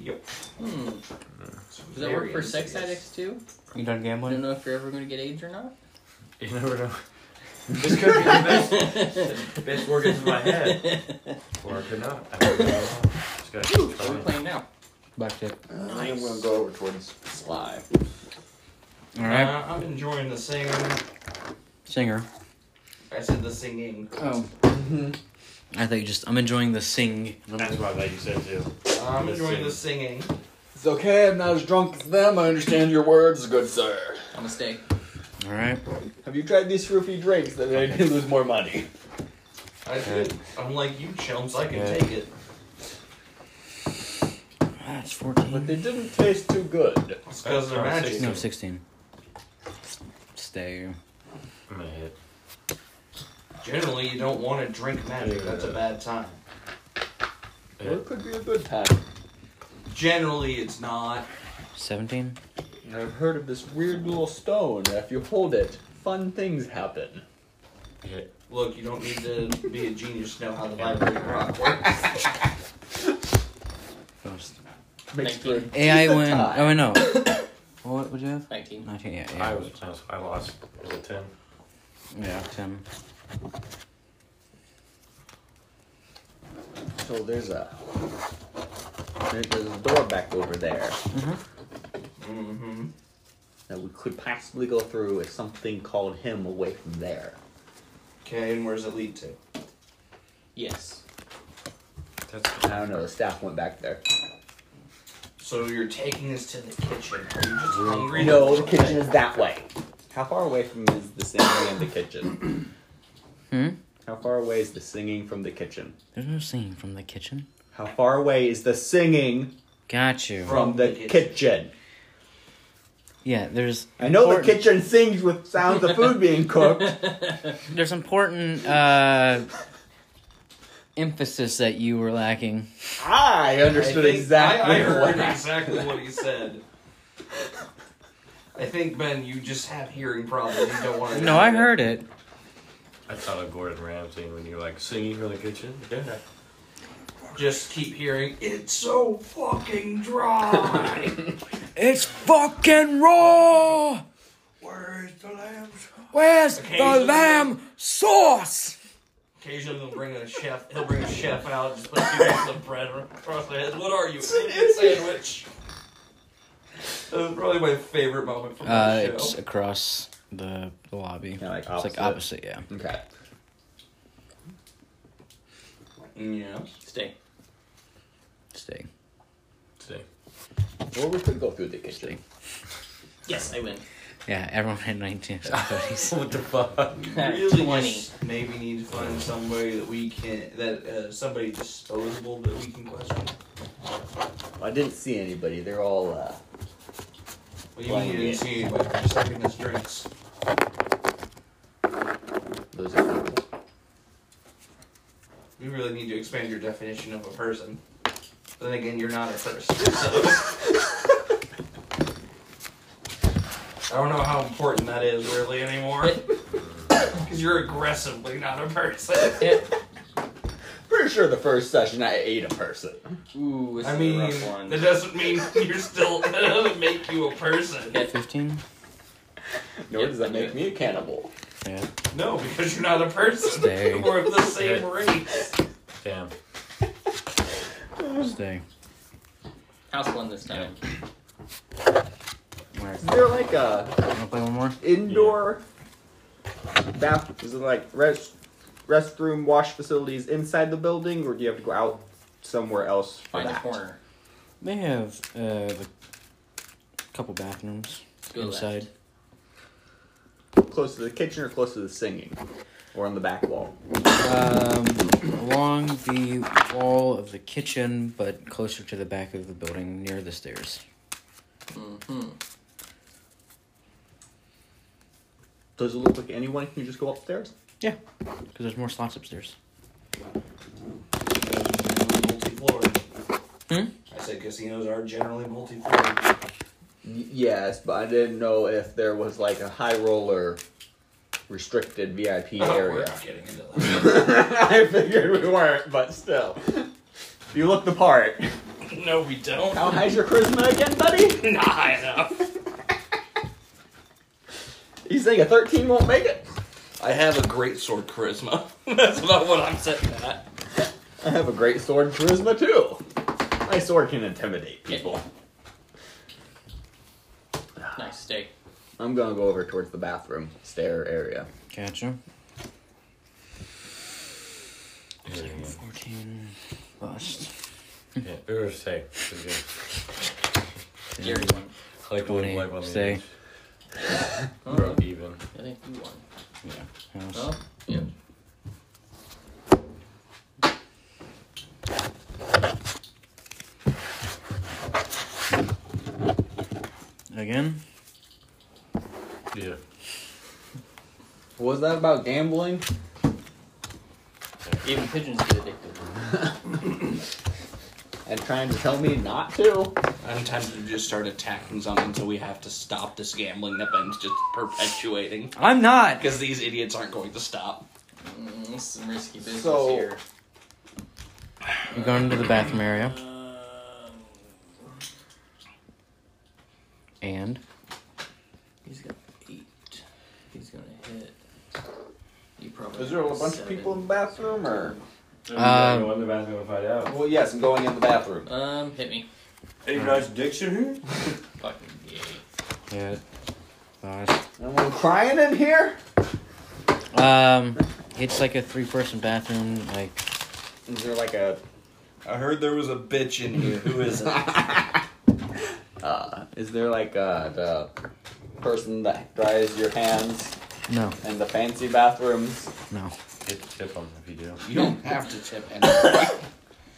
Speaker 4: Yep.
Speaker 5: Hmm.
Speaker 4: It's
Speaker 5: Does that work
Speaker 4: very
Speaker 5: for sex
Speaker 4: insidious.
Speaker 5: addicts too?
Speaker 1: You done
Speaker 5: I don't
Speaker 1: gambling?
Speaker 5: know if you're ever going to get AIDS or not.
Speaker 6: You never know. this could be the best, best work into my head. Or I could not. I don't know. Just gotta
Speaker 5: Woo,
Speaker 6: keep
Speaker 5: what are we
Speaker 6: trying.
Speaker 5: playing now?
Speaker 1: Blackjack.
Speaker 7: I am gonna go over towards Sly.
Speaker 1: All right.
Speaker 4: Uh, I'm enjoying the singing.
Speaker 1: Singer.
Speaker 4: I said the singing.
Speaker 1: Oh.
Speaker 7: Mm-hmm.
Speaker 1: I thought you just. I'm enjoying the sing. And I'm
Speaker 6: That's
Speaker 1: like,
Speaker 6: what I thought you said too.
Speaker 4: I'm
Speaker 6: The
Speaker 4: enjoying the singing.
Speaker 7: It's okay, I'm not as drunk as them. I understand your words, good sir.
Speaker 5: A mistake.
Speaker 1: All right.
Speaker 7: Have you tried these for a few drinks that I did lose more money?
Speaker 4: I
Speaker 6: Okay.
Speaker 4: did. I'm like you, chumps. I can
Speaker 6: Yeah.
Speaker 4: take it.
Speaker 1: That's 14.
Speaker 7: But they didn't taste too good.
Speaker 4: It's because they're
Speaker 6: Uh,
Speaker 4: magic.
Speaker 1: No, 16. Stay.
Speaker 6: I'm gonna hit.
Speaker 4: Generally, you don't want to drink magic. That's a bad time.
Speaker 6: Yeah.
Speaker 7: It could be a good time.
Speaker 4: Generally, it's not.
Speaker 1: 17.
Speaker 7: I've heard of this weird little stone. If you hold it, fun things happen.
Speaker 6: Hit.
Speaker 4: Look, you don't need to be a genius to know how the vibrating rock works.
Speaker 1: First.
Speaker 7: Makes for a
Speaker 1: AI
Speaker 7: decent
Speaker 1: win.
Speaker 7: time.
Speaker 1: Oh, I know. *coughs* what would you have?
Speaker 5: 19.
Speaker 1: 19. Yeah.
Speaker 6: I
Speaker 1: Yeah.
Speaker 6: was close. I lost. Was it ten?
Speaker 1: yeah 10.
Speaker 7: So there's a there's a door back over there
Speaker 4: Mm-hmm.
Speaker 7: that we could possibly go through if something called him away from there.
Speaker 4: Okay, and where does it lead to?
Speaker 5: Yes.
Speaker 6: That's
Speaker 7: I don't know. The staff went back there.
Speaker 4: So you're taking us to the kitchen. Are you just hungry?
Speaker 7: No, the kitchen is that way. How far away from is the singing in the kitchen?
Speaker 1: *clears throat* Hmm?
Speaker 7: How far away is the singing from the kitchen?
Speaker 1: There's no singing from the kitchen.
Speaker 7: How far away is the singing
Speaker 1: Got you.
Speaker 4: From
Speaker 7: from the
Speaker 4: the kitchen.
Speaker 7: kitchen?
Speaker 1: Yeah, there's.
Speaker 7: I know the
Speaker 1: important-
Speaker 7: kitchen sings with sounds of food
Speaker 1: *laughs*
Speaker 7: being cooked.
Speaker 1: There's important uh, emphasis that you were lacking.
Speaker 7: I
Speaker 4: I
Speaker 7: understood
Speaker 4: think-
Speaker 7: exactly
Speaker 4: I, I heard
Speaker 7: what-
Speaker 4: exactly what he said. I think Ben, you just have hearing problems. You don't want to.
Speaker 1: No, I heard it.
Speaker 6: I thought of Gordon Ramsay when you're like singing from the kitchen. Yeah.
Speaker 4: just keep hearing, it's so fucking dry.
Speaker 1: It's fucking raw!
Speaker 4: Where's the lambs?
Speaker 1: Where's
Speaker 4: Okay, so-
Speaker 1: sauce?
Speaker 4: Occasionally they'll bring a chef. He'll bring a chef out and just put two pieces of bread across the heads. What are you? A sandwich. That was probably my favorite moment from
Speaker 1: Uh,
Speaker 4: the
Speaker 1: it's
Speaker 4: show.
Speaker 1: across the, the lobby.
Speaker 7: Yeah, like
Speaker 1: it's like opposite,
Speaker 7: opposite.
Speaker 1: yeah.
Speaker 7: Okay.
Speaker 4: Mm, Yeah.
Speaker 5: Stay.
Speaker 1: Stay.
Speaker 6: Today.
Speaker 7: Or we could go through the kitchen.
Speaker 5: Yes, I win.
Speaker 1: Yeah, everyone had *laughs* 19
Speaker 6: What the fuck?
Speaker 4: *laughs* Really,
Speaker 5: *laughs* Twenty.
Speaker 4: just maybe need to find somebody that we can that uh, somebody disposable that we can question.
Speaker 7: I didn't see anybody. They're all. uh...
Speaker 4: What do you mean you didn't see anybody? Just sucking us drinks.
Speaker 7: Those are people.
Speaker 4: You really need to expand your definition of a person. But then again, you're not a person. So. I don't know how important that is really
Speaker 5: *laughs*
Speaker 4: anymore. Because you're aggressively not a person.
Speaker 7: Pretty sure the first session I ate a person.
Speaker 5: Ooh, this
Speaker 4: I
Speaker 5: is
Speaker 4: mean,
Speaker 5: a rough one.
Speaker 4: that doesn't mean you're still. That doesn't make you a person.
Speaker 1: 15?
Speaker 7: Nor does that make me a cannibal.
Speaker 1: Yeah.
Speaker 4: No, because you're not a person.
Speaker 1: Stay.
Speaker 4: *laughs* We're of the same race.
Speaker 6: Damn.
Speaker 1: Stay.
Speaker 5: House won this time.
Speaker 1: Alright,
Speaker 7: Is there like a
Speaker 1: wanna play one more?
Speaker 7: indoor bath? Is it like rest restroom wash facilities inside the building, or do you have to go out somewhere else for
Speaker 5: Find a
Speaker 7: that?
Speaker 5: corner.
Speaker 1: They have uh, like a couple bathrooms
Speaker 5: Go left.
Speaker 1: inside.
Speaker 7: Close to the kitchen or close to the singing, or on the back wall.
Speaker 1: Um, along the wall of the kitchen, but closer to the back of the building, near the stairs.
Speaker 5: Mm-hmm.
Speaker 7: Does it look like anyone can just go upstairs?
Speaker 1: Because there's more slots upstairs.
Speaker 4: Multi-floored.
Speaker 1: Hmm?
Speaker 4: I said casinos are generally
Speaker 14: *laughs*
Speaker 4: multi-floored.
Speaker 7: Yes, but I didn't know if there was like a high roller restricted VIP
Speaker 4: Oh, we're
Speaker 7: *laughs*
Speaker 4: not getting into that.
Speaker 7: I figured we weren't, but still. You look the part.
Speaker 4: *laughs* No, we don't. *laughs*
Speaker 7: How high's your charisma again, buddy?
Speaker 4: Not high enough.
Speaker 7: You think a 13 won't make it?
Speaker 4: I have a great sword charisma. *laughs* That's about what I'm sitting at.
Speaker 7: I have a great sword charisma too. My sword can intimidate people.
Speaker 5: Nice stay.
Speaker 7: I'm gonna go over towards the bathroom stair area.
Speaker 1: Gotcha. 14. Bust.
Speaker 6: *laughs* Yeah, we were safe. It was good.
Speaker 5: Jerry won.
Speaker 6: I like the
Speaker 1: Twenty,
Speaker 6: little wipe on the
Speaker 1: stay.
Speaker 6: edge. Broke even.
Speaker 5: I think you won.
Speaker 1: House.
Speaker 5: Oh, yeah.
Speaker 1: Again?
Speaker 6: Yeah.
Speaker 7: What was that about gambling?
Speaker 5: Even pigeons get addicted.
Speaker 7: And trying to tell me not to?
Speaker 14: I'm tempted to just start attacking something until we have to stop this gambling that Ben's just perpetuating. *laughs*
Speaker 1: I'm not!
Speaker 14: Because these idiots aren't going to stop.
Speaker 5: Mm, this is some risky business
Speaker 7: So-
Speaker 5: here.
Speaker 1: You're going into the bathroom area. And?
Speaker 5: He's got eight. He's gonna hit. You probably.
Speaker 7: Is there a bunch of people in the bathroom or?
Speaker 1: Um,
Speaker 6: go in the bathroom and find out.
Speaker 7: Well, yes, I'm going in the bathroom.
Speaker 5: Um, hit me.
Speaker 6: Any nice diction here?
Speaker 5: Fucking yay.
Speaker 1: Yeah. Bust.
Speaker 7: Anyone crying in here?
Speaker 1: Um, it's like a three person bathroom, like.
Speaker 7: Is there like a
Speaker 15: I heard there was a bitch in here. Who is
Speaker 14: *laughs*
Speaker 15: it?
Speaker 7: Uh, is there like uh, the person that dries your hands
Speaker 1: No,
Speaker 7: in the fancy bathrooms?
Speaker 1: no.
Speaker 6: Hit the tip on if you do.
Speaker 14: You don't have to tip
Speaker 5: *laughs*
Speaker 14: anything.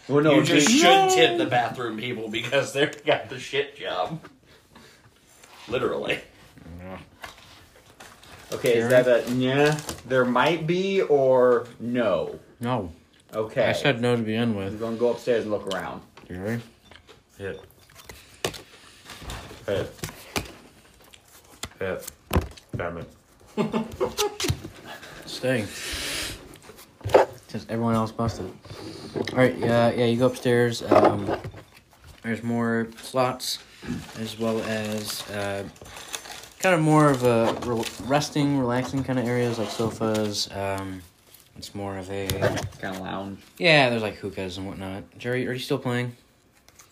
Speaker 7: Well, no,
Speaker 4: you just
Speaker 7: be-
Speaker 4: should tip the bathroom people because they've got the shit job. Literally.
Speaker 7: okay. Is that a yeah? There might be or no.
Speaker 1: No.
Speaker 7: Okay,
Speaker 1: I said no to begin
Speaker 7: I'm
Speaker 1: with.
Speaker 7: gonna go upstairs and look around.
Speaker 1: You ready?
Speaker 6: Hit. Hit. Hit. Damn it.
Speaker 1: Stay. Since everyone else busted. All right, yeah, yeah. You go upstairs. Um, there's more slots, as well as uh, kind of more of a re- resting, relaxing kind of areas like sofas. Um, it's more of a
Speaker 7: Kind of lounge.
Speaker 1: yeah. There's like hookahs and whatnot. Jerry, are you still playing?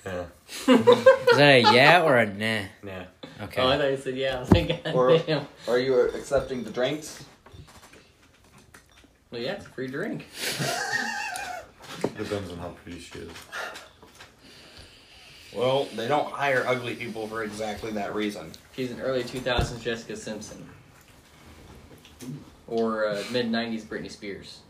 Speaker 6: Yeah.
Speaker 1: Is that a yeah or a nah?
Speaker 6: Yeah.
Speaker 1: Okay.
Speaker 5: Oh, I thought you said yeah. I was like, *laughs* God
Speaker 7: Or-
Speaker 5: damn.
Speaker 7: Are you accepting the drinks?
Speaker 5: Well, yeah, it's a free drink.
Speaker 6: Depends on how pretty she is.
Speaker 9: Well, they don't hire ugly people for exactly that reason.
Speaker 5: She's an early 2000s Jessica Simpson. Or uh, mid 90s Britney Spears.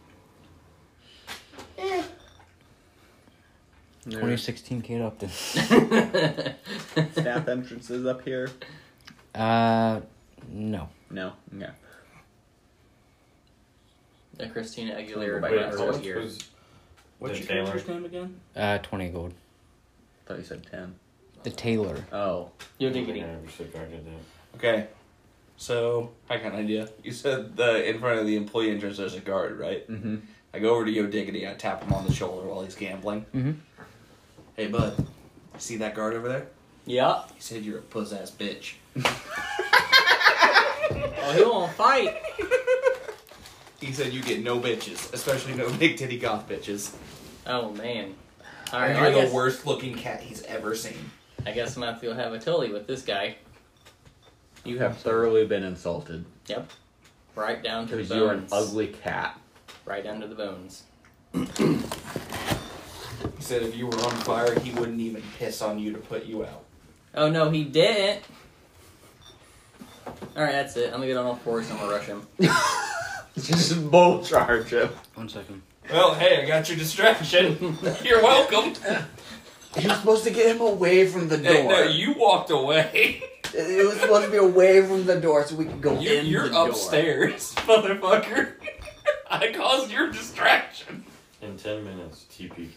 Speaker 1: 2016 kid up there.
Speaker 5: *laughs*
Speaker 7: Staff entrances up here?
Speaker 1: Uh, no.
Speaker 7: No. Okay.
Speaker 5: Uh, Christina Aguilera
Speaker 7: Wait,
Speaker 5: by
Speaker 7: how
Speaker 5: her
Speaker 7: much
Speaker 5: year.
Speaker 3: The
Speaker 7: What's your
Speaker 3: tailor.
Speaker 7: character's name again?
Speaker 1: Uh, 20 gold.
Speaker 7: thought you said 10.
Speaker 1: The tailor.
Speaker 7: Oh.
Speaker 5: Yo diggity.
Speaker 6: Yeah, we should back it down.
Speaker 4: Okay. So I got an idea. You said the in front of the employee entrance there's a guard, right?
Speaker 7: Mm-hmm.
Speaker 4: I go over to Yo Diggity, I tap him on the shoulder while he's gambling.
Speaker 1: Mhm.
Speaker 4: Hey bud, you see that guard over there?
Speaker 5: Yeah.
Speaker 4: He said you're a puss ass bitch.
Speaker 5: Oh, he won't fight.
Speaker 4: He said you get no bitches, especially no *laughs* big titty goth bitches.
Speaker 5: Oh, man.
Speaker 4: And
Speaker 5: Alright,
Speaker 4: you're
Speaker 5: I,
Speaker 4: the
Speaker 5: guess-
Speaker 4: worst looking cat he's ever seen.
Speaker 5: I guess Matthew will have a tilly with this guy.
Speaker 7: You have thoroughly been insulted
Speaker 5: Right down to the
Speaker 7: because
Speaker 5: bones.
Speaker 7: you're an ugly
Speaker 9: *laughs*
Speaker 7: cat.
Speaker 5: Right down to the bones.
Speaker 4: He said if you were on fire, he wouldn't even piss on you to put you out.
Speaker 5: Oh, no, he didn't. Alright, that's it. I'm gonna get on all fours and I'm gonna rush him. *laughs*
Speaker 7: Just bull charge him.
Speaker 1: One second.
Speaker 4: Well, hey, I got your distraction. *laughs* you're welcome.
Speaker 9: You're supposed to get him away from the door.
Speaker 4: Hey, no, you walked away. *laughs*
Speaker 9: It it was supposed to be away from the door so we could go
Speaker 4: You,
Speaker 9: in
Speaker 4: you're
Speaker 9: the door.
Speaker 4: upstairs, *laughs* motherfucker. I caused your distraction.
Speaker 6: In 10 minutes, TPK.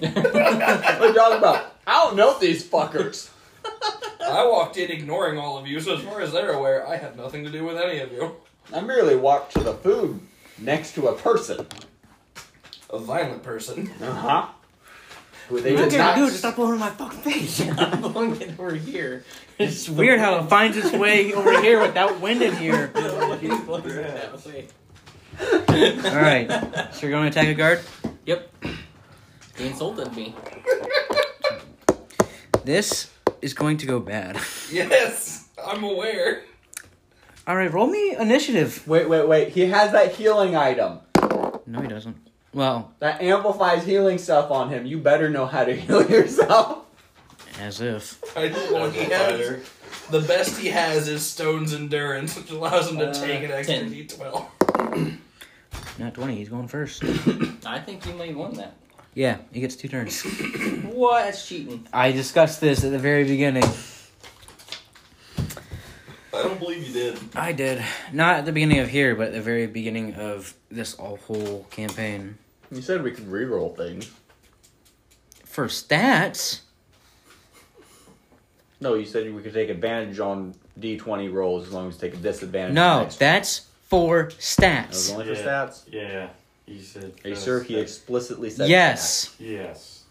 Speaker 9: What are you talking about? I don't know these fuckers.
Speaker 4: I walked in ignoring all of you, so as far as they're aware, I have nothing to do with any of you.
Speaker 7: I merely walked to the food next to a person.
Speaker 4: A violent person.
Speaker 7: Uh huh.
Speaker 9: Who they did not.
Speaker 1: dude, stop blowing my fucking face.
Speaker 5: I'm going to get over here.
Speaker 1: It's weird how it finds its way over here without wind in here.
Speaker 5: He's *laughs* closing that way.
Speaker 1: All right, so you're going to attack a guard.
Speaker 5: Yep. He insulted me.
Speaker 1: This is going to go bad.
Speaker 4: *laughs* Yes, I'm aware.
Speaker 1: All right, roll me initiative.
Speaker 7: Wait, wait, wait. He has that healing item.
Speaker 1: No, he doesn't. Well,
Speaker 7: That amplifies healing stuff on him. You better know how to *laughs* heal yourself.
Speaker 1: as if.
Speaker 4: I do. Well, Oh, he has, the best he has is Stone's endurance, which allows him to
Speaker 5: Uh,
Speaker 4: take an extra
Speaker 5: 10.
Speaker 4: d12.
Speaker 1: Not twenty. He's going first.
Speaker 5: I think you may have won that.
Speaker 1: Yeah, he gets two turns.
Speaker 5: What? That's cheating.
Speaker 1: I discussed this at the very beginning.
Speaker 4: I don't believe you did.
Speaker 1: I did not at the beginning of here, but at the very beginning of this all whole campaign.
Speaker 7: You said we could reroll things.
Speaker 1: For stats,
Speaker 7: No, you said we could take advantage on D20 rolls as long as we take a disadvantage. on the
Speaker 1: no,
Speaker 7: next one.
Speaker 1: that's for
Speaker 7: That was
Speaker 1: stats.
Speaker 7: only for
Speaker 6: Yeah.
Speaker 7: stats.
Speaker 6: Yeah. He said.
Speaker 7: Are you sure he explicitly said
Speaker 1: Yes,
Speaker 6: that? Yes.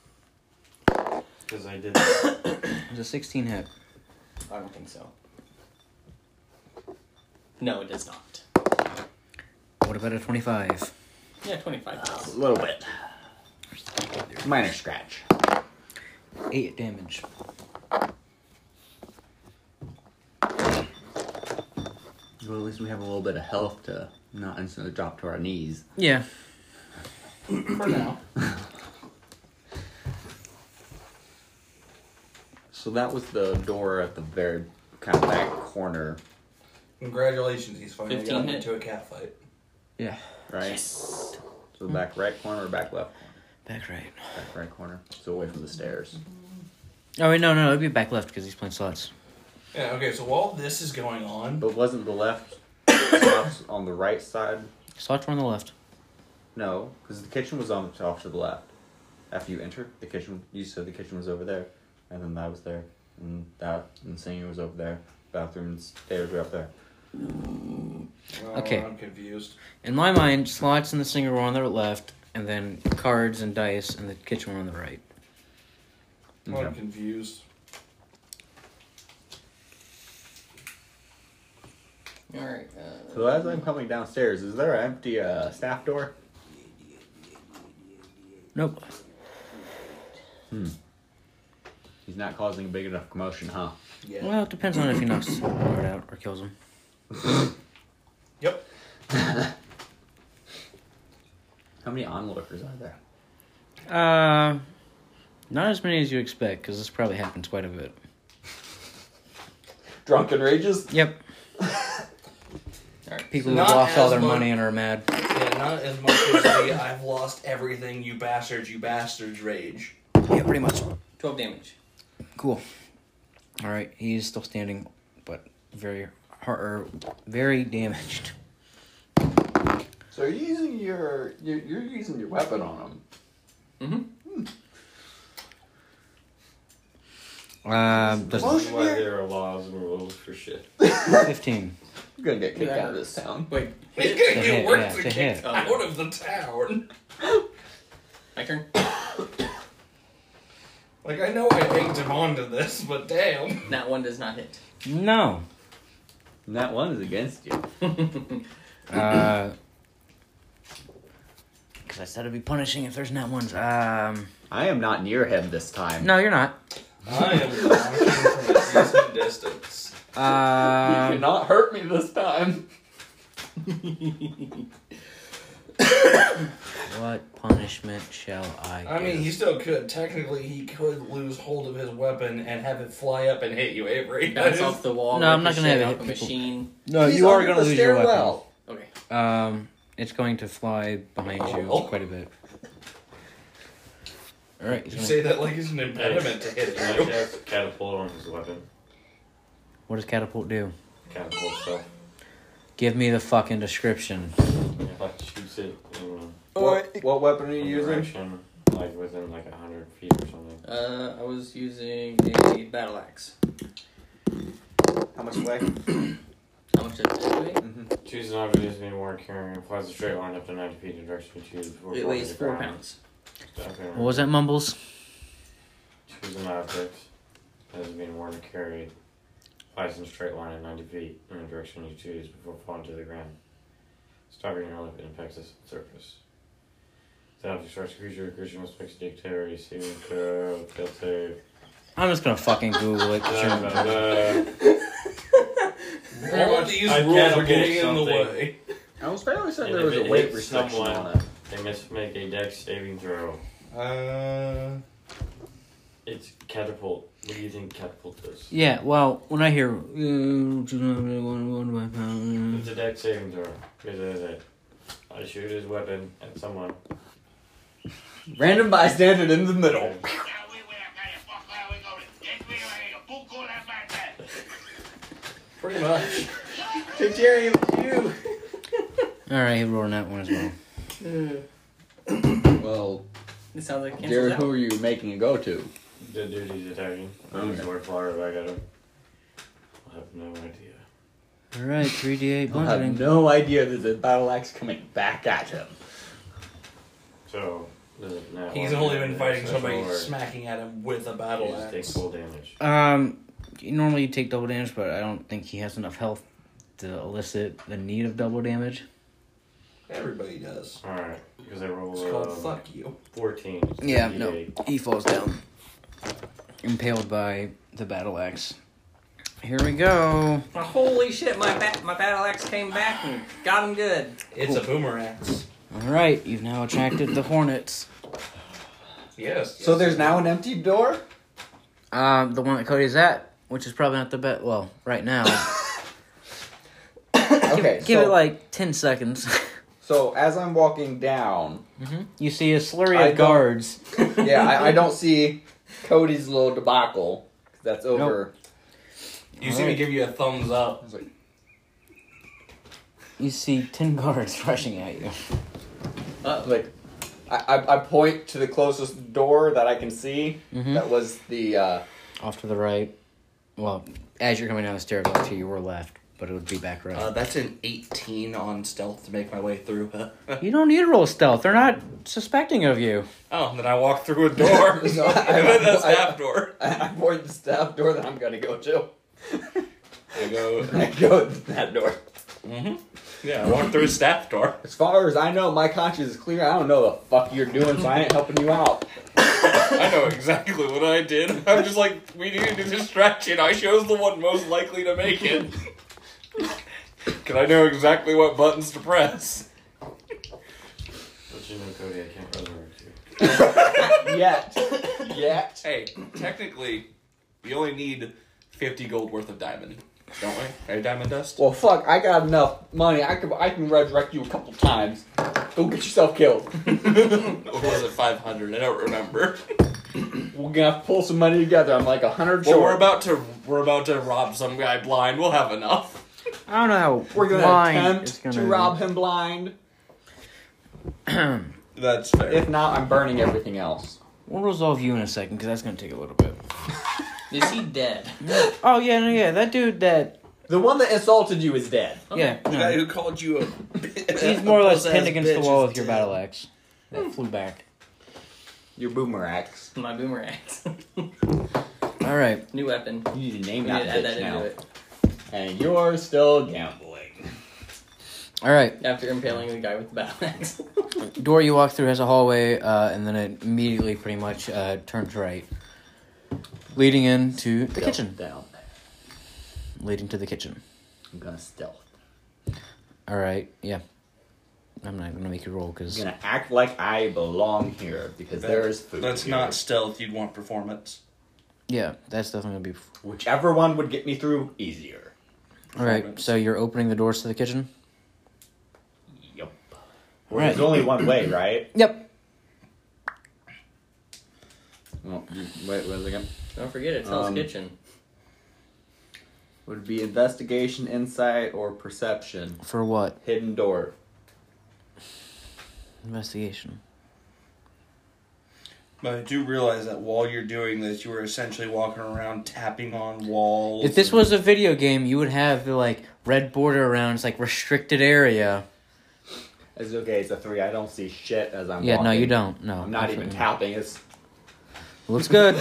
Speaker 6: Because I did. that.
Speaker 1: it was a sixteen hit.
Speaker 5: I don't think so. No, it does not.
Speaker 1: What about a twenty-five?
Speaker 5: Yeah, 25
Speaker 7: that?
Speaker 5: does.
Speaker 7: A little bit. Minor scratch.
Speaker 1: Eight damage.
Speaker 7: Well, at least we have a little bit of health to not instantly drop to our knees.
Speaker 1: Yeah.
Speaker 4: For now.
Speaker 7: So that was the door at the very kind of back corner,
Speaker 4: Congratulations, he's finally
Speaker 5: 15
Speaker 4: gotten
Speaker 5: hit.
Speaker 4: into a cat fight.
Speaker 7: right? So the back right corner or back left?
Speaker 1: Back right.
Speaker 7: Back right corner. So away from the stairs.
Speaker 1: Oh wait, no, no, it'd be back left because he's playing slots.
Speaker 4: Yeah, okay, so while this is going on,
Speaker 7: But wasn't the left stops on the right side?
Speaker 1: Slots were on the left.
Speaker 7: No, because the kitchen was on off to the left. After you enter the kitchen, you said the kitchen was over there, and then that was there, and that and singing was over there. Bathrooms, stairs were up there.
Speaker 4: Oh,
Speaker 1: Okay.
Speaker 4: I'm confused.
Speaker 1: In my mind, slots and the singer were on their left, and then cards and dice, and the kitchen one on the right.
Speaker 4: I'm confused.
Speaker 5: All right.
Speaker 7: So as I'm coming downstairs, is there an empty uh, staff door?
Speaker 1: Nope.
Speaker 7: He's not causing a big enough commotion, huh?
Speaker 1: Well, it depends on if he knocks his guard out or kills him.
Speaker 4: Yep.
Speaker 7: How many onlookers are there?
Speaker 1: Uh, not as many as you expect, because this probably happens quite a bit.
Speaker 7: Drunken rages.
Speaker 1: Yep.
Speaker 5: All right.
Speaker 1: People who
Speaker 4: Not
Speaker 1: lost all
Speaker 4: as
Speaker 1: their
Speaker 4: much-
Speaker 1: money and are mad.
Speaker 4: Yeah, not as much as the I've lost everything, you bastards, you bastards *laughs* rage.
Speaker 1: Yeah, pretty much.
Speaker 5: Twelve damage.
Speaker 1: Cool. All right, he is still standing, but very, har- er, very damaged.
Speaker 7: So you're using your you're, you're using your weapon on him.
Speaker 1: Um, does
Speaker 6: Why there are laws and rules for Oh, shit.
Speaker 1: fifteen.
Speaker 7: You're gonna get kicked out of this town.
Speaker 5: Wait.
Speaker 4: He's
Speaker 5: Hit.
Speaker 4: gonna
Speaker 1: To
Speaker 4: get
Speaker 1: hit,
Speaker 4: worse
Speaker 1: yeah,
Speaker 4: than
Speaker 1: to
Speaker 4: kicked
Speaker 1: hit.
Speaker 4: out of the town.
Speaker 5: My turn.
Speaker 4: Like I know I egged him onto this, but damn.
Speaker 5: That one does not hit.
Speaker 1: No.
Speaker 7: And *laughs* that one is against you.
Speaker 5: *laughs*
Speaker 1: Uh, because I said I'd be punishing if there's not ones. Um,
Speaker 7: I am not near him this time.
Speaker 1: no, you're not.
Speaker 4: I *laughs* am watching from a decent distance.
Speaker 7: You
Speaker 1: Um,
Speaker 7: cannot hurt me this time.
Speaker 1: what punishment shall I?
Speaker 4: I mean,
Speaker 1: give?
Speaker 4: he still could. Technically, he could lose hold of his weapon and have it fly up and hit *laughs* you, Avery. That
Speaker 5: Bounce
Speaker 4: is-
Speaker 5: off the wall.
Speaker 1: No, I'm not gonna
Speaker 5: ricochet
Speaker 1: have it
Speaker 5: off
Speaker 1: hit
Speaker 5: a
Speaker 1: people.
Speaker 5: machine.
Speaker 1: no,
Speaker 7: He's
Speaker 1: you are
Speaker 7: under
Speaker 1: gonna
Speaker 7: the
Speaker 1: lose your weapon.
Speaker 7: stairwell.
Speaker 5: Okay.
Speaker 1: Um, it's going to fly behind you
Speaker 4: Oh.
Speaker 1: quite a bit. All right. he's
Speaker 4: You
Speaker 1: gonna-
Speaker 4: say that like it's an impediment to
Speaker 6: And I
Speaker 4: hitting you.
Speaker 6: cast catapult on his weapon.
Speaker 1: what does catapult do?
Speaker 6: Catapult stuff.
Speaker 1: Give me the fucking description.
Speaker 6: If I shoots it in
Speaker 7: What, what weapon are you
Speaker 6: a
Speaker 7: using?
Speaker 6: direction, like within like a hundred feet or something.
Speaker 5: Uh, I was using a battle axe.
Speaker 7: How much weight?
Speaker 5: How much does it weigh?
Speaker 6: Choose an object that's being worn carrying and applies a straight line up to ninety feet in the direction you choose before
Speaker 5: It
Speaker 6: falling
Speaker 5: weighs
Speaker 6: to the
Speaker 5: four
Speaker 6: ground.
Speaker 5: pounds.
Speaker 6: Okay.
Speaker 1: What was that, Mumbles?
Speaker 6: Choose an object that is being worn or carried. Applies in a straight line at ninety feet in the direction you choose before falling to the ground. Stopping your life impacts the surface. The object starts creature, creature must make a dictionary, saving throw, fail save.
Speaker 1: I'm just gonna fucking Google it.
Speaker 6: Blah, blah,
Speaker 1: Sure.
Speaker 6: blah.
Speaker 4: All of these
Speaker 6: I
Speaker 4: rules are
Speaker 6: catapult
Speaker 4: getting in the
Speaker 6: something.
Speaker 4: way.
Speaker 7: I was fairly certain
Speaker 6: And
Speaker 7: there
Speaker 6: if
Speaker 7: was a
Speaker 6: it
Speaker 7: weight
Speaker 6: hits
Speaker 7: restriction
Speaker 6: someone-
Speaker 7: on it.
Speaker 6: They must make a dex saving throw.
Speaker 4: Uh,
Speaker 6: It's catapult. What do you think catapult does?
Speaker 1: Yeah. Well, when I hear uh, one
Speaker 4: Mm.
Speaker 1: weapon,
Speaker 6: It's a dex saving throw. Because it is it. I shoot his weapon at someone.
Speaker 7: Random bystander in the middle.
Speaker 6: And
Speaker 4: pretty much.
Speaker 7: Jerry, you.
Speaker 1: all right, he rolled on that one as well.
Speaker 7: Well,
Speaker 5: It sounds like it cancels
Speaker 7: Jared,
Speaker 5: out.
Speaker 7: who are you making a go to?
Speaker 6: The dude he's attacking. I'm
Speaker 7: Okay.
Speaker 6: just work fire back at him. I have no idea.
Speaker 1: All right, three d eight
Speaker 7: I have
Speaker 1: bludgeoning.
Speaker 7: no idea that the battle axe coming back at him.
Speaker 6: So, does it now?
Speaker 4: He's only been fighting
Speaker 6: Special
Speaker 4: somebody
Speaker 6: or
Speaker 4: smacking at him with a
Speaker 6: you
Speaker 4: battle
Speaker 6: just take
Speaker 4: axe.
Speaker 6: full damage.
Speaker 1: Um, normally you take double damage, but I don't think he has enough health to elicit the need of double damage.
Speaker 4: Everybody does.
Speaker 6: Alright, because I
Speaker 4: It's
Speaker 6: rolled
Speaker 4: called
Speaker 6: um,
Speaker 4: fuck you.
Speaker 6: 14. It's
Speaker 1: Yeah,
Speaker 6: 38.
Speaker 1: He falls down, impaled by the battle axe. Here we go.
Speaker 5: Oh, holy shit! My ba- my battle axe came back and got him good.
Speaker 4: It's a boomerang.
Speaker 1: All right, you've now attracted the hornets.
Speaker 4: Yes.
Speaker 7: So there's now an empty door?
Speaker 1: Um, the one that Cody's at, which is probably not the best. Well, right now,
Speaker 7: Okay,
Speaker 1: *coughs* give
Speaker 7: so,
Speaker 1: it like ten seconds. *laughs*
Speaker 7: so as I'm walking down,
Speaker 1: you see a slurry
Speaker 7: I
Speaker 1: of
Speaker 7: don't-
Speaker 1: guards.
Speaker 7: *laughs* yeah, I,
Speaker 1: *laughs*
Speaker 7: I don't see Cody's little debacle. 'cause That's over.
Speaker 4: You see me give you a thumbs up.
Speaker 1: You see ten *laughs* guards rushing at you.
Speaker 7: Uh, Like, I, I, I point to the closest door that I can see.
Speaker 1: Mm-hmm.
Speaker 7: That was the, uh,
Speaker 1: Off to the right. Well, as you're coming down the stairs, off to your left. but it would be back right.
Speaker 16: Uh, that's an 18 on stealth to make my way through.
Speaker 17: *laughs*
Speaker 1: you don't need to roll stealth. They're not suspecting of you.
Speaker 16: oh, and then I walk through a *laughs*
Speaker 7: *laughs*
Speaker 16: door. *laughs*
Speaker 7: No, I-
Speaker 16: and then the
Speaker 7: I-
Speaker 16: staff door.
Speaker 7: *laughs* I board the staff door that I'm gonna go to.
Speaker 16: I go.
Speaker 7: *laughs* I go to that door.
Speaker 16: Yeah, I walk through a staff door.
Speaker 7: As far as I know, my conscience is clear. I don't know the fuck you're doing, so I ain't helping you *laughs* out.
Speaker 16: I know exactly what I did. *laughs* I'm just like, we needed a distraction. I chose the one most likely to make *laughs* it. Because I know exactly what buttons to press.
Speaker 6: But you know, Cody, I can't resurrect you.
Speaker 7: Yet, yet.
Speaker 16: Hey, technically, we only need 50 gold worth of diamond, don't we? Right, diamond dust?
Speaker 7: Well, fuck. I got enough money. I can I can resurrect you a couple times. Go get yourself killed.
Speaker 16: *laughs* Or was it 500? I don't remember.
Speaker 7: We're gonna have to pull some money together. I'm like a hundred
Speaker 16: Well, we're
Speaker 7: short.
Speaker 16: about to we're about to rob some guy blind. We'll have enough.
Speaker 1: I don't know how
Speaker 7: We're gonna
Speaker 1: blind is
Speaker 7: attempt
Speaker 1: gonna
Speaker 7: to rob him blind.
Speaker 16: That's fair.
Speaker 7: If not, I'm burning everything else.
Speaker 1: We'll resolve you in a second because that's gonna take a little bit.
Speaker 5: Is he dead?
Speaker 1: Oh yeah, no, yeah, that dude that
Speaker 7: The one that insulted you is dead.
Speaker 1: yeah,
Speaker 17: The guy
Speaker 1: no,
Speaker 17: who called you a *laughs* bitch.
Speaker 1: he's more or less
Speaker 17: a
Speaker 1: pinned against the
Speaker 17: bitch
Speaker 1: wall
Speaker 17: is
Speaker 1: with your
Speaker 17: dead.
Speaker 1: battle axe. That flew back.
Speaker 7: Your boomerangs.
Speaker 5: My boomerangs. *laughs*
Speaker 1: All right,
Speaker 5: New weapon.
Speaker 7: You need to name
Speaker 5: We need
Speaker 7: that
Speaker 5: to add that
Speaker 7: bitch
Speaker 5: into
Speaker 7: now.
Speaker 5: it.
Speaker 7: And you're still gambling.
Speaker 1: all right.
Speaker 5: After impaling the guy with the battle axe.
Speaker 1: door you walk through has a hallway, uh, and then it immediately pretty much uh, turns right, leading into the kitchen.
Speaker 7: Down.
Speaker 1: Leading to the kitchen.
Speaker 7: I'm gonna stealth.
Speaker 1: All right, yeah. I'm not gonna make you roll
Speaker 7: I'm
Speaker 1: because
Speaker 7: gonna act like I belong here because there is food.
Speaker 4: That's
Speaker 7: here.
Speaker 4: not stealth. You'd want performance.
Speaker 1: yeah, that's definitely gonna be.
Speaker 7: Whichever one would get me through easier.
Speaker 1: All right, so you're opening the doors to the kitchen.
Speaker 7: Yep.
Speaker 1: All
Speaker 7: There's
Speaker 1: right.
Speaker 7: only one way, right?
Speaker 1: Yep.
Speaker 7: Well, wait, wait a second.
Speaker 5: *laughs* Don't forget it's Hell's
Speaker 7: Um,
Speaker 5: Kitchen.
Speaker 7: Would it be investigation, insight, or perception?
Speaker 1: For what
Speaker 7: Hidden door.
Speaker 1: investigation?
Speaker 4: But I do realize that while you're doing this, you were essentially walking around tapping on walls.
Speaker 1: If this was a video game, you would have the like red border around. It's like restricted area.
Speaker 7: It's okay. It's a three. I don't see shit as I'm.
Speaker 1: Yeah, no,
Speaker 7: walking.
Speaker 1: you don't. No,
Speaker 7: I'm not even
Speaker 1: absolutely.
Speaker 7: tapping. It's. *laughs*
Speaker 1: Looks good.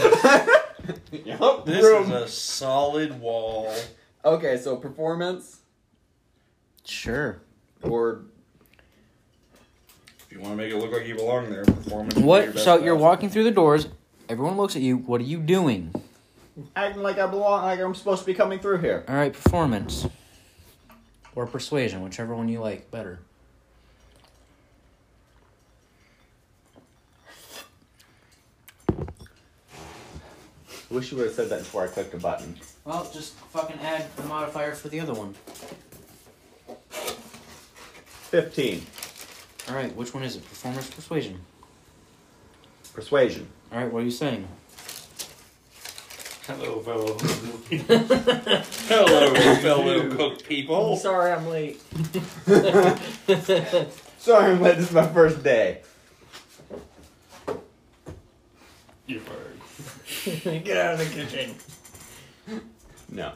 Speaker 7: Yep.
Speaker 4: This is a solid wall.
Speaker 7: Okay, so performance
Speaker 1: sure.
Speaker 7: or
Speaker 4: If you want to make it look like you belong there, performance. would be your
Speaker 1: What?
Speaker 4: best
Speaker 1: So you're
Speaker 4: bet.
Speaker 1: walking through the doors. Everyone looks at you. What are you doing?
Speaker 7: acting like I belong, like I'm supposed to be coming through here.
Speaker 1: All right, performance or persuasion, whichever one you like better.
Speaker 7: I wish you would have said that before I clicked a button.
Speaker 1: Well, just fucking add the modifier for the other one.
Speaker 7: Fifteen.
Speaker 1: All right, which one is it? Performance, persuasion.
Speaker 7: Persuasion. *laughs*
Speaker 1: All right, what are you saying?
Speaker 4: Hello, fellow.
Speaker 6: *laughs*
Speaker 4: *laughs* Hello, *laughs* fellow cook people.
Speaker 5: sorry I'm *laughs* late.
Speaker 7: Sorry, I'm late. This is my first day.
Speaker 4: You bird.
Speaker 5: Get out of the kitchen.
Speaker 7: No.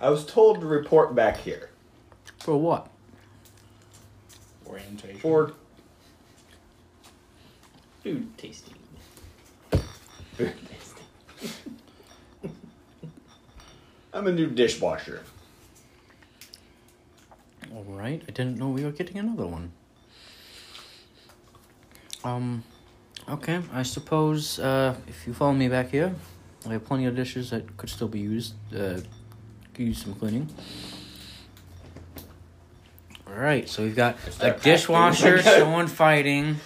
Speaker 7: I was told to report back here
Speaker 1: For what?
Speaker 4: Orientation.
Speaker 7: for
Speaker 5: Food tasting.
Speaker 7: I'm a new dishwasher.
Speaker 1: All right, I didn't know we were getting another one. Um, okay, I suppose uh, if you follow me back here, I have plenty of dishes that could still be used. Uh, could use some cleaning. All right, so we've got
Speaker 7: Is
Speaker 1: a
Speaker 7: there
Speaker 1: *laughs* dishwasher,
Speaker 7: acting?
Speaker 1: someone fighting.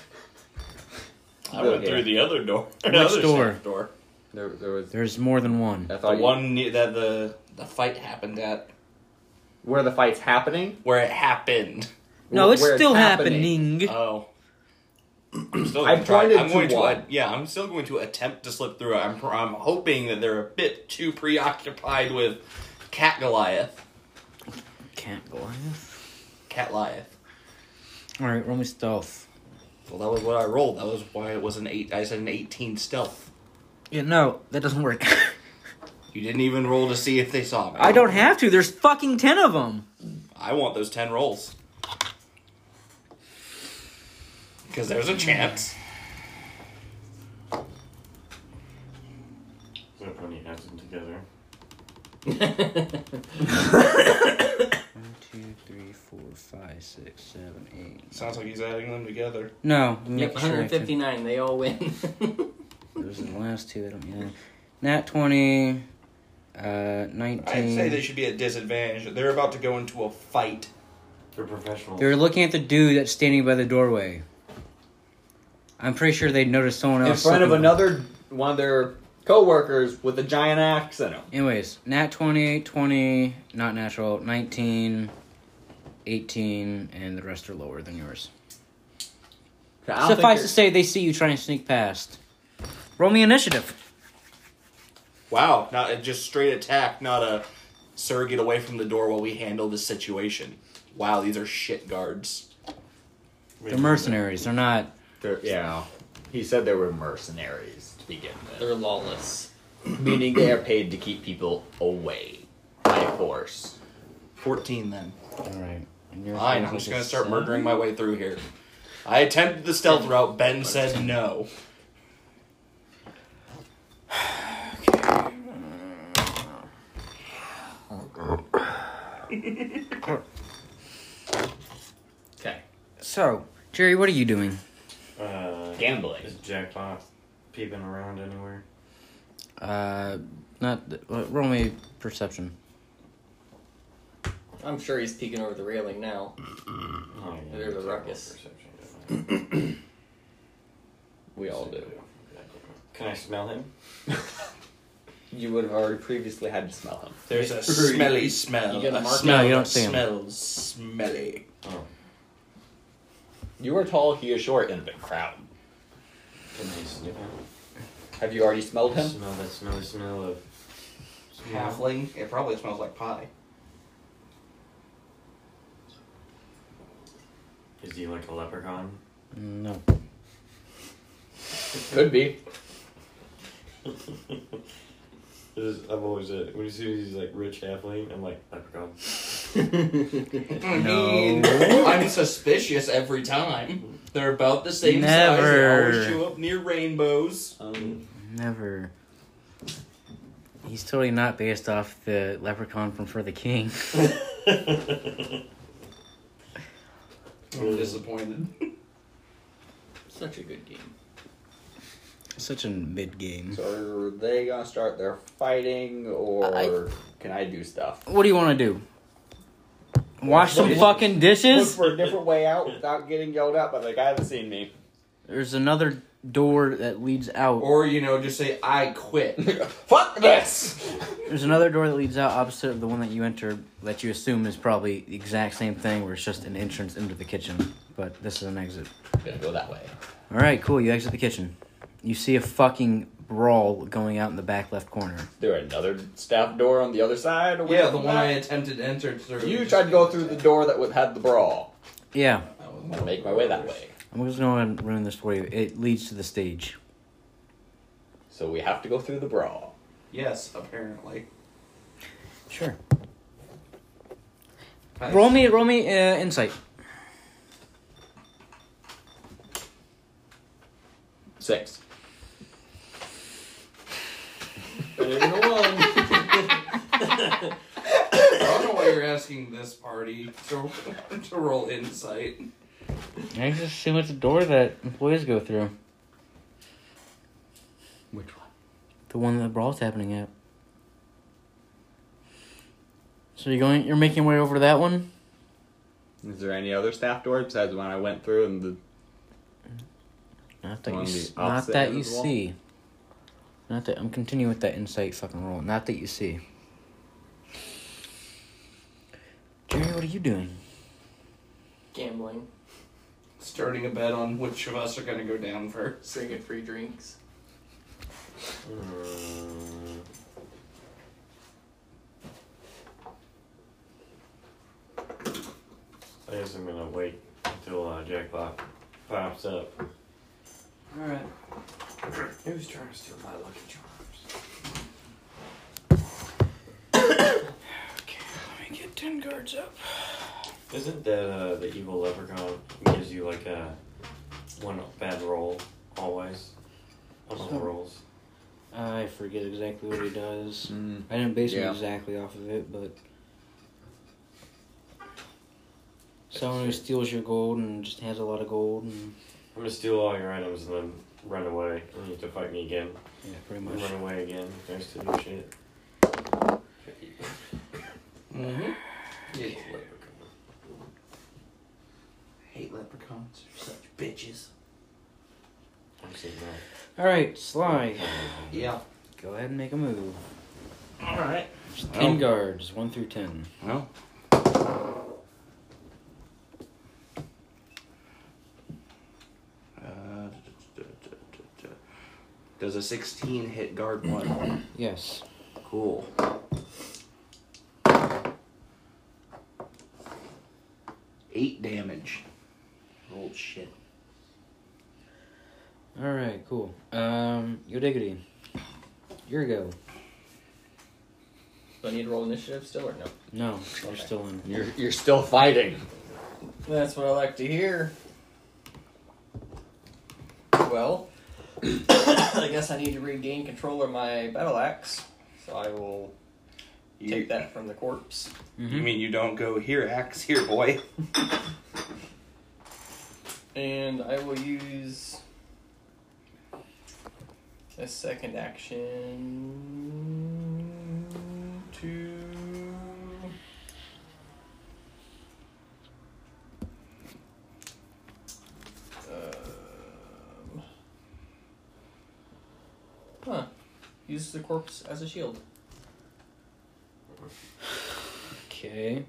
Speaker 7: I went through
Speaker 4: the other door. *laughs*
Speaker 1: Which door?
Speaker 4: Door.
Speaker 7: There, there was.
Speaker 1: There's more than one.
Speaker 7: I
Speaker 4: The
Speaker 7: thought you-
Speaker 4: one ne- that the the fight happened at,
Speaker 7: where the fight's happening.
Speaker 4: where it happened.
Speaker 1: No,
Speaker 7: Where
Speaker 1: it's still happening. *laughs*
Speaker 4: Oh. I'm still
Speaker 7: I
Speaker 4: gonna try.
Speaker 7: pointed
Speaker 4: I'm
Speaker 7: to
Speaker 4: going to,
Speaker 7: one.
Speaker 4: uh, yeah, I'm still going to attempt to slip through. I'm, pr- I'm hoping that they're a bit too preoccupied with Cat Goliath.
Speaker 1: Can't go.
Speaker 4: Cat Goliath.
Speaker 1: All right, roll me stealth.
Speaker 4: Well, that was what I rolled. That was why it was an eight. I said an eighteen stealth.
Speaker 1: Yeah, no, that doesn't work. *laughs*
Speaker 2: You didn't even roll to see if they saw me.
Speaker 1: I don't have to. There's fucking ten of them.
Speaker 2: I want those ten rolls. Because there's a chance.
Speaker 6: So when he adds them together.
Speaker 1: One, two, three, four, five, six, seven, eight.
Speaker 4: Sounds like he's adding them together.
Speaker 1: No,
Speaker 5: Yep,
Speaker 1: make sure I can-
Speaker 5: 159. They all win. *laughs*
Speaker 1: Those are the last two. I don't yeah. Nat twenty, uh, 19
Speaker 4: I'd say they should be at disadvantage. They're about to go into a fight.
Speaker 6: They're professionals.
Speaker 1: They're looking at the dude that's standing by the doorway. I'm pretty sure they noticed someone
Speaker 7: in
Speaker 1: else.
Speaker 7: front of
Speaker 1: looking-
Speaker 7: another one of their coworkers with a giant axe in him.
Speaker 1: Anyways, nat 20, 20, not natural, 19, 18, and the rest are lower than yours.
Speaker 7: I don't think
Speaker 1: Suffice
Speaker 7: they're-
Speaker 1: to say, they see you trying to sneak past. Roll me initiative.
Speaker 2: Wow, not a just straight attack, not a sir get away from the door while we handle this situation. Wow, these are shit guards.
Speaker 1: They're mercenaries. They're not.
Speaker 7: They're, yeah. He said they were mercenaries to begin with. *clears throat*
Speaker 5: They're lawless.
Speaker 7: Meaning they are paid to keep people away by force.
Speaker 2: Fourteen then.
Speaker 1: All right. And your
Speaker 2: Fine, I'm just gonna start murdering my way through here. I attempted the stealth route, Ben said no.
Speaker 5: Okay.
Speaker 1: So, Jerry, what are you doing?
Speaker 6: Uh,
Speaker 7: Gambling.
Speaker 6: Is Jackpot peeping around anywhere?
Speaker 1: Uh, not. th- uh, Roll me perception.
Speaker 5: I'm sure he's peeking over the railing now.
Speaker 6: Oh, yeah,
Speaker 5: There's a
Speaker 6: that's
Speaker 5: ruckus.
Speaker 6: perception, doesn't it?
Speaker 5: We all do.
Speaker 6: Can I smell him?
Speaker 7: You would have already previously had to smell him.
Speaker 2: There's a
Speaker 5: Fruity.
Speaker 2: smelly smell.
Speaker 5: You gonna
Speaker 2: a
Speaker 5: mark
Speaker 2: smell
Speaker 1: No, you
Speaker 2: that
Speaker 1: don't see 'em.
Speaker 2: Smells smelly.
Speaker 6: Oh,
Speaker 7: You are tall, he is short, in a big crowd.
Speaker 6: can I sniff him?
Speaker 7: Have you already smelled him?
Speaker 6: Smell that smelly smell of.
Speaker 4: Halfling. It probably smells like pie.
Speaker 6: Is he like a leprechaun? *laughs*
Speaker 1: No.
Speaker 7: Could be.
Speaker 6: This is- I've always uh, when you see these like rich halfling, I'm like leprechaun.
Speaker 1: No.
Speaker 6: *laughs*
Speaker 2: I'm suspicious every time. They're about the same size.
Speaker 1: Never.
Speaker 2: They always show up near rainbows.
Speaker 6: *laughs*
Speaker 7: Um,
Speaker 1: Never. He's totally not based off the leprechaun from For the King. *laughs*
Speaker 2: I'm disappointed.
Speaker 5: Such a good game.
Speaker 1: Such a mid game.
Speaker 7: so are they gonna start their fighting, or
Speaker 1: I-
Speaker 7: can I do stuff?
Speaker 1: What do you want to do? Wash some
Speaker 7: Look-
Speaker 1: fucking
Speaker 7: Look
Speaker 1: dishes?
Speaker 7: for a different way out without getting yelled at by the guy that's seen me. *laughs*
Speaker 1: There's another door that leads out.
Speaker 2: Or, you know, just say, I
Speaker 7: *laughs*
Speaker 2: quit.
Speaker 7: Fuck this!
Speaker 1: There's another door that leads out opposite of the one that you entered that you assume is probably the exact same thing where it's just an entrance into the kitchen. But this is an exit.
Speaker 7: I'm gonna go that way.
Speaker 1: Alright, cool. You exit the kitchen. You see a fucking brawl going out in the back left corner.
Speaker 7: There another staff door on the other side. away
Speaker 4: Yeah, the
Speaker 7: from
Speaker 4: one I
Speaker 7: that?
Speaker 4: attempted to enter through.
Speaker 7: You tried to go through the door that would had the brawl.
Speaker 1: Yeah.
Speaker 7: I'm gonna make my way that way.
Speaker 1: I'm just gonna go ahead and ruin this for you. It leads to the stage.
Speaker 7: So we have to go through the brawl.
Speaker 4: Yes, apparently.
Speaker 1: Sure. Roll me, roll me uh, insight.
Speaker 7: *laughs* Six.
Speaker 3: Better than a one.
Speaker 4: I don't know why you're asking this party to, *laughs* to roll insight.
Speaker 1: I just assume it's a door that employees go through.
Speaker 3: Which one?
Speaker 1: The one that the brawl's happening at. So you're going, you're making your way over to that one.
Speaker 7: Is there any other staff door besides the one I went through and the
Speaker 1: Not that you,
Speaker 7: On the
Speaker 1: s- not
Speaker 7: opposite
Speaker 1: that
Speaker 7: end
Speaker 1: you
Speaker 7: of the wall?
Speaker 1: see. Not that I'm continuing with that insight fucking roll. Not that you see. Jerry, what are you doing?
Speaker 5: Gambling,
Speaker 4: Starting a bet on which of us are going to go down first.
Speaker 5: drinking free drinks.
Speaker 6: Hmm. Mm. I guess I'm gonna wait until uh, Jackpot pops up.
Speaker 1: All right.
Speaker 6: Who's trying to steal my lucky charms?
Speaker 4: Ten guards up.
Speaker 6: Isn't that uh, the evil leprechaun gives you like a one bad roll always on all
Speaker 1: So-
Speaker 6: rolls?
Speaker 1: I forget exactly what he does.
Speaker 7: Mm.
Speaker 1: I didn't base
Speaker 7: Yeah.
Speaker 1: it exactly off of it, but someone who steals your gold and just has a lot of gold and
Speaker 6: I'm gonna steal all your items and then run away. And you have to fight me again.
Speaker 1: yeah, pretty much.
Speaker 6: Run away again. Thanks to your shit.
Speaker 4: Mm-hmm.
Speaker 6: Leprechaun.
Speaker 4: Hate leprechauns. They're such bitches.
Speaker 6: I'm saying
Speaker 1: All right, Sly,
Speaker 6: that.
Speaker 4: Yeah.
Speaker 1: go ahead and make a move.
Speaker 4: All right.
Speaker 1: Ten guards, one through ten.
Speaker 7: Well,
Speaker 2: Uh, Does a 16 hit guard one?
Speaker 1: Yes.
Speaker 2: cool. Eight damage. Old shit.
Speaker 1: All right, cool. Um, your diggity, your go.
Speaker 5: Do I need to roll initiative still or no?
Speaker 1: No, you're still in.
Speaker 3: You're you're still fighting.
Speaker 5: That's what I like to hear. Well, *coughs* I guess I need to regain control of my battle axe, so I will
Speaker 2: You,
Speaker 5: take that from the corpse.
Speaker 2: you
Speaker 7: Mm-hmm.
Speaker 1: Mhm.
Speaker 2: mean you don't go here, axe here, boy?
Speaker 5: And I will use a second action to. Um, huh. Use the corpse as a shield.
Speaker 1: Okay.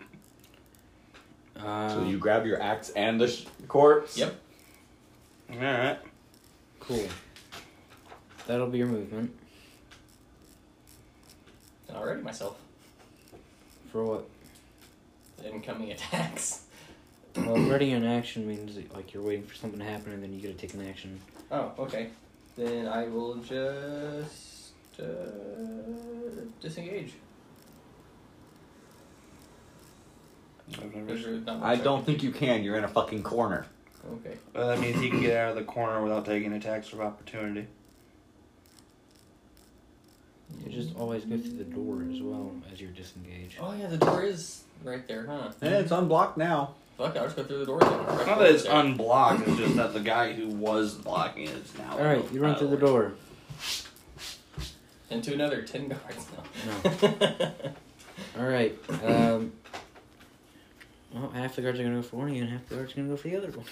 Speaker 1: Um,
Speaker 7: so you grab your axe and the sh- corpse.
Speaker 5: Yep.
Speaker 2: Alright.
Speaker 1: cool. That'll be your movement
Speaker 5: And I ready myself.
Speaker 1: for what?
Speaker 5: The incoming *laughs* attacks.
Speaker 7: *clears throat*
Speaker 1: Well, ready in action means that, like you're waiting for something to happen and then you get to take an action.
Speaker 5: Oh, okay. Then I will just uh, disengage. There's really not much
Speaker 7: I don't
Speaker 5: can
Speaker 7: think you can. You're in a fucking corner.
Speaker 5: do. Okay.
Speaker 2: Well, that means he can get out of the corner without taking attacks of opportunity.
Speaker 1: You just always go through the door as well as you're disengaged.
Speaker 5: Oh yeah, the door is right there, huh?
Speaker 7: And Eh, it's unblocked now.
Speaker 5: Fuck, I'll just go through the door. Then.
Speaker 2: It's not that it's unblocked, it's just that the guy who was blocking it is now.
Speaker 1: All right, you run
Speaker 7: Oh.
Speaker 1: through the door.
Speaker 5: Into another *laughs* ten guards *laughs* now.
Speaker 1: All right. Um, well, half the guards are gonna go for one of you, and half the guards are gonna go for the other one.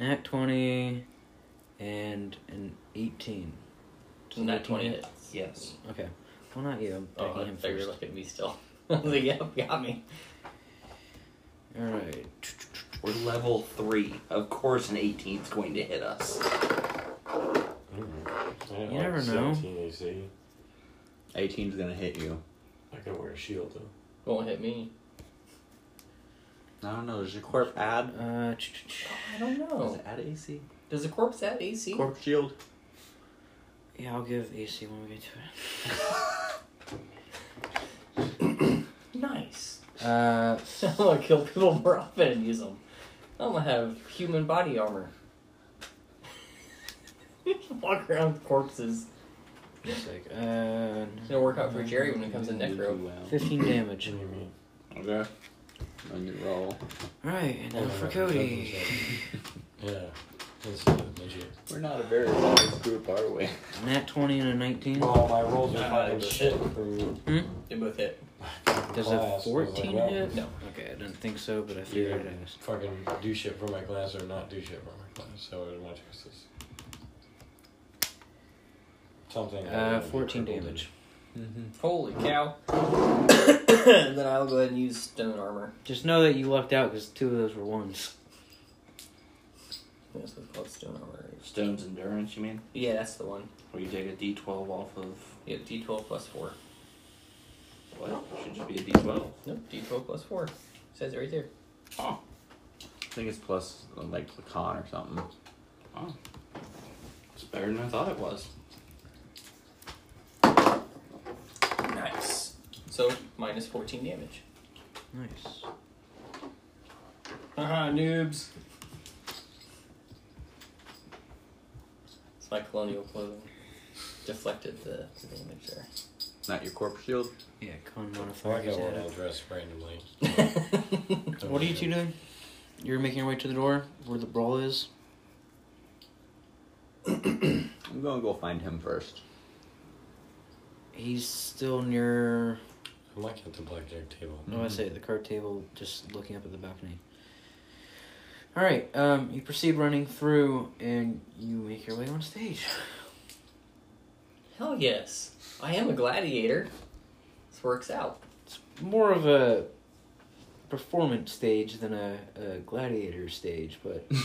Speaker 1: Nat twenty, and an eighteen.
Speaker 5: Isn't that twenty
Speaker 1: 19 hit?
Speaker 5: hits?
Speaker 2: Yes.
Speaker 1: Okay. Well, not you. I'm
Speaker 5: Oh,
Speaker 1: taking
Speaker 5: I
Speaker 1: him
Speaker 5: thought you were
Speaker 1: first.
Speaker 5: looking at me still. *laughs* I was like, yep, got me.
Speaker 1: All right.
Speaker 2: We're level three. Of course, an 18's going to hit us.
Speaker 6: I had
Speaker 1: You
Speaker 6: like
Speaker 1: never know.
Speaker 6: 17 AC.
Speaker 7: 18's gonna hit you.
Speaker 6: I could wear a shield though.
Speaker 5: Won't hit me.
Speaker 7: I don't know. Does your corpse add?
Speaker 1: Uh,
Speaker 5: I don't
Speaker 7: Does
Speaker 5: know.
Speaker 7: it add AC?
Speaker 5: Does the corpse add AC?
Speaker 7: Corpse shield.
Speaker 1: yeah, I'll give AC when we get to it.
Speaker 5: Nice.
Speaker 1: Uh,
Speaker 5: *laughs* I'm gonna kill people more often and use them. I'm gonna have human body armor. *laughs* Walk around with corpses.
Speaker 1: it's like, uh,
Speaker 5: It's gonna work out for Jerry when it comes to necro.
Speaker 1: fifteen damage.
Speaker 6: What do you mean?
Speaker 7: Okay. Then you roll.
Speaker 1: All right, and now
Speaker 6: Oh,
Speaker 1: for
Speaker 6: right,
Speaker 1: Cody.
Speaker 6: Yeah. That's uh, legit.
Speaker 7: We're not a very wise group, are we?
Speaker 1: *laughs* Nat twenty and a nineteen.
Speaker 6: Well, my rolls are
Speaker 5: Nah,
Speaker 6: fucking
Speaker 5: it's-
Speaker 6: shit from
Speaker 5: They both hit.
Speaker 1: Does a
Speaker 6: class. I was like,
Speaker 1: fourteen
Speaker 6: well,
Speaker 1: hit?
Speaker 5: No.
Speaker 1: Okay, I didn't think so, but I figured it out.
Speaker 6: Fucking do shit for my class or not do shit for my class. So what are my choices? Something. that
Speaker 1: Uh,
Speaker 6: would be
Speaker 1: fourteen
Speaker 6: crippled
Speaker 1: damage.
Speaker 7: Mm-hmm.
Speaker 5: Holy cow. *coughs* and then I'll go ahead and use stone armor.
Speaker 1: Just know that you lucked out because two of those were ones.
Speaker 5: That's what's called stone armor.
Speaker 2: Stone's endurance, you mean?
Speaker 5: Yeah, that's the one.
Speaker 2: Where you take a d12 off of.
Speaker 5: You get D12 plus 4.
Speaker 2: What? Should just be a d12.
Speaker 5: Nope, D12 plus 4. says it right there.
Speaker 7: I think it's plus uh, like con or something.
Speaker 2: It's better than I thought it was.
Speaker 5: So minus fourteen damage.
Speaker 1: Nice.
Speaker 5: Haha, noobs. It's my colonial clothing. Deflected the, the damage there.
Speaker 7: Not your corpse shield.
Speaker 1: Yeah, con
Speaker 6: I
Speaker 1: modifier.
Speaker 6: got
Speaker 1: is
Speaker 6: one
Speaker 1: added.
Speaker 6: I'll dress randomly.
Speaker 1: *laughs* What are you two doing? You're making your way to the door where the brawl is.
Speaker 7: I'm gonna go find him first.
Speaker 1: He's still near.
Speaker 6: I'm like at the blackjack table.
Speaker 1: No, I say the card table, just looking up at the balcony. All right, um, you proceed running through, and you make your way on stage.
Speaker 5: Hell yes. I am a gladiator. This works out.
Speaker 1: It's more of a performance stage than a, a gladiator stage, but
Speaker 5: I'm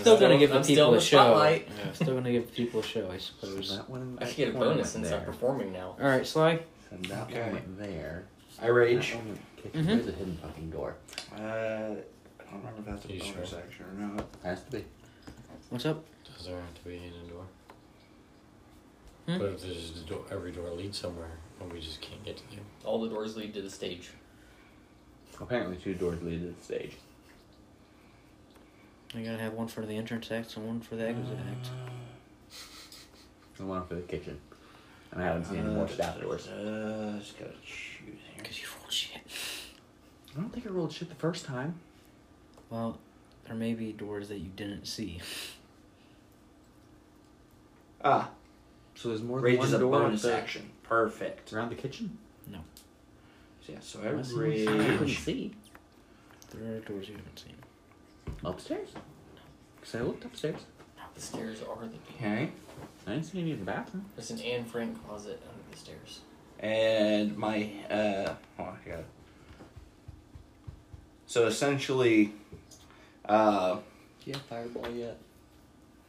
Speaker 1: still gonna give the
Speaker 5: I'm still in
Speaker 1: people a
Speaker 5: the
Speaker 1: show.
Speaker 5: spotlight.
Speaker 1: Yeah, still gonna give people a show, I suppose.
Speaker 7: That one.
Speaker 5: I should get a bonus since I'm performing now.
Speaker 1: All right, Sly.
Speaker 7: And that
Speaker 4: Okay.
Speaker 7: one went there.
Speaker 4: I rage.
Speaker 7: That one went- okay,
Speaker 1: Mhm.
Speaker 7: There's a hidden fucking door.
Speaker 4: Uh, I don't remember if that's a
Speaker 6: You sure?
Speaker 4: bonus action or not.
Speaker 7: Has to be.
Speaker 1: What's up?
Speaker 6: Does there have to be a hidden door?
Speaker 1: Hmm?
Speaker 6: But if there's the door, every door leads somewhere, and we just can't get to them.
Speaker 5: All the doors lead to the stage.
Speaker 7: Apparently, two doors lead to the stage.
Speaker 1: You gotta have one for the entrance act and one for the exit act.
Speaker 7: The one for the kitchen. And I haven't seen any more staff doors.
Speaker 4: Uh, just gotta choose here.
Speaker 1: Because Uh, you rolled shit.
Speaker 7: I don't think I rolled shit the first time.
Speaker 1: Well, there may be doors that you didn't see.
Speaker 4: Ah,
Speaker 7: So there's more
Speaker 4: rage
Speaker 7: than
Speaker 4: is
Speaker 7: one
Speaker 4: a
Speaker 7: door
Speaker 4: bonus
Speaker 7: at the-
Speaker 4: action. Perfect.
Speaker 7: around the kitchen.
Speaker 4: Yeah, so I
Speaker 7: Unless there was something I couldn't
Speaker 4: rage.
Speaker 7: see
Speaker 1: There are doors you haven't seen.
Speaker 7: upstairs. Cause I looked upstairs.
Speaker 5: The stairs are the door.
Speaker 4: Okay.
Speaker 7: I didn't see any in the bathroom.
Speaker 5: There's an Anne Frank closet under the stairs.
Speaker 4: and my uh oh, I got it. so essentially uh
Speaker 7: Yeah, fireball yet.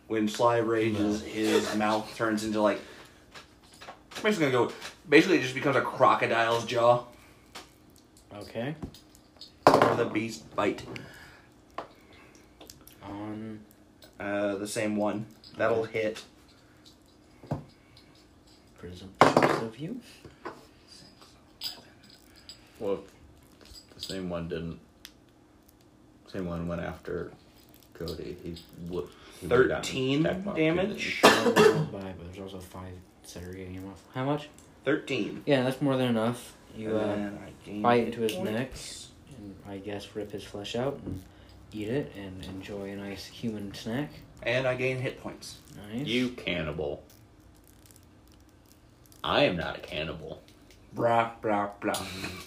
Speaker 4: when Sly rages his mouth turns into like I'm just gonna go basically it just becomes a crocodile's jaw
Speaker 1: Okay.
Speaker 4: or the beast bite
Speaker 1: On.
Speaker 4: uh the same one that'll hit
Speaker 1: presumptuous of you.
Speaker 7: Well, the same one didn't. Same one went after Cody. He would.
Speaker 4: 13 damage
Speaker 1: by, but there's also *coughs* five segregating him off. How much?
Speaker 4: 13
Speaker 1: Yeah, that's more than enough. You uh,
Speaker 4: And I gain
Speaker 1: bite into his
Speaker 4: points.
Speaker 1: and I guess rip his flesh out and eat it and enjoy a nice human snack.
Speaker 4: and I gain hit points
Speaker 1: Nice.
Speaker 7: You cannibal. I am not a cannibal.
Speaker 4: blah blah blah
Speaker 1: Mm-hmm.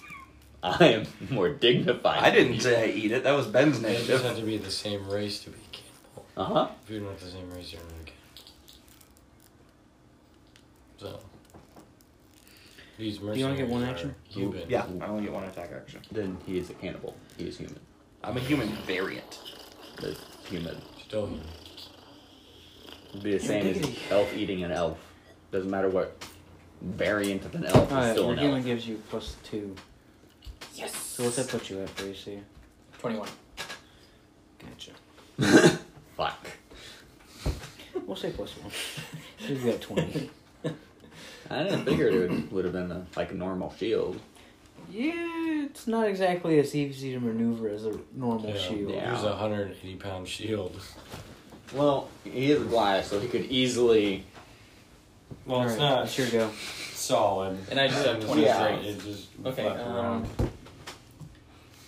Speaker 7: I am more dignified.
Speaker 4: I didn't say I eat it that was Ben's
Speaker 6: It doesn't
Speaker 4: negative
Speaker 6: have to be the same race to be cannibal.
Speaker 7: Uh huh.
Speaker 6: If you're not the same race, you're not cannibal. So. These
Speaker 1: you only get one
Speaker 6: mercenaries are
Speaker 1: action?
Speaker 6: Cuban.
Speaker 4: yeah I only get one attack action
Speaker 7: Then he is a cannibal. He is human.
Speaker 4: I'm a human variant
Speaker 7: The human.
Speaker 6: Still human.
Speaker 7: It'd be the same as elf eating an elf. Doesn't matter what variant of an elf is
Speaker 1: Alright,
Speaker 7: still
Speaker 1: your
Speaker 7: an
Speaker 1: human
Speaker 7: elf.
Speaker 1: gives you plus two.
Speaker 5: Yes.
Speaker 1: So what's that put you at for AC?
Speaker 5: Twenty-one.
Speaker 1: Gotcha.
Speaker 7: Fuck.
Speaker 1: We'll say plus *laughs* one. You've got 20.
Speaker 7: I didn't figure it would, would have been a, like a normal shield.
Speaker 1: yeah, it's not exactly as easy to maneuver as a normal
Speaker 6: Yeah,
Speaker 1: shield.
Speaker 7: Yeah.
Speaker 6: Here's a 180 pound shield.
Speaker 7: Well, he is a Goliath, so he could easily.
Speaker 18: Well, it's
Speaker 1: Alright,
Speaker 18: not
Speaker 1: It's your go.
Speaker 18: solid.
Speaker 5: And I just have
Speaker 18: It's
Speaker 5: twenty
Speaker 18: just-
Speaker 7: Yeah.
Speaker 5: strength.
Speaker 18: It just
Speaker 5: Okay,
Speaker 18: flapped
Speaker 5: um,
Speaker 18: around.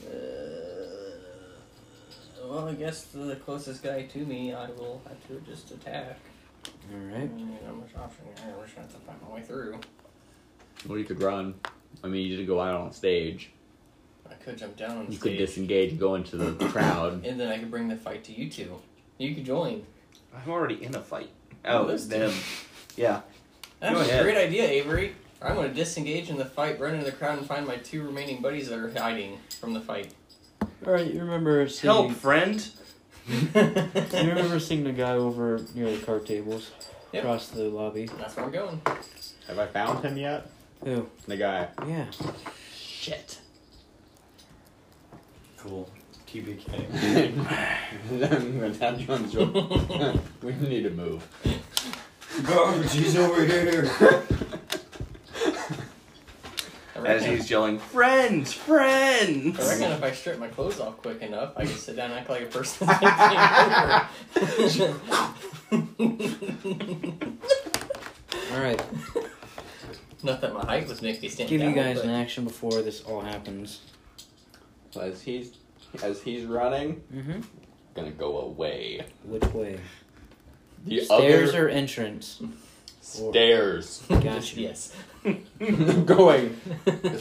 Speaker 5: Uh, well, I guess the closest guy to me, I will have to just attack. I
Speaker 1: Alright.
Speaker 5: mean, how much option here? We're just gonna have to find my way through.
Speaker 7: Well, you could run. I mean, you did go out on stage.
Speaker 5: I could jump down on
Speaker 7: You could
Speaker 5: stage,
Speaker 7: disengage and go into the crowd.
Speaker 5: and then I could bring the fight to you two. You could join.
Speaker 4: I'm already in a fight. Oh,
Speaker 5: Let's do
Speaker 4: them. Yeah.
Speaker 5: That's
Speaker 4: Go
Speaker 5: a
Speaker 4: ahead.
Speaker 5: great idea, Avery. I'm gonna disengage in the fight, run into the crowd, and find my two remaining buddies that are hiding from the fight. *laughs*
Speaker 1: Alright, you remember seeing.
Speaker 4: Help, friend.
Speaker 1: You
Speaker 5: That's
Speaker 1: remember seeing the guy over near the card tables
Speaker 5: Yep.
Speaker 1: across the lobby?
Speaker 5: where I'm going.
Speaker 7: Have I found him yet?
Speaker 1: Who?
Speaker 7: The *laughs* guy.
Speaker 1: Yeah.
Speaker 5: Shit.
Speaker 18: Cool. TBK.
Speaker 7: *laughs* I'm gonna tap you on the shoulder. *laughs* we need to move.
Speaker 18: Garbage, he's over here.
Speaker 5: I
Speaker 4: as he's yelling, "Friends, friends!"
Speaker 5: I reckon if I strip my clothes off quick enough, I can sit down and act like a person.
Speaker 1: All right,
Speaker 5: Not that my height was make me stand
Speaker 1: give you
Speaker 5: down,
Speaker 1: guys
Speaker 5: but-
Speaker 1: an
Speaker 5: *laughs*
Speaker 1: action before this all happens.
Speaker 7: As he's as he's running,
Speaker 1: Mm-hmm.
Speaker 7: gonna go away.
Speaker 1: Which way?
Speaker 7: The
Speaker 1: Stairs
Speaker 7: other
Speaker 1: or entrance? or-
Speaker 7: stairs *laughs*
Speaker 1: Gotcha.
Speaker 5: Yes.
Speaker 7: going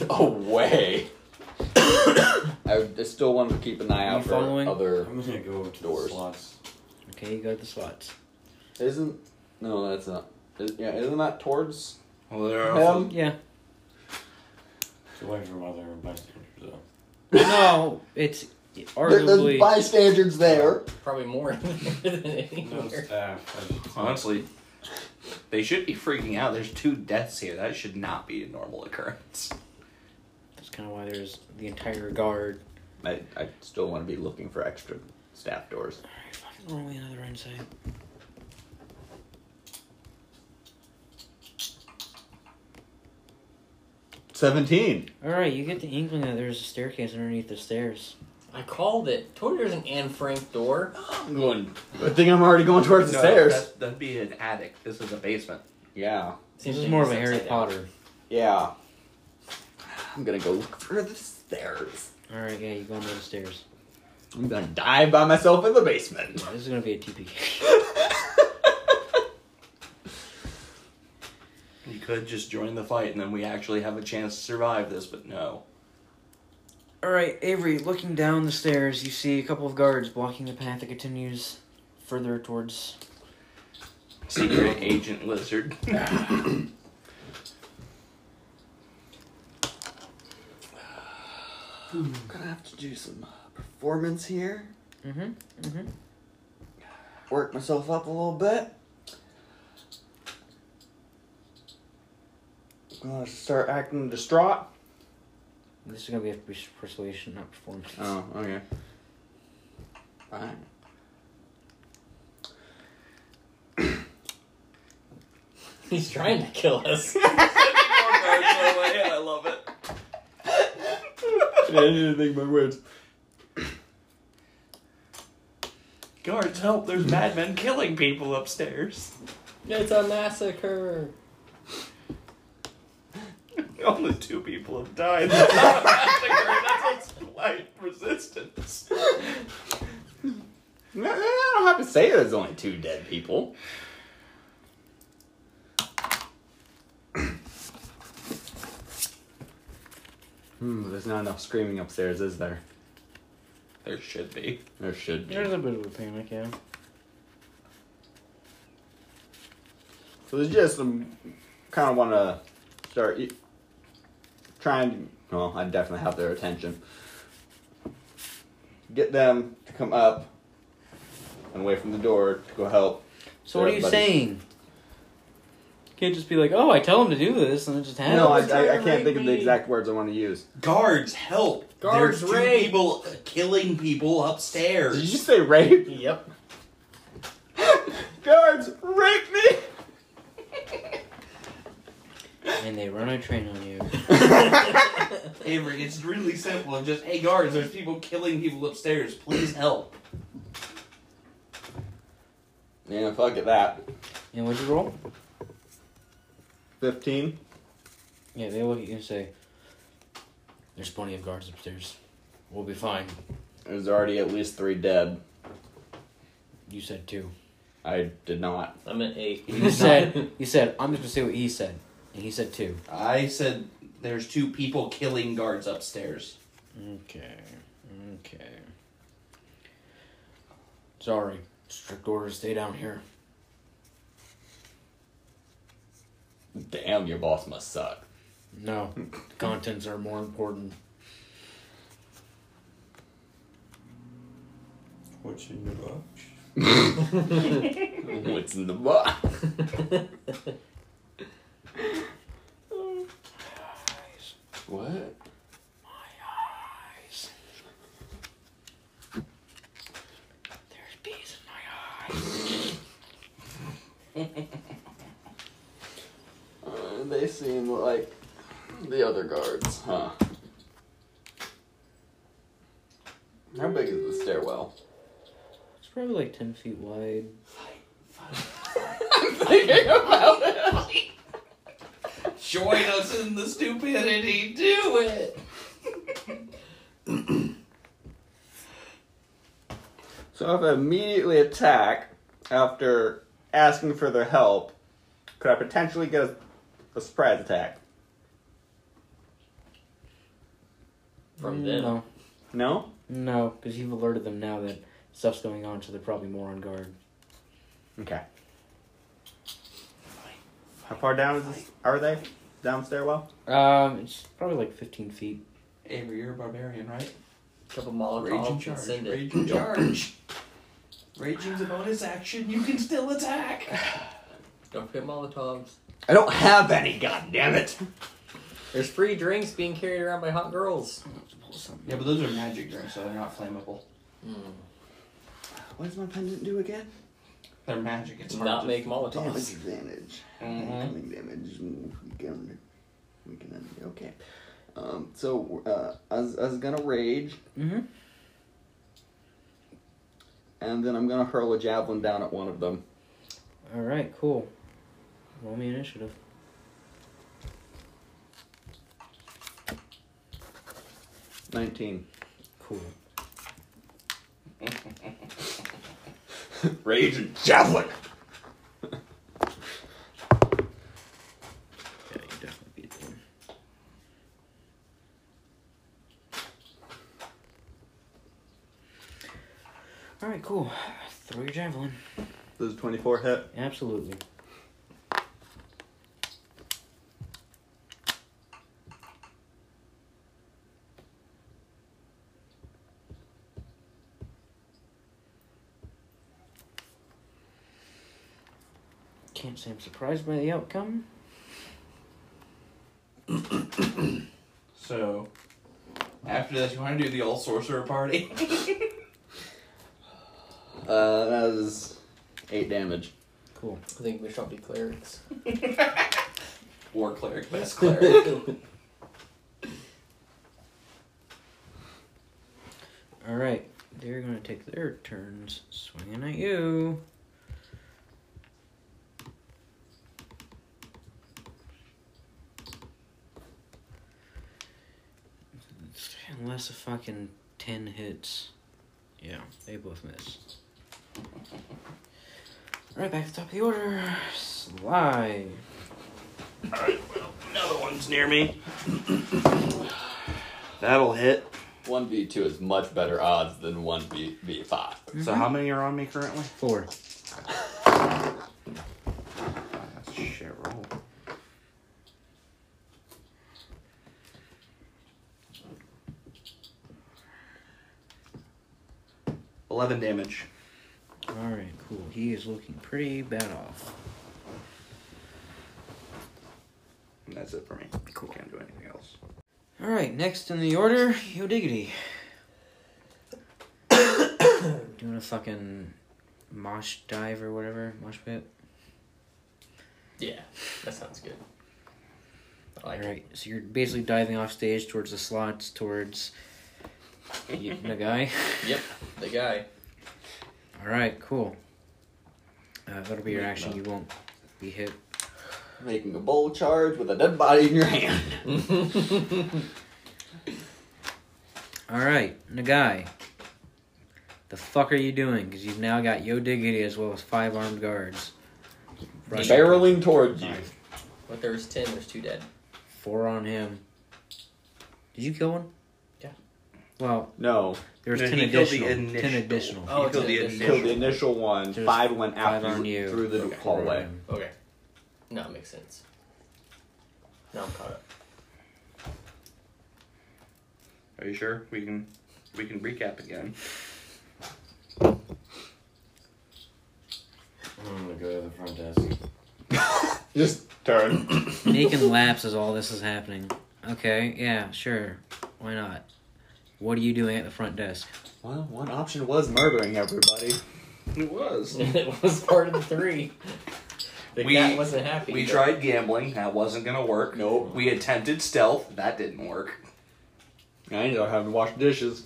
Speaker 7: away. I I still want to keep an eye
Speaker 1: You
Speaker 7: out for
Speaker 1: following?
Speaker 7: other.
Speaker 6: I'm gonna go to
Speaker 7: Doors.
Speaker 6: the slots.
Speaker 1: Okay, you got the slots.
Speaker 7: Isn't no, that's not. Is, yeah, isn't that towards
Speaker 4: Well, there are also-
Speaker 7: him?
Speaker 1: Yeah.
Speaker 6: It's away from other bystanders though.
Speaker 1: No, it's
Speaker 7: There- there's
Speaker 1: arguably.
Speaker 7: bystanders there.
Speaker 5: *coughs* Probably more than
Speaker 6: No
Speaker 5: anywhere.
Speaker 6: staff.
Speaker 4: Honestly, they should be freaking out. There's two deaths here. That should not be a normal occurrence.
Speaker 1: That's kind of why there's the entire guard.
Speaker 7: I, I still want to be looking for extra staff doors.
Speaker 1: All right, fucking roll me another insight.
Speaker 7: Seventeen.
Speaker 1: All right, you get the inkling that there's a staircase underneath the stairs.
Speaker 5: I called it. Told you there's an Anne Frank door.
Speaker 7: I'm going. I think I'm already going towards the stairs.
Speaker 4: That, that'd be an attic. This is a basement.
Speaker 7: Yeah.
Speaker 1: This
Speaker 5: Seems
Speaker 1: is
Speaker 5: like
Speaker 1: more of a
Speaker 5: it's
Speaker 1: Harry
Speaker 5: upside down.
Speaker 1: Potter.
Speaker 7: Yeah. I'm gonna go look for the stairs.
Speaker 1: All right, yeah, you go under the stairs.
Speaker 7: I'm gonna die by myself in the basement.
Speaker 1: Yeah, this is gonna be a *laughs* TP.
Speaker 4: You could just join the fight, and then we actually have a chance to survive this. But no.
Speaker 1: All right, Avery, looking down the stairs, you see a couple of guards blocking the path that continues further towards.
Speaker 4: *coughs* Secret agent *laughs* lizard.
Speaker 7: I'm gonna have to do some uh, performance here.
Speaker 1: Mm-hmm. Mm-hmm.
Speaker 7: Work myself up a little bit. I'm gonna start acting distraught.
Speaker 1: This is gonna be a pers- persuasion, not performance.
Speaker 7: Oh, okay. Fine.
Speaker 5: He's trying to kill us.
Speaker 4: I love it.
Speaker 7: I didn't think my words.
Speaker 4: Guards, help! There's madmen killing people upstairs.
Speaker 5: it's a massacre.
Speaker 4: *laughs* Only two people have *laughs* died. That's not a massacre. That's light resistance.
Speaker 7: No, no, no, I don't have to say there's only two dead people. Hmm, there's not enough screaming upstairs, is there?
Speaker 4: There should be.
Speaker 7: There should be.
Speaker 1: There's a bit of a panic, yeah.
Speaker 7: So there's just some kind of want to start e- trying to. Well, I definitely have their attention. Get them to come up and away from the door to go help.
Speaker 1: So what are you
Speaker 7: Everybody-
Speaker 1: saying? Can't just be like, oh, I tell him to do this, and it just happens.
Speaker 7: No, I,
Speaker 4: trying to
Speaker 7: I, I can't
Speaker 4: rape
Speaker 7: think of the
Speaker 4: me.
Speaker 7: exact words I want to use.
Speaker 4: Guards, help!
Speaker 5: Guards,
Speaker 4: There's two
Speaker 5: raid.
Speaker 4: people uh, killing people upstairs.
Speaker 7: Did you say rape?
Speaker 5: Yep.
Speaker 7: Guards, rape me!
Speaker 1: and they run a train on you.
Speaker 4: Avery, it's really simple. It's just, hey, guards, there's people killing people upstairs. Please help.
Speaker 7: Yeah, fuck it, that.
Speaker 1: And what'd you roll?
Speaker 7: 15.
Speaker 1: Yeah, they look at you and say, "There's plenty of guards upstairs. We'll be fine."
Speaker 7: There's already at least three dead.
Speaker 1: You said two.
Speaker 7: *laughs* I did not.
Speaker 5: I'm an eight.
Speaker 1: You
Speaker 5: *laughs*
Speaker 1: said you
Speaker 7: *laughs*
Speaker 1: said I'm just gonna say what he said, and he said two.
Speaker 4: I said there's two people killing guards upstairs.
Speaker 1: Okay. Okay. Sorry. Strict orders. Stay down here.
Speaker 7: Damn, your boss must suck. *laughs*
Speaker 1: No. Contents are more important.
Speaker 6: What's in the box?
Speaker 7: What's in the box? what?
Speaker 1: There's bees in my eye.
Speaker 7: Uh, they seem like The other guards, huh? How big is the stairwell?
Speaker 1: It's probably like 10 feet wide.
Speaker 4: Join us in the stupidity. Do it.
Speaker 7: So if I immediately attack after asking for their help, could I potentially get a, a surprise attack?
Speaker 3: From
Speaker 1: Mm,
Speaker 3: them.
Speaker 1: No.
Speaker 7: No?
Speaker 1: No, because you've alerted them now that stuff's going on, so they're probably more on guard.
Speaker 7: Okay. How far down is this, are they? Down stairwell?
Speaker 1: Um, it's probably like 15 feet.
Speaker 2: Avery, you're a barbarian, right?
Speaker 5: Couple
Speaker 2: Rage and
Speaker 5: Molotovs and
Speaker 2: charge.
Speaker 5: send it.
Speaker 2: Rage and charge. Raging's a bonus action. You can still attack.
Speaker 5: Don't forget Molotovs.
Speaker 7: I don't have any, God damn it!
Speaker 5: There's free drinks being carried around by hot girls.
Speaker 2: Yeah, but those are magic drinks, so they're not flammable.
Speaker 7: What does my pendant do again?
Speaker 2: They're magic. It's hard
Speaker 5: Not
Speaker 2: to *laughs*
Speaker 5: make Molotovs.
Speaker 7: advantage.
Speaker 2: Mhm.
Speaker 7: Incoming damage. We can, we can end it. Okay. Um, so, uh, I was, I was gonna rage,
Speaker 1: Mm-hmm.
Speaker 7: and then I'm gonna hurl a javelin down at one of them.
Speaker 1: All right, cool. Roll me initiative.
Speaker 7: Nineteen.
Speaker 1: Cool.
Speaker 7: Rage and javelin.
Speaker 1: Yeah, you definitely beat them. All right, cool. Throw your javelin.
Speaker 7: Does twenty-four hit?
Speaker 1: Absolutely. Can't say I'm surprised by the outcome.
Speaker 2: So, after this, you want to do the all sorcerer party? *laughs*
Speaker 7: Uh, that was eight damage.
Speaker 1: Cool.
Speaker 5: I think we shall be clerics.
Speaker 2: War cleric,
Speaker 5: *laughs*
Speaker 2: best cleric.
Speaker 1: All right, they're gonna take their turns swinging at you. Unless a fucking ten hits, yeah, they both miss. All right, back to the top of the order. Sly.
Speaker 2: Another one's near me. That'll hit.
Speaker 7: One v two is much better odds than one v v five.
Speaker 2: So, how many are on me currently?
Speaker 1: Four.
Speaker 2: That's a shit roll. Eleven damage.
Speaker 1: All right, cool. He is looking pretty bad off.
Speaker 2: And that's it for me. Cool. Can't do anything else.
Speaker 1: All right, next in the order, Yo Diggity. *coughs* Doing a fucking mosh dive or whatever, mosh pit.
Speaker 5: yeah, that sounds good. I
Speaker 1: All
Speaker 5: like it.
Speaker 1: right, so you're basically diving off stage towards the slots, towards the the guy.
Speaker 5: Yep, the guy.
Speaker 1: All right, cool. Uh, that'll be your action. You won't be hit.
Speaker 7: Making a bold charge with a dead body in your *laughs* hand.
Speaker 1: All right, Nagai. The fuck are you doing? Because you've now got Yo Diggity as well as five armed guards. Rushing.
Speaker 7: Barreling towards you.
Speaker 5: But there was ten, there's two dead.
Speaker 1: Four on him. Did you kill one?
Speaker 5: Yeah.
Speaker 1: Well,
Speaker 7: No.
Speaker 1: there was
Speaker 2: No,
Speaker 1: ten
Speaker 2: he killed the
Speaker 1: additional, Ten
Speaker 2: initial.
Speaker 1: additional.
Speaker 5: Oh,
Speaker 2: Kill
Speaker 5: it's
Speaker 2: the
Speaker 5: an
Speaker 2: initial.
Speaker 7: Killed the initial one.
Speaker 1: There's
Speaker 7: five went
Speaker 1: Five
Speaker 7: after
Speaker 1: on
Speaker 7: you
Speaker 1: you.
Speaker 7: through the
Speaker 1: Okay.
Speaker 7: hallway.
Speaker 5: Okay. No, it makes sense. Now I'm caught up. *laughs*
Speaker 2: Are you sure we can we can recap again?
Speaker 6: I'm gonna go to the front desk.
Speaker 7: Just turn.
Speaker 1: Making laps as all this is happening. Okay, yeah, sure. Why not? What are you doing at the front desk?
Speaker 7: Well, one option was murdering everybody.
Speaker 2: It was. *laughs*
Speaker 5: it was part of the three.
Speaker 19: The
Speaker 4: We-
Speaker 19: cat wasn't happy.
Speaker 4: We tried gambling. That wasn't gonna work. Nope. We attempted stealth. That didn't work.
Speaker 7: I ended up having to wash dishes.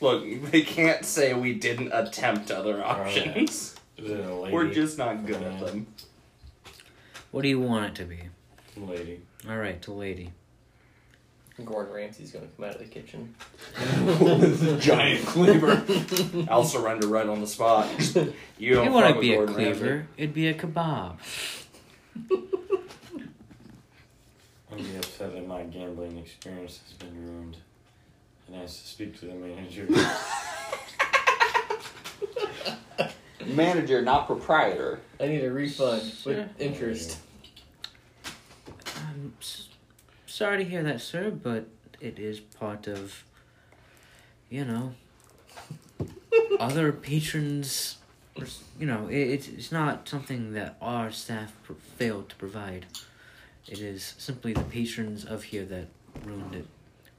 Speaker 4: Look,
Speaker 2: *laughs*
Speaker 4: they can't say we didn't attempt other options.
Speaker 20: Is it a lady?
Speaker 4: We're just not good at them.
Speaker 1: What do you want it to be?
Speaker 20: lady.
Speaker 1: All right, to lady.
Speaker 5: Gordon Ramsay's gonna come out of the kitchen.
Speaker 4: *laughs* Giant cleaver. *laughs* I'll surrender right on the spot. You
Speaker 1: It
Speaker 4: don't
Speaker 1: wouldn't
Speaker 4: want to
Speaker 1: be a cleaver. It'd be a kebab.
Speaker 6: I'm gonna be upset that my gambling experience has been ruined. And I have to speak to the manager.
Speaker 7: Manager, not proprietor.
Speaker 5: I need a refund with interest.
Speaker 1: I'm s- sorry to hear that, sir, but it is part of, you know, other patrons. res- You know, it, it's it's not something that our staff pr- failed to provide. It is simply the patrons of here that ruined it.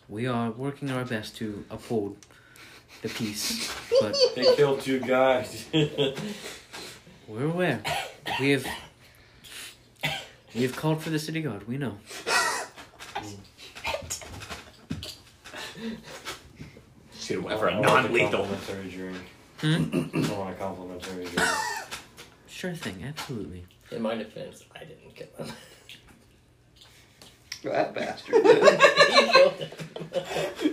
Speaker 1: We are working our best to uphold the peace, but
Speaker 6: they killed two guys.
Speaker 1: we're aware. We have we have called for the city guard. We know.
Speaker 19: Should
Speaker 6: I
Speaker 4: Oh,
Speaker 19: went *laughs* for a
Speaker 6: want a
Speaker 19: non-lethal.
Speaker 6: complimentary drink.
Speaker 1: Hmm?
Speaker 6: I want a complimentary drink.
Speaker 1: Sure thing. Absolutely.
Speaker 5: In my defense, I didn't kill
Speaker 2: *laughs*
Speaker 5: *laughs* him.
Speaker 4: That bastard. did.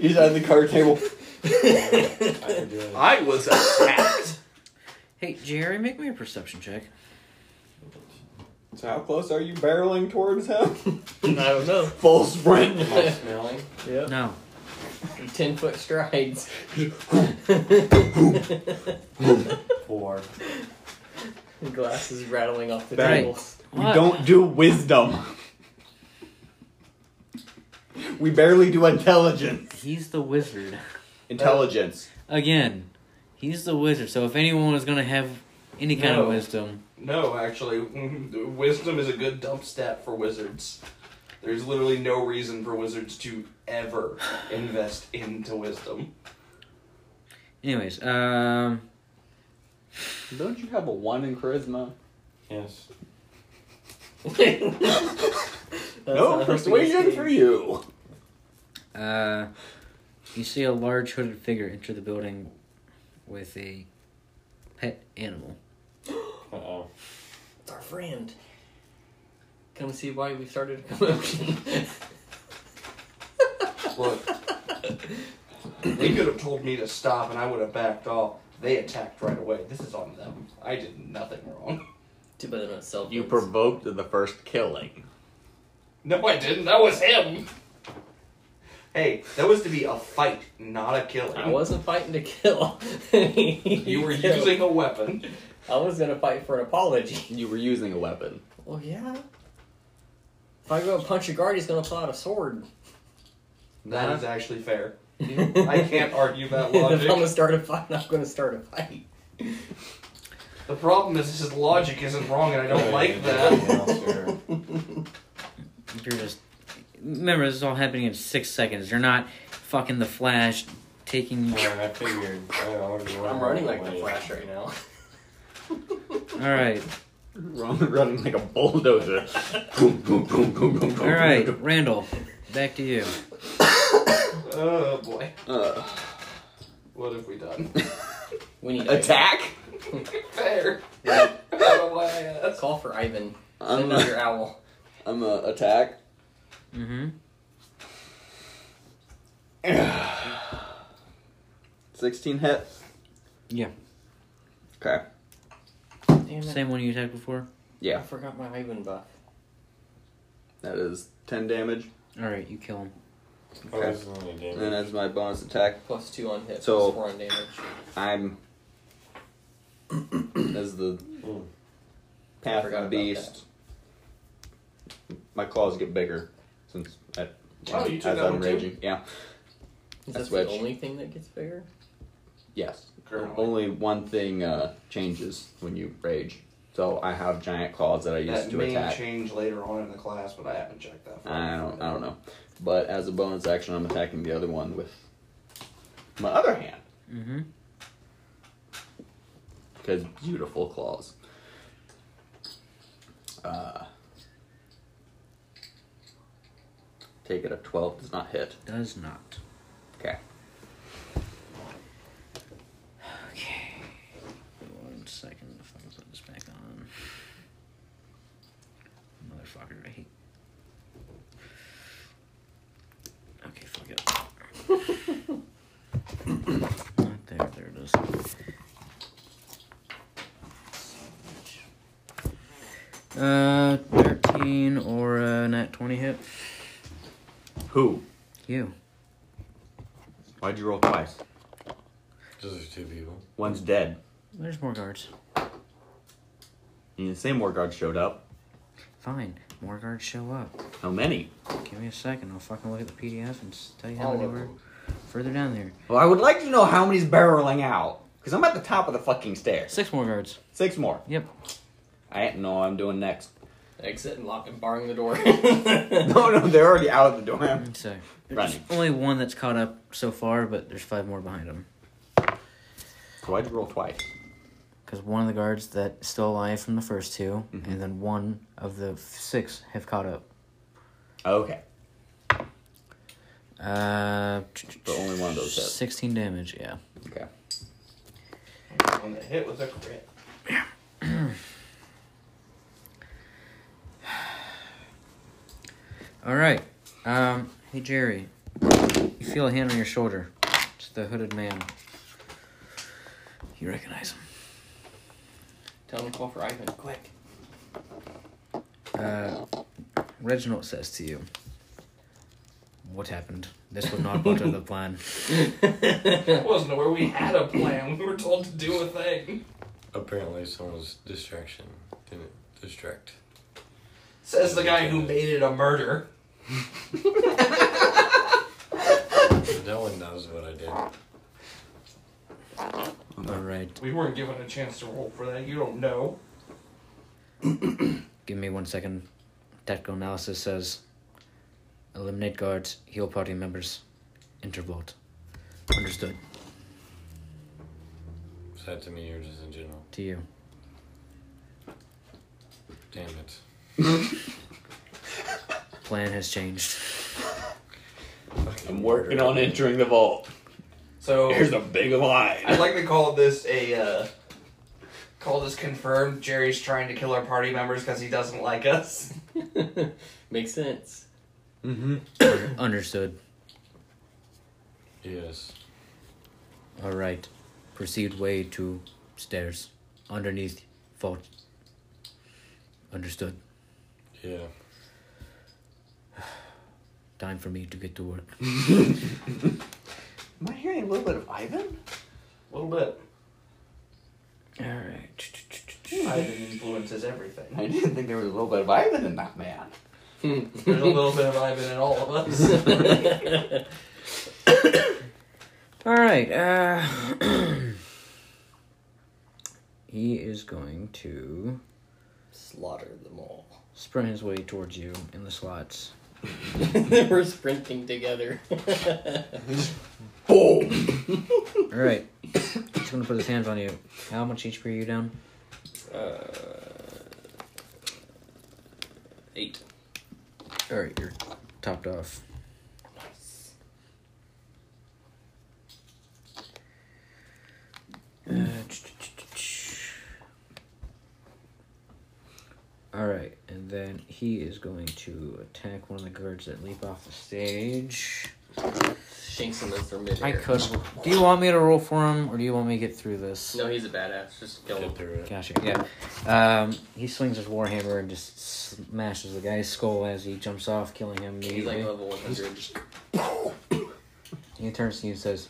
Speaker 7: He's at the card table.
Speaker 6: I could
Speaker 19: *laughs*
Speaker 6: do it.
Speaker 4: *laughs* I was attacked.
Speaker 1: Hey, Jerry, make me a perception check.
Speaker 7: So how close are you barreling towards *laughs* him?
Speaker 5: I don't know.
Speaker 7: Full sprint.
Speaker 6: Am I smelling?
Speaker 5: Yeah.
Speaker 1: No.
Speaker 5: Ten foot strides.
Speaker 6: Four.
Speaker 5: Glasses rattling off the
Speaker 7: Bang.
Speaker 5: tables.
Speaker 7: We
Speaker 1: What?
Speaker 7: don't do wisdom. We barely do intelligence.
Speaker 1: He's the wizard.
Speaker 7: Intelligence.
Speaker 1: Again, he's the wizard. So if anyone was gonna have any kind
Speaker 4: No.
Speaker 1: of wisdom,
Speaker 4: No, actually, mm-hmm, wisdom is a good dump stat for wizards. There's literally no reason for wizards to ever invest into wisdom.
Speaker 1: anyways, um,
Speaker 7: Don't you have a one in charisma?
Speaker 6: Yes.
Speaker 7: no persuasion for you.
Speaker 1: uh, you see a large hooded figure enter the building with a pet animal.
Speaker 6: Uh oh.
Speaker 5: It's our friend. Come see why we started a commotion. *laughs*
Speaker 4: Look, they could have told me to stop and I would have backed off. They attacked right away. This is on them. I did nothing wrong.
Speaker 5: Too bad they're not cell
Speaker 7: You
Speaker 5: phones.
Speaker 7: provoked the first killing.
Speaker 4: No, I didn't. That was him. Hey, that was to be a fight, not a killing.
Speaker 5: I
Speaker 7: *laughs*
Speaker 5: wasn't fighting to kill. you
Speaker 2: *laughs*
Speaker 4: You
Speaker 5: *laughs*
Speaker 4: were using a weapon.
Speaker 5: I was gonna fight for an apology.
Speaker 7: You were using a weapon.
Speaker 5: Well, yeah. If I go and punch a guard, he's gonna pull out a sword.
Speaker 4: That is actually fair.
Speaker 7: *laughs*
Speaker 4: I can't argue that logic.
Speaker 5: *laughs* if I'm gonna
Speaker 2: *laughs*
Speaker 5: start a fight, I'm gonna start a fight.
Speaker 4: The problem is his logic isn't wrong, and I
Speaker 2: *laughs*
Speaker 4: don't like that.
Speaker 1: You're just remember this is all happening in six seconds. You're not fucking the Flash taking. All
Speaker 6: I figured. I already
Speaker 5: I'm running like the Flash right now.
Speaker 1: right,
Speaker 7: Running, *laughs* running like a bulldozer.
Speaker 1: all right, Randall, back to you.
Speaker 4: Oh boy,
Speaker 7: Uh,
Speaker 4: what have we done?
Speaker 5: *laughs* We need to
Speaker 7: attack?
Speaker 4: fair.
Speaker 2: *laughs*
Speaker 4: Out of my ass.
Speaker 5: Call for Ivan.
Speaker 7: I'm
Speaker 5: Send
Speaker 7: a,
Speaker 5: out your owl.
Speaker 7: I'm a attack. *sighs*
Speaker 1: Mm-hmm.
Speaker 7: Sixteen hit.
Speaker 1: Yeah.
Speaker 7: Okay.
Speaker 5: Damn it.
Speaker 1: Same one you attacked before.
Speaker 5: I
Speaker 7: Yeah,
Speaker 5: forgot my Ivan buff.
Speaker 7: that is ten damage,
Speaker 1: All right, you kill him.
Speaker 6: Oh, this is only damage.
Speaker 7: and as my bonus attack,
Speaker 5: Plus two on hit.
Speaker 7: So-
Speaker 5: plus four on damage.
Speaker 7: I'm *coughs* as the path of
Speaker 5: Forgot about
Speaker 7: the beast. My claws get bigger since I,
Speaker 4: Oh, you
Speaker 7: as
Speaker 4: took that
Speaker 7: I'm
Speaker 4: one too?
Speaker 7: raging. Yeah.
Speaker 5: Is
Speaker 7: I
Speaker 5: that the
Speaker 7: switched.
Speaker 5: only thing that gets bigger?
Speaker 7: Yes.
Speaker 4: Currently.
Speaker 7: Only one thing uh, changes when you rage. So I have giant claws that I use
Speaker 4: That
Speaker 7: to
Speaker 4: may
Speaker 7: attack.
Speaker 4: change later on in the class, but I haven't checked that. for
Speaker 7: I
Speaker 4: you.
Speaker 7: don't. I don't know. But as a bonus action, I'm attacking the other one with my other hand.
Speaker 1: Mm-hmm.
Speaker 3: his beautiful claws. Uh, take it a 12, does not hit.
Speaker 1: Does not.
Speaker 3: Okay.
Speaker 1: Okay. One second if I can put this back on. Motherfucker, I hate. Okay, fuck it. *coughs* Not there, there it is. Uh, 13 or a nat 20 hit?
Speaker 7: Who?
Speaker 1: You.
Speaker 7: Why'd you roll twice?
Speaker 6: Those are two people.
Speaker 7: One's dead.
Speaker 1: There's more guards.
Speaker 7: And the same war guard showed up.
Speaker 1: Fine. More guards show up.
Speaker 7: How many?
Speaker 1: Give me a second. I'll fucking look at the PDF and s- tell you how
Speaker 2: All
Speaker 1: many
Speaker 2: of
Speaker 1: were
Speaker 2: them.
Speaker 1: further down there.
Speaker 7: Well, I would like to know how many's barreling out. Because I'm at the top of the fucking stairs.
Speaker 1: Six more guards.
Speaker 7: Six more.
Speaker 1: Yep.
Speaker 7: I ain't know what I'm doing *laughs* next.
Speaker 5: Exit and lock and barring the *laughs* door.
Speaker 7: Oh, No, no, they're already out of the door.
Speaker 1: So there's
Speaker 7: Running.
Speaker 1: only one that's caught up so far, but there's five more behind him.
Speaker 7: So why'd you roll twice?
Speaker 1: Because one of the guards that's still alive from the first two,
Speaker 3: Mm-hmm.
Speaker 1: and then one of the f- six have caught up.
Speaker 7: Okay.
Speaker 1: Uh,
Speaker 3: So only one of those hits.
Speaker 1: Sixteen damage. Yeah.
Speaker 3: Okay.
Speaker 2: On the hit with a crit.
Speaker 1: All right. Um. Hey Jerry, you feel a hand on your shoulder. It's the hooded man. You recognize him.
Speaker 5: Tell him to call for Ivan, quick.
Speaker 1: Uh, Reginald says to you, "What happened? This was not part of the plan."
Speaker 2: It wasn't where we had a plan. We were told to do a thing.
Speaker 6: Apparently, someone's distraction didn't distract.
Speaker 2: Says the guy who made it a murder.
Speaker 6: No one knows what I did.
Speaker 1: All right.
Speaker 2: We weren't given a chance to roll for that. You don't know.
Speaker 1: Give me one second. Tactical analysis says eliminate guards, heal party members, enter vote. Understood.
Speaker 6: Was that to me or just in general?
Speaker 1: To you.
Speaker 6: Damn it.
Speaker 1: Plan has changed. *laughs*
Speaker 3: I'm working on entering the vault.
Speaker 2: So
Speaker 3: Here's a big line.
Speaker 2: I'd like to call this a uh, call this confirmed. Jerry's trying to kill our party members because he doesn't like us.
Speaker 5: *laughs* Makes sense.
Speaker 1: Understood.
Speaker 6: Yes.
Speaker 1: All right. Proceed way to stairs. Underneath vault. Understood.
Speaker 6: Yeah.
Speaker 1: Time for me to get to work.
Speaker 7: Am I hearing a little bit of Ivan?
Speaker 2: A little bit.
Speaker 1: All right.
Speaker 2: Ivan influences everything.
Speaker 7: *laughs* Hmm. I didn't think there was a little bit of Ivan in that man.
Speaker 2: There's a little bit of Ivan in all of us.
Speaker 1: All right. Uh, *clears throat* he is going to.
Speaker 5: Slaughter them *laughs* all.
Speaker 1: sprint his way towards you in the slots.
Speaker 5: We're sprinting together. *laughs*
Speaker 1: All right, *coughs* he's gonna put his hands on you. How much HP are you down?
Speaker 5: Eight.
Speaker 1: All right, you're topped off. Uh, All right, and then he is going to attack one of the guards that leap off the stage.
Speaker 5: Shanks him as they're midair.
Speaker 1: I could. Do you want me to roll for him, or do you want me to get through this?
Speaker 5: No, he's a badass. Just kill him.
Speaker 6: Get through it.
Speaker 1: Gotcha. Yeah. Um, he swings his warhammer and just smashes the guy's skull as he jumps off, killing him
Speaker 5: He's like
Speaker 1: immediately.
Speaker 5: level 100.
Speaker 1: he turns to you and says,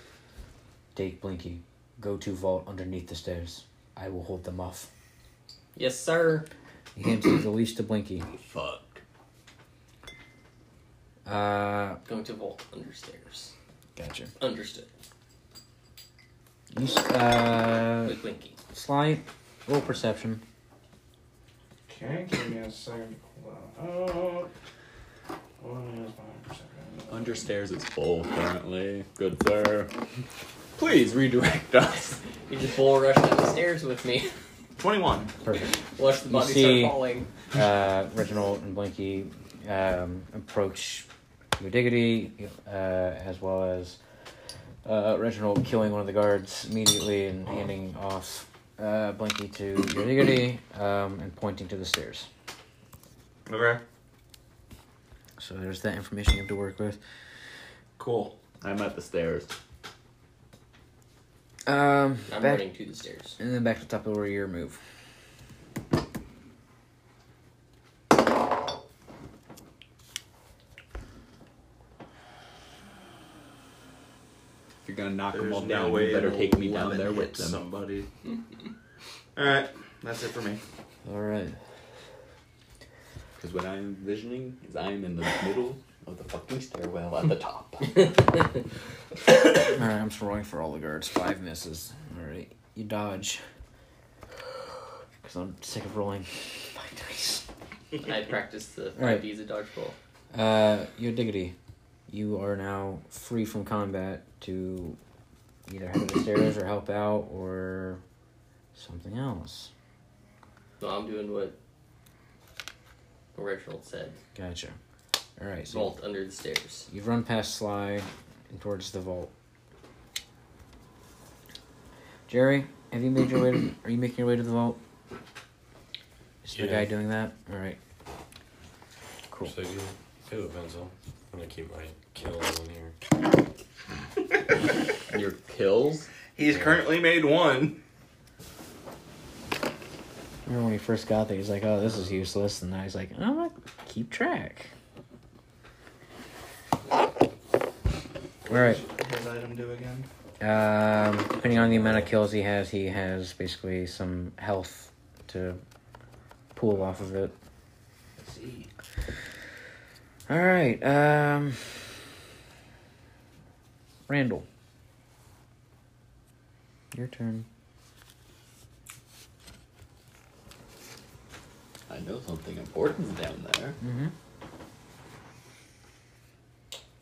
Speaker 1: "Take Blinky, go to vault underneath the stairs. I will hold them off."
Speaker 5: Yes, sir.
Speaker 1: He hands you the leash to Blinky.
Speaker 3: Fuck.
Speaker 1: Uh,
Speaker 5: Going to vault under stairs.
Speaker 1: gotcha.
Speaker 5: Understood.
Speaker 1: You s- uh,
Speaker 5: With Winky.
Speaker 1: slight roll perception.
Speaker 2: Okay, give me a second. Hold on.
Speaker 3: Understairs is full currently. Good sir.
Speaker 7: Please redirect us.
Speaker 5: He just bull rushed up the stairs with me. *laughs*
Speaker 7: 21.
Speaker 1: Perfect.
Speaker 5: Watch the
Speaker 1: You
Speaker 5: body
Speaker 1: see-
Speaker 5: start falling.
Speaker 1: Uh, Reginald and Blinky um, approach your diggity, uh, as well as uh, Reginald killing one of the guards immediately and handing off uh, Blinky to your diggity um, and pointing to the stairs.
Speaker 7: Okay.
Speaker 1: So there's that information you have to work with.
Speaker 9: Cool.
Speaker 7: I'm at the stairs.
Speaker 1: Um,
Speaker 5: I'm
Speaker 1: back,
Speaker 5: running to the stairs.
Speaker 1: and then back to top of where your move.
Speaker 7: If you're gonna knock them
Speaker 2: There's
Speaker 7: all
Speaker 2: no
Speaker 7: down,
Speaker 2: way
Speaker 7: you better
Speaker 2: an
Speaker 7: take me down
Speaker 2: 11
Speaker 7: there with
Speaker 2: hits
Speaker 7: them.
Speaker 2: Somebody. All right, that's it for me.
Speaker 1: All right.
Speaker 7: Because what I'm envisioning is I'm in the middle of the fucking stairwell at the *laughs* top.
Speaker 1: All right. I'm just rolling for all the guards. Five misses. All right. You dodge. Cause I'm sick of rolling. My dice.
Speaker 5: I practiced the five
Speaker 1: Right.
Speaker 5: D's of dodgeball.
Speaker 1: Uh, your diggity. You are now free from combat to either head to the stairs or help out or something else.
Speaker 5: No, I'm doing what Reginald said.
Speaker 1: Gotcha. All right. So
Speaker 5: Vault under the stairs.
Speaker 1: You've run past Sly and towards the vault. Jerry, have you made your way? To, are you making your way to the vault? Is the
Speaker 6: Yeah.
Speaker 1: guy doing that? All right. Cool.
Speaker 6: So you have a pencil. I'm gonna keep my kill in here.
Speaker 3: Your kills?
Speaker 2: He's currently made one.
Speaker 1: Remember when he first got there? He's like, "Oh, this is useless," and now he's like, "I'm gonna keep track." All right.
Speaker 2: His item do again.
Speaker 1: Um, depending on the amount of kills he has, he has basically some health to pull off of it.
Speaker 2: See.
Speaker 1: All right. Um, Randall, your turn.
Speaker 3: I know something important's down there.
Speaker 1: Mm-hmm.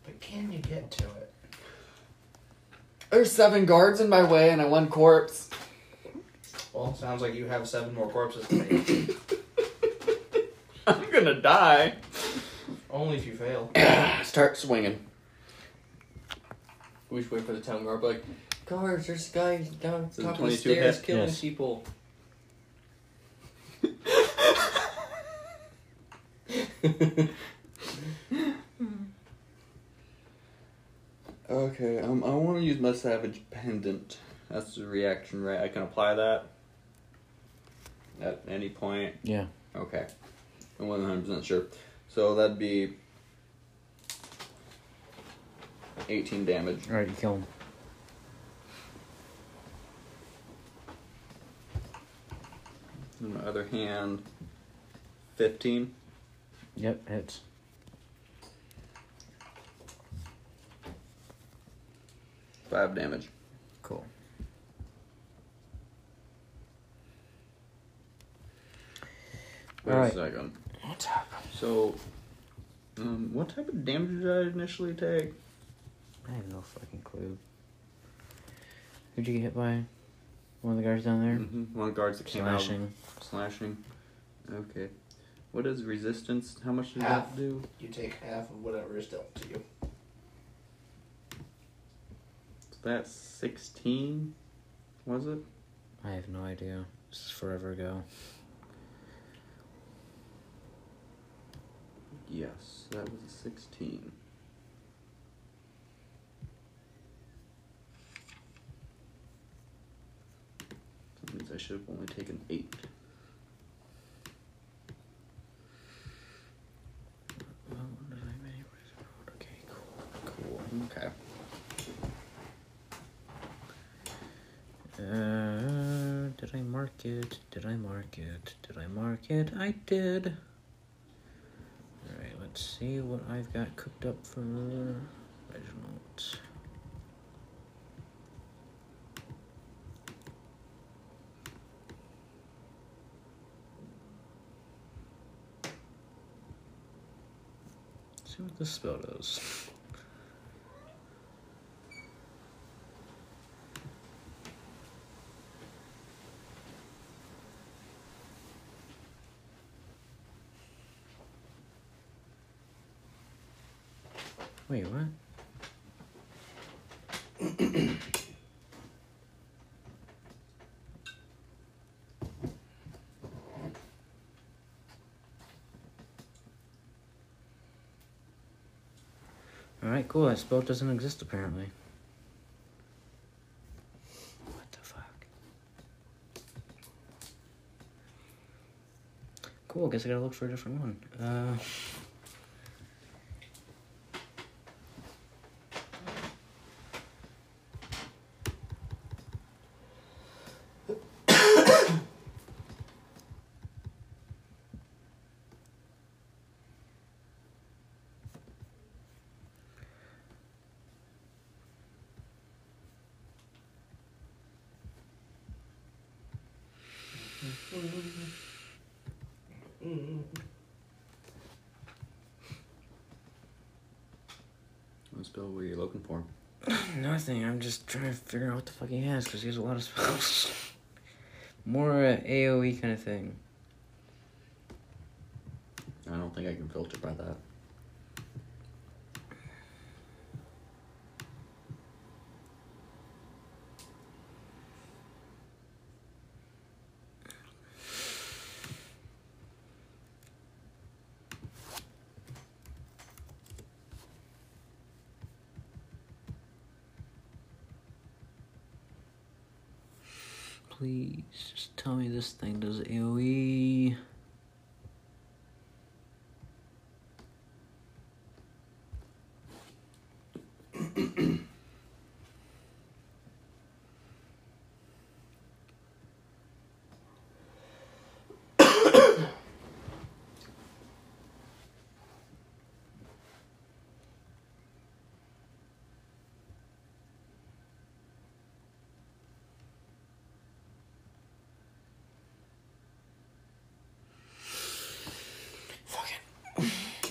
Speaker 4: But can you get to it?
Speaker 3: There's seven guards in my way and I one corpse.
Speaker 2: Well, sounds like you have seven more corpses to
Speaker 3: *coughs*
Speaker 2: make.
Speaker 3: I'm gonna die.
Speaker 2: Only if you fail.
Speaker 3: Start swinging.
Speaker 5: We should wait for the town guard. But like, guards, there's guys down
Speaker 7: So
Speaker 5: top of the
Speaker 7: 22 hit?
Speaker 5: stairs killing
Speaker 1: Yes.
Speaker 5: people.
Speaker 7: Okay, um, I want to use my Savage Pendant. That's the reaction, right? I can apply that at any point.
Speaker 1: Yeah.
Speaker 7: Okay. I'm 100% sure. So that'd be 18 damage.
Speaker 1: All right, you kill him.
Speaker 7: On the other hand, 15.
Speaker 1: Yep, hits.
Speaker 7: Five damage.
Speaker 1: Cool.
Speaker 7: Wait
Speaker 1: All
Speaker 7: a
Speaker 1: right.
Speaker 7: second.
Speaker 1: What's up?
Speaker 7: So, um, what type of damage did I initially take?
Speaker 1: I have no fucking clue. Who'd you get hit by? One of the guys down there.
Speaker 7: Mhm, One guards that came
Speaker 1: Slashing.
Speaker 7: out. Slashing. Okay. What is resistance? How much does
Speaker 4: Half.
Speaker 1: Ah.
Speaker 7: that do?
Speaker 4: You take half of whatever is dealt to you.
Speaker 7: That's 16, was it?
Speaker 1: I have no idea. This is forever ago.
Speaker 7: Yes, that was a 16. That means I should have only taken 8.
Speaker 1: Oh, Okay, cool.
Speaker 7: Okay.
Speaker 1: Cool. Uh, did I mark it? Did I mark it? Did I mark it? I did. Alright, let's see what I've got cooked up for Reginald. See what this spell does. Wait, what? Alright, cool. That spell doesn't exist apparently. What the fuck? Cool, guess I gotta look for a different one. Uh.
Speaker 7: What spell were you looking for?
Speaker 1: *clears throat* Nothing. I'm just trying to figure out what the fuck he has because he has a lot of spells. *laughs* More uh, AOE kind of thing.
Speaker 7: I don't think I can filter by that.
Speaker 1: Please just tell me this thing does E AOE.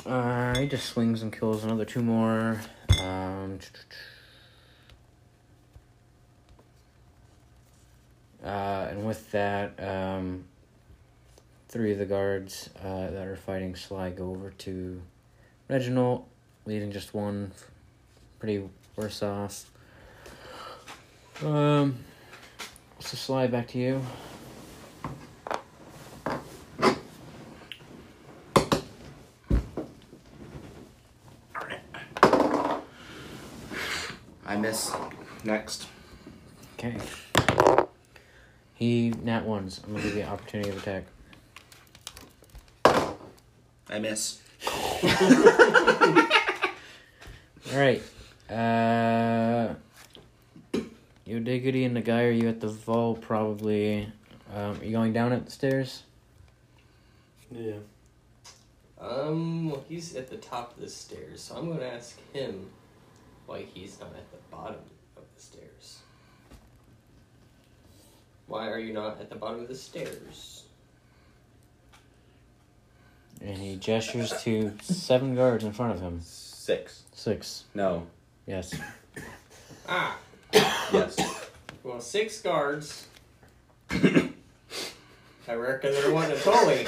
Speaker 1: Uh, he just swings and kills another two more. Um, uh, and with that, um, three of the guards uh, that are fighting Sly go over to Reginald, leaving just one f- pretty worse off. Um, so Sly, back to you.
Speaker 2: I miss. Next.
Speaker 1: Okay. He nat ones. I'm gonna give you an opportunity of attack.
Speaker 2: I miss.
Speaker 1: All right. Uh, your diggity and the guy are you at the vault probably? Um, are you going down at the stairs?
Speaker 9: Yeah.
Speaker 5: Um, well, he's at the top of the stairs, so I'm going to ask him why he's not at the bottom of the stairs. Why are you not at the bottom of the stairs?
Speaker 1: And he gestures to seven guards in front of him.
Speaker 7: Six.
Speaker 1: Six.
Speaker 7: No.
Speaker 1: Yes.
Speaker 5: Ah,
Speaker 7: *coughs* Yes.
Speaker 5: well, six guards. I reckon they're wanting a Tully.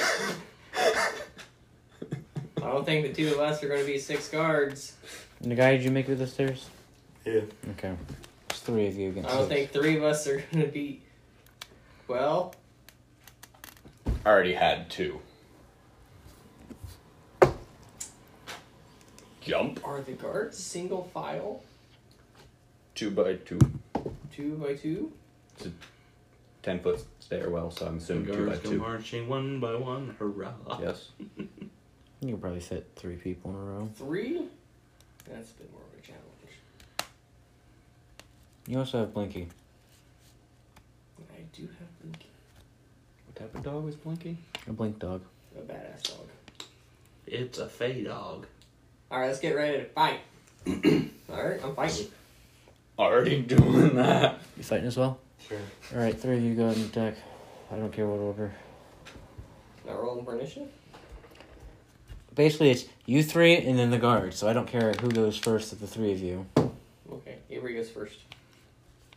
Speaker 5: I don't think the two of us are going to be six guards.
Speaker 1: And the guy did you make it to the stairs?
Speaker 9: Yeah.
Speaker 1: Okay. It's three of you against
Speaker 5: I don't
Speaker 1: six.
Speaker 5: think three of us are going to be. Well,
Speaker 3: I already had two. Jump
Speaker 5: are the guards single file?
Speaker 3: two by two.
Speaker 5: Two by two?
Speaker 7: Ten foot stairwell, so I'm assuming two by
Speaker 3: Guards
Speaker 7: two.
Speaker 3: marching one by one. Hurrah!
Speaker 7: Yes.
Speaker 1: You can probably fit three people in a row.
Speaker 5: Three? That's a bit more of a challenge.
Speaker 1: You also have Blinky.
Speaker 5: I do have Blinky,
Speaker 7: What type of dog was Blinky?
Speaker 1: A blink dog.
Speaker 5: a badass dog.
Speaker 4: It's a fey dog.
Speaker 5: Alright, let's get ready
Speaker 1: *clears throat*
Speaker 5: to fight. Alright, I'm fighting.
Speaker 7: *laughs*
Speaker 3: Already doing that.
Speaker 1: You fighting as well?
Speaker 9: Sure.
Speaker 1: All right, three of you go ahead and attack. I don't care what order.
Speaker 5: Not rolling for initiative?
Speaker 1: Basically, it's you three and then the guard. So I don't care who goes first of the three of you.
Speaker 5: Okay, Avery goes first.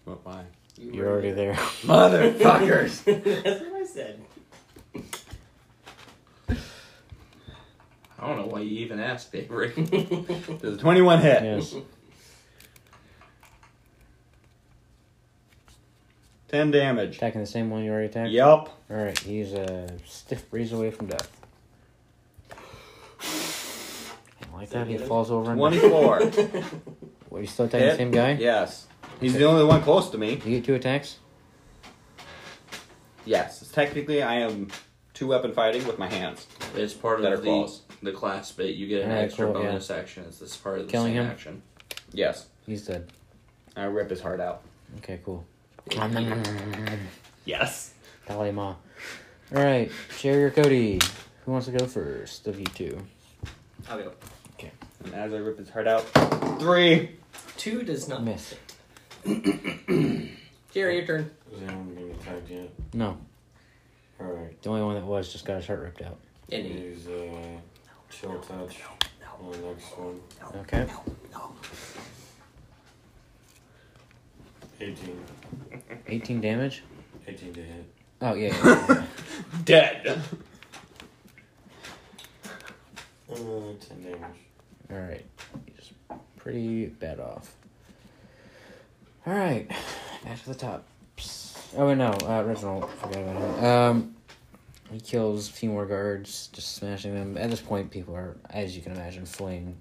Speaker 7: What? Why?
Speaker 5: You
Speaker 1: You're
Speaker 5: *laughs*
Speaker 1: already *laughs* there.
Speaker 3: Motherfuckers.
Speaker 5: That's what I said. I don't know why you even asked, Dave. *laughs*
Speaker 2: Rick.
Speaker 1: *laughs*
Speaker 7: Does a 21 hit?
Speaker 1: Yes.
Speaker 7: 10 damage.
Speaker 1: Attacking the same one you already attacked?
Speaker 7: Yup.
Speaker 1: Alright, he's a stiff breeze away from death. And like that, he falls over and. What,
Speaker 7: 24.
Speaker 1: are you still attacking the
Speaker 7: Hit?
Speaker 1: same guy?
Speaker 7: yes. He's
Speaker 1: Okay.
Speaker 7: the only one close to me.
Speaker 1: You get two attacks?
Speaker 7: Yes. Technically, I am two weapon fighting with my hands.
Speaker 5: It's part
Speaker 7: That are
Speaker 5: of the,
Speaker 7: claws.
Speaker 5: the class bit. You get an
Speaker 1: Alright,
Speaker 5: extra
Speaker 1: cool, yeah.
Speaker 5: bonus action. It's this part of the
Speaker 1: Killing
Speaker 5: same
Speaker 1: him?
Speaker 5: action.
Speaker 7: Yes.
Speaker 1: He's dead.
Speaker 7: I rip his heart out.
Speaker 1: Okay, *laughs* cool.
Speaker 3: Yes.
Speaker 1: Dolly Ma. Alright, Jerry or Cody? Who wants to go first of you two?
Speaker 5: I'll go.
Speaker 7: And as I rip his heart out, three.
Speaker 5: *laughs* Two does not
Speaker 1: Miss.
Speaker 5: Jerry, your turn.
Speaker 6: Is anyone being attacked yet?
Speaker 1: No,
Speaker 6: Alright.
Speaker 1: the only one that was just got his heart ripped out.
Speaker 5: Any.
Speaker 6: Use uh, chill touch on the next one.
Speaker 1: Okay.
Speaker 6: 18.
Speaker 1: 18 damage?
Speaker 6: 18 to hit.
Speaker 1: Oh, yeah. yeah, yeah.
Speaker 7: Dead.
Speaker 6: Uh, 10 damage.
Speaker 1: Alright. He's pretty bad off. Alright. Back to the top. Oh, wait, no. Uh, Reginald. Forgot about him. Um, he kills a few more guards, just smashing them. At this point, people are, as you can imagine, fleeing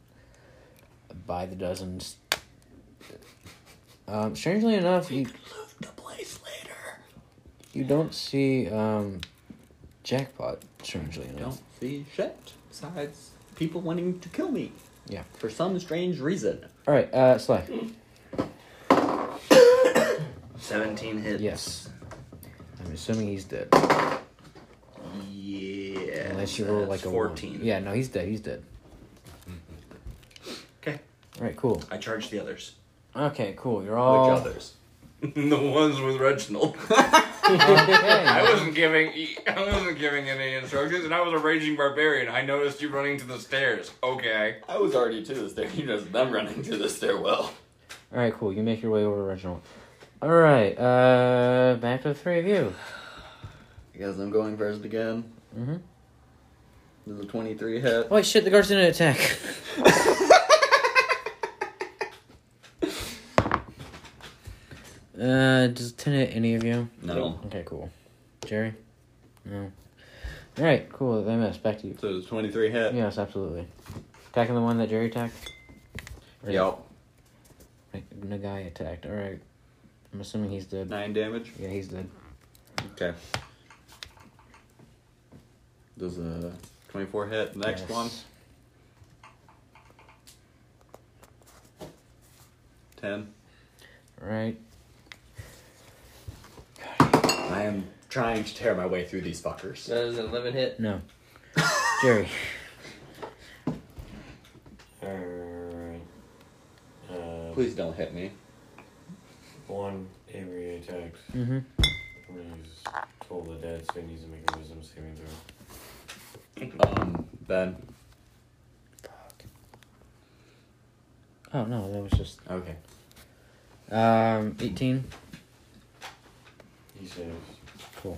Speaker 1: by the dozens. Um, strangely enough, you. You don't see um, Jackpot, strangely enough.
Speaker 7: Don't see shit besides people wanting to kill me.
Speaker 1: Yeah.
Speaker 7: For some strange reason.
Speaker 1: All right, uh, Sly.
Speaker 4: 17 hits.
Speaker 1: Yes. I'm assuming he's dead.
Speaker 5: Yeah.
Speaker 1: Unless you roll
Speaker 5: that's
Speaker 1: like a
Speaker 5: 14.
Speaker 1: One. Yeah, no, he's dead. He's dead.
Speaker 4: 'Kay.
Speaker 1: All right, cool.
Speaker 4: I charge the
Speaker 5: *laughs*
Speaker 4: others.
Speaker 1: Okay, cool. You're
Speaker 7: Oh.
Speaker 1: all.
Speaker 5: Which others?
Speaker 4: the ones with
Speaker 5: *laughs*
Speaker 4: Reginald.
Speaker 9: I
Speaker 1: *laughs* Okay.
Speaker 9: wasn't giving I wasn't giving any instructions, and I was a raging barbarian. I noticed you running to the stairs. Okay.
Speaker 5: I was already to the stair. *laughs* You know, them running to the stairwell.
Speaker 1: all right, cool. You make your way over to Reginald. All right, uh, back to the three of you.
Speaker 7: Because I'm going first again.
Speaker 1: Mm-hmm.
Speaker 7: Does a 23 hit?
Speaker 1: Oh shit! The guards didn't *laughs* attack. uh, does ten hit any of you?
Speaker 7: No.
Speaker 1: Okay, cool. Jerry? No. Alright, cool. They missed. Back to you.
Speaker 7: So it's 23 hit.
Speaker 1: Yes, absolutely. Attacking the one that Jerry attacked? Or-
Speaker 7: Yup.
Speaker 1: Like, Nagai attacked. Alright. I'm assuming he's dead.
Speaker 7: Nine damage.
Speaker 1: Yeah, he's dead.
Speaker 7: Okay. Does a 24 hit? Next
Speaker 1: Yes.
Speaker 7: one. 10.
Speaker 1: Alright.
Speaker 7: I am trying to tear my way through these fuckers.
Speaker 5: That is an 11
Speaker 7: *laughs*
Speaker 5: hit.
Speaker 1: No. Jerry.
Speaker 6: Alright. Uh,
Speaker 7: Please don't hit me.
Speaker 6: One Avery attacks.
Speaker 1: Mm-hmm.
Speaker 6: I'm gonna use Toll the Dead, so he needs to make a wisdom saving throw.
Speaker 7: Um, Ben.
Speaker 1: Oh no, that was just
Speaker 7: Okay.
Speaker 1: um eighteen.
Speaker 6: He saves.
Speaker 1: Cool.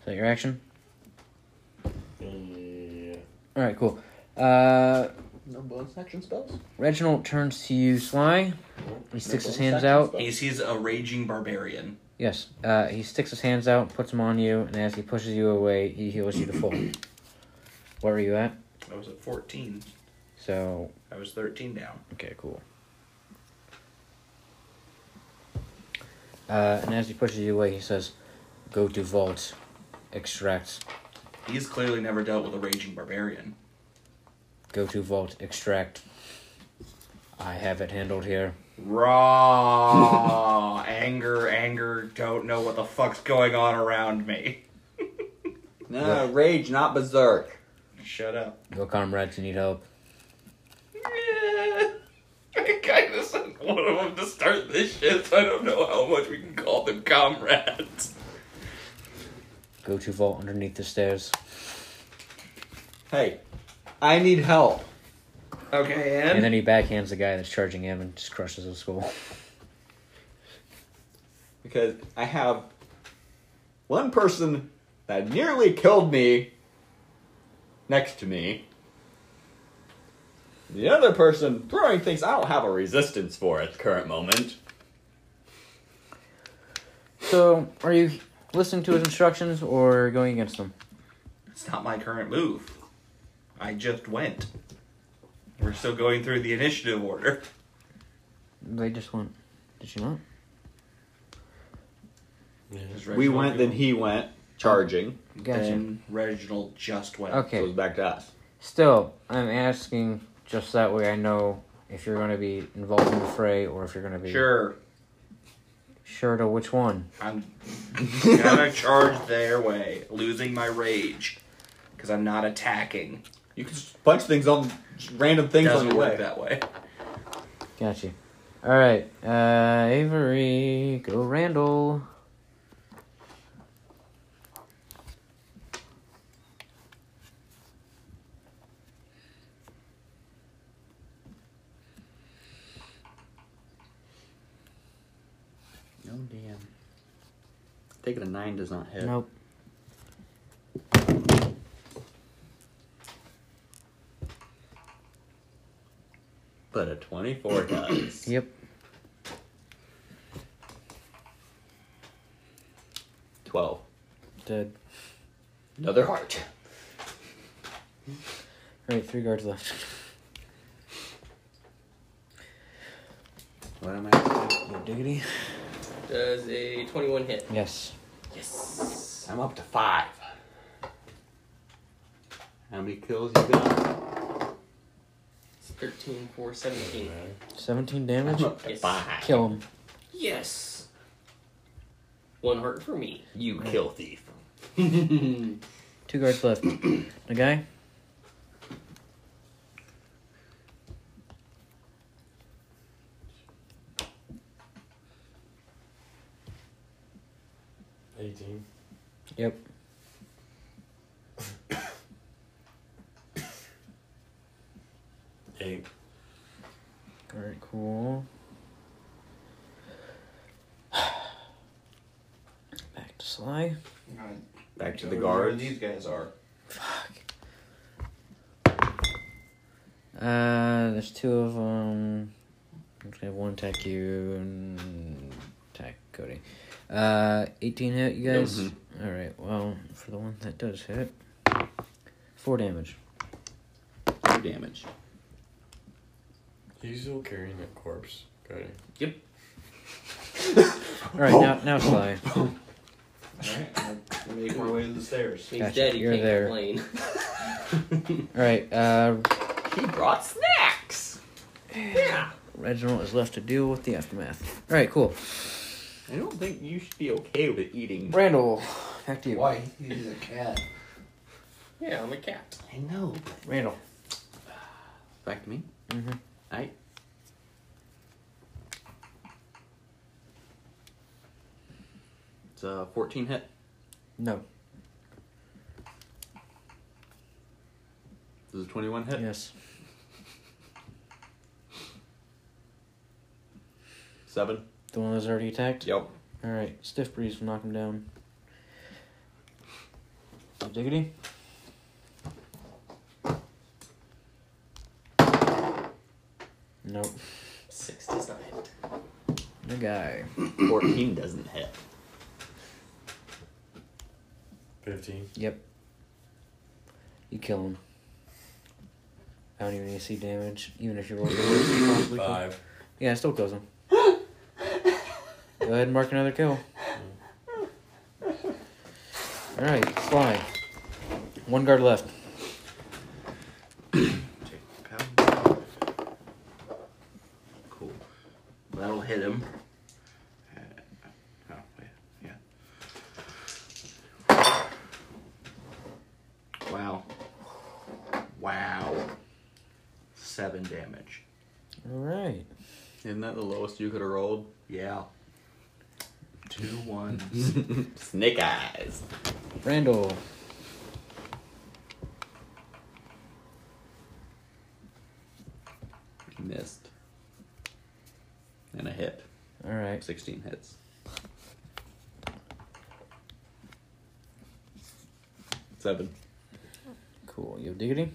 Speaker 1: Is that your action?
Speaker 6: Yeah.
Speaker 1: Alright, cool. Uh
Speaker 7: No bonus action spells?
Speaker 1: Reginald turns to you, Sly. He sticks his hands out.
Speaker 4: He's, he's a raging barbarian.
Speaker 1: Yes. Uh, he sticks his hands out, puts them on you, and as he pushes you away, he heals you to
Speaker 7: *clears throat*
Speaker 1: full. Where were you at?
Speaker 4: I was at 14.
Speaker 1: So,
Speaker 4: I was 13 down.
Speaker 1: okay, cool. Uh, and as he pushes you away, he says, Go to vault, extract.
Speaker 4: He's clearly never dealt with a raging barbarian.
Speaker 1: Go to vault, extract. I have it handled here.
Speaker 4: Raw *laughs* anger, anger, don't know what the fuck's going on around me.
Speaker 7: No, rage, not berserk.
Speaker 4: Shut up.
Speaker 1: Your comrades need help.
Speaker 9: Yeah. *laughs* I kind of sent one of them to start this shit, so I don't know how much we can call them comrades.
Speaker 1: Go to vault underneath the stairs.
Speaker 7: Hey, I need help.
Speaker 4: Okay,
Speaker 1: And
Speaker 4: and?
Speaker 1: then he backhands the guy that's charging him and just crushes his skull.
Speaker 7: because I have one person that nearly killed me next to me, The other person throwing things, I don't have a resistance for at the current moment.
Speaker 1: So, are you listening to his instructions or going against them?
Speaker 4: It's not my current move. I just went. We're still going through the initiative order.
Speaker 1: They just went. Did you not?
Speaker 7: We went, then he went, charging.
Speaker 1: Gotcha.
Speaker 4: Then Reginald just went.
Speaker 1: okay.
Speaker 7: So it was back to us.
Speaker 1: Still, I'm asking just that way I know if you're going to be involved in the fray or if you're going to be
Speaker 4: Sure,
Speaker 1: sure to which one.
Speaker 4: I'm
Speaker 7: *laughs*
Speaker 4: gonna charge their way, losing my rage. Because I'm not attacking.
Speaker 7: You can just punch things on random things on
Speaker 4: Doesn't
Speaker 7: the
Speaker 4: work
Speaker 7: way.
Speaker 4: that way.
Speaker 1: Gotcha. All right, uh, Avery, go Randall.
Speaker 7: Oh damn. Taking a nine does not hit.
Speaker 1: Nope.
Speaker 7: But a twenty-four *coughs* does.
Speaker 1: Yep.
Speaker 7: Twelve.
Speaker 1: Dead.
Speaker 7: Another heart.
Speaker 1: All right, three guards left.
Speaker 7: What am I?
Speaker 1: No diggity.
Speaker 5: Does a 21 hit?
Speaker 1: Yes.
Speaker 5: Yes.
Speaker 7: I'm up to five. How many kills you got?
Speaker 5: It's 13, 4, 17.
Speaker 1: Seventeen damage.
Speaker 7: up
Speaker 5: Yes.
Speaker 1: Kill him.
Speaker 5: Yes. One heart for me.
Speaker 21: You kill thief.
Speaker 1: Two guards left. The guy.
Speaker 6: Eighteen.
Speaker 1: Yep.
Speaker 6: Eight.
Speaker 1: All right. Cool. *sighs* Back to Sly.
Speaker 7: Back to the
Speaker 4: guard.
Speaker 7: guards.
Speaker 4: These guys are.
Speaker 1: Uh, there's two of them. I'm just gonna have one attack you and attack Cody. Uh, 18 hit, you guys?
Speaker 7: Mhm.
Speaker 1: Alright, well, for the one that does hit, 4 damage.
Speaker 7: Two damage.
Speaker 6: He's still carrying that corpse. Cody.
Speaker 1: Alright, now, now Sly.
Speaker 4: Alright, make our way to the stairs.
Speaker 5: Means
Speaker 1: Gotcha,
Speaker 5: Daddy
Speaker 1: you're
Speaker 5: can't
Speaker 1: there.
Speaker 5: complain. *laughs*
Speaker 1: Alright, uh,
Speaker 5: He brought snacks! Yeah!
Speaker 1: Reginald is left to deal with the aftermath. Alright, cool.
Speaker 7: I don't think you should be okay with eating.
Speaker 1: Randall, back to you.
Speaker 4: Why? He's a cat.
Speaker 5: Yeah, I'm a cat.
Speaker 7: I know. but-
Speaker 1: Randall.
Speaker 7: Back to me.
Speaker 1: Mhm.
Speaker 7: I. It's a fourteen hit.
Speaker 1: No.
Speaker 7: This is a twenty-one hit.
Speaker 1: Yes.
Speaker 7: Seven.
Speaker 1: The one that was already attacked?
Speaker 7: Yep.
Speaker 1: Alright, stiff breeze will knock him down. No diggity. Nope.
Speaker 5: Six does not hit.
Speaker 1: The guy.
Speaker 7: Fourteen doesn't hit.
Speaker 6: Fifteen.
Speaker 1: Yep. You kill him. I don't even need to see damage, even if you roll the worst you possibly can.
Speaker 6: Five.
Speaker 1: Yeah, it still kills him. Go ahead and mark another kill. Alright, fly. One guard left.
Speaker 4: Cool. That'll hit him. Uh, oh, wait, yeah. Wow. Wow. Seven damage.
Speaker 1: Alright.
Speaker 7: Isn't that the lowest you could have rolled?
Speaker 4: Yeah. Two ones.
Speaker 7: Snake eyes.
Speaker 1: Randall.
Speaker 7: Missed. And a hit.
Speaker 1: Alright.
Speaker 7: Sixteen hits. Seven.
Speaker 1: Cool. Yo diggity.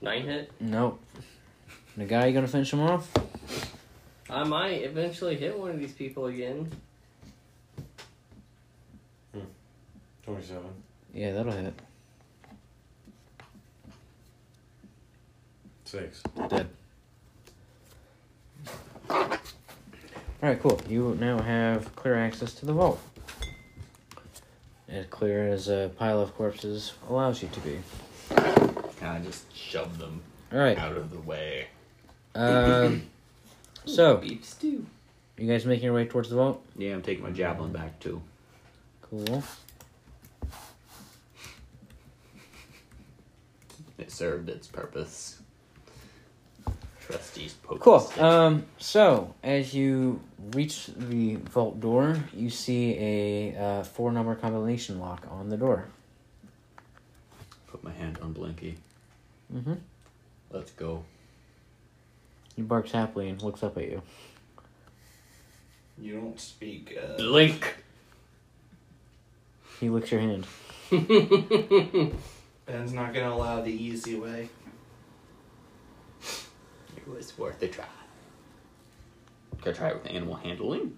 Speaker 5: Nine hit.
Speaker 1: Nope. The guy, you gonna finish him off?
Speaker 5: I might eventually hit one of these people again.
Speaker 6: 27.
Speaker 1: Yeah, that'll hit.
Speaker 6: 6.
Speaker 1: Dead. Alright, cool. You now have clear access to the vault. As clear as a pile of corpses allows you to be.
Speaker 3: Can I just shove them
Speaker 1: Alright.
Speaker 3: out of the way?
Speaker 1: Um, *coughs* so,
Speaker 5: Beep *laughs* stew.
Speaker 1: you guys making your way towards the vault?
Speaker 7: Yeah, I'm taking my javelin back too.
Speaker 1: Cool.
Speaker 3: It served its purpose. Trustees poke
Speaker 1: Cool.
Speaker 3: stick.
Speaker 1: Um, so, as you reach the vault door, you see a uh, four number combination lock on the door.
Speaker 7: Put my hand on Blinky.
Speaker 1: Mm-hmm.
Speaker 3: Let's go.
Speaker 1: He barks happily and looks up at you.
Speaker 2: You don't speak. Uh,
Speaker 3: Blink.
Speaker 1: He licks your hand.
Speaker 2: Ben's not gonna allow the easy way.
Speaker 3: It was worth a try.
Speaker 7: Can I try it with animal handling?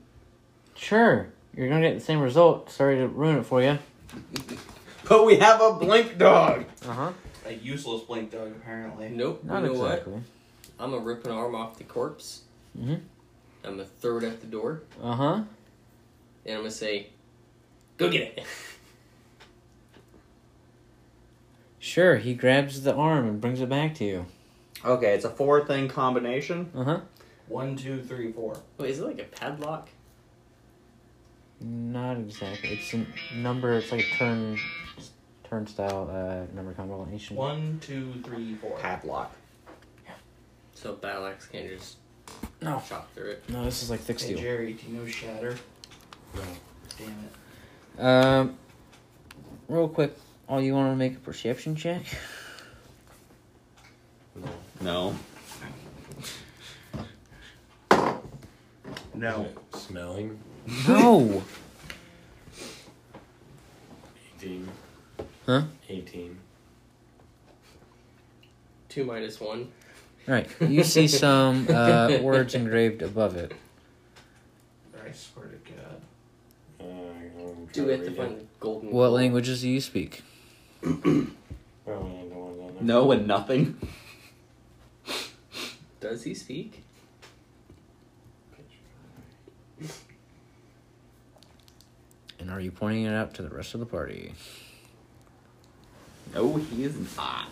Speaker 1: Sure, you're gonna get the same result. Sorry to ruin it for you.
Speaker 7: But we have a blink dog!
Speaker 1: Uh huh.
Speaker 2: A useless blink dog, apparently.
Speaker 5: Nope.
Speaker 1: Not
Speaker 5: you know what?
Speaker 1: exactly.
Speaker 5: I'm gonna rip an arm off the corpse.
Speaker 1: Mhm.
Speaker 5: I'm gonna throw it at the door,
Speaker 1: Uh huh.
Speaker 5: and I'm gonna say, "Go get it." *laughs*
Speaker 1: Sure, he grabs the arm and brings it back to you.
Speaker 7: Okay, it's a four thing combination.
Speaker 1: Uh huh.
Speaker 2: One, two, three, four.
Speaker 5: Wait, is it like a padlock?
Speaker 1: Not exactly. It's a number. It's like a turn, turnstile uh, number combination.
Speaker 2: One, two, three, four.
Speaker 7: Padlock.
Speaker 5: So a battle axe can't just
Speaker 1: No.
Speaker 5: chop through it.
Speaker 1: No, this is like thick
Speaker 2: Hey
Speaker 1: steel.
Speaker 2: Jerry, do you know Shatter?
Speaker 6: No.
Speaker 2: Damn it.
Speaker 1: Um, real quick, all you want to make a perception *laughs* check?
Speaker 6: No.
Speaker 7: No.
Speaker 6: No. Smelling?
Speaker 1: No.
Speaker 6: 18.
Speaker 1: Huh?
Speaker 6: 18.
Speaker 5: Two minus one.
Speaker 1: Right. You see some uh, words engraved above it.
Speaker 2: I swear to God.
Speaker 6: Uh, I'm
Speaker 5: Do we
Speaker 6: trying
Speaker 5: have to
Speaker 6: read
Speaker 5: find the golden?
Speaker 1: What
Speaker 5: ball?
Speaker 1: languages do you speak?
Speaker 6: Probably ain't the ones on there.
Speaker 7: No and nothing. *laughs*
Speaker 5: Does he speak?
Speaker 1: And are you pointing it out to the rest of the party?
Speaker 7: No, he is not.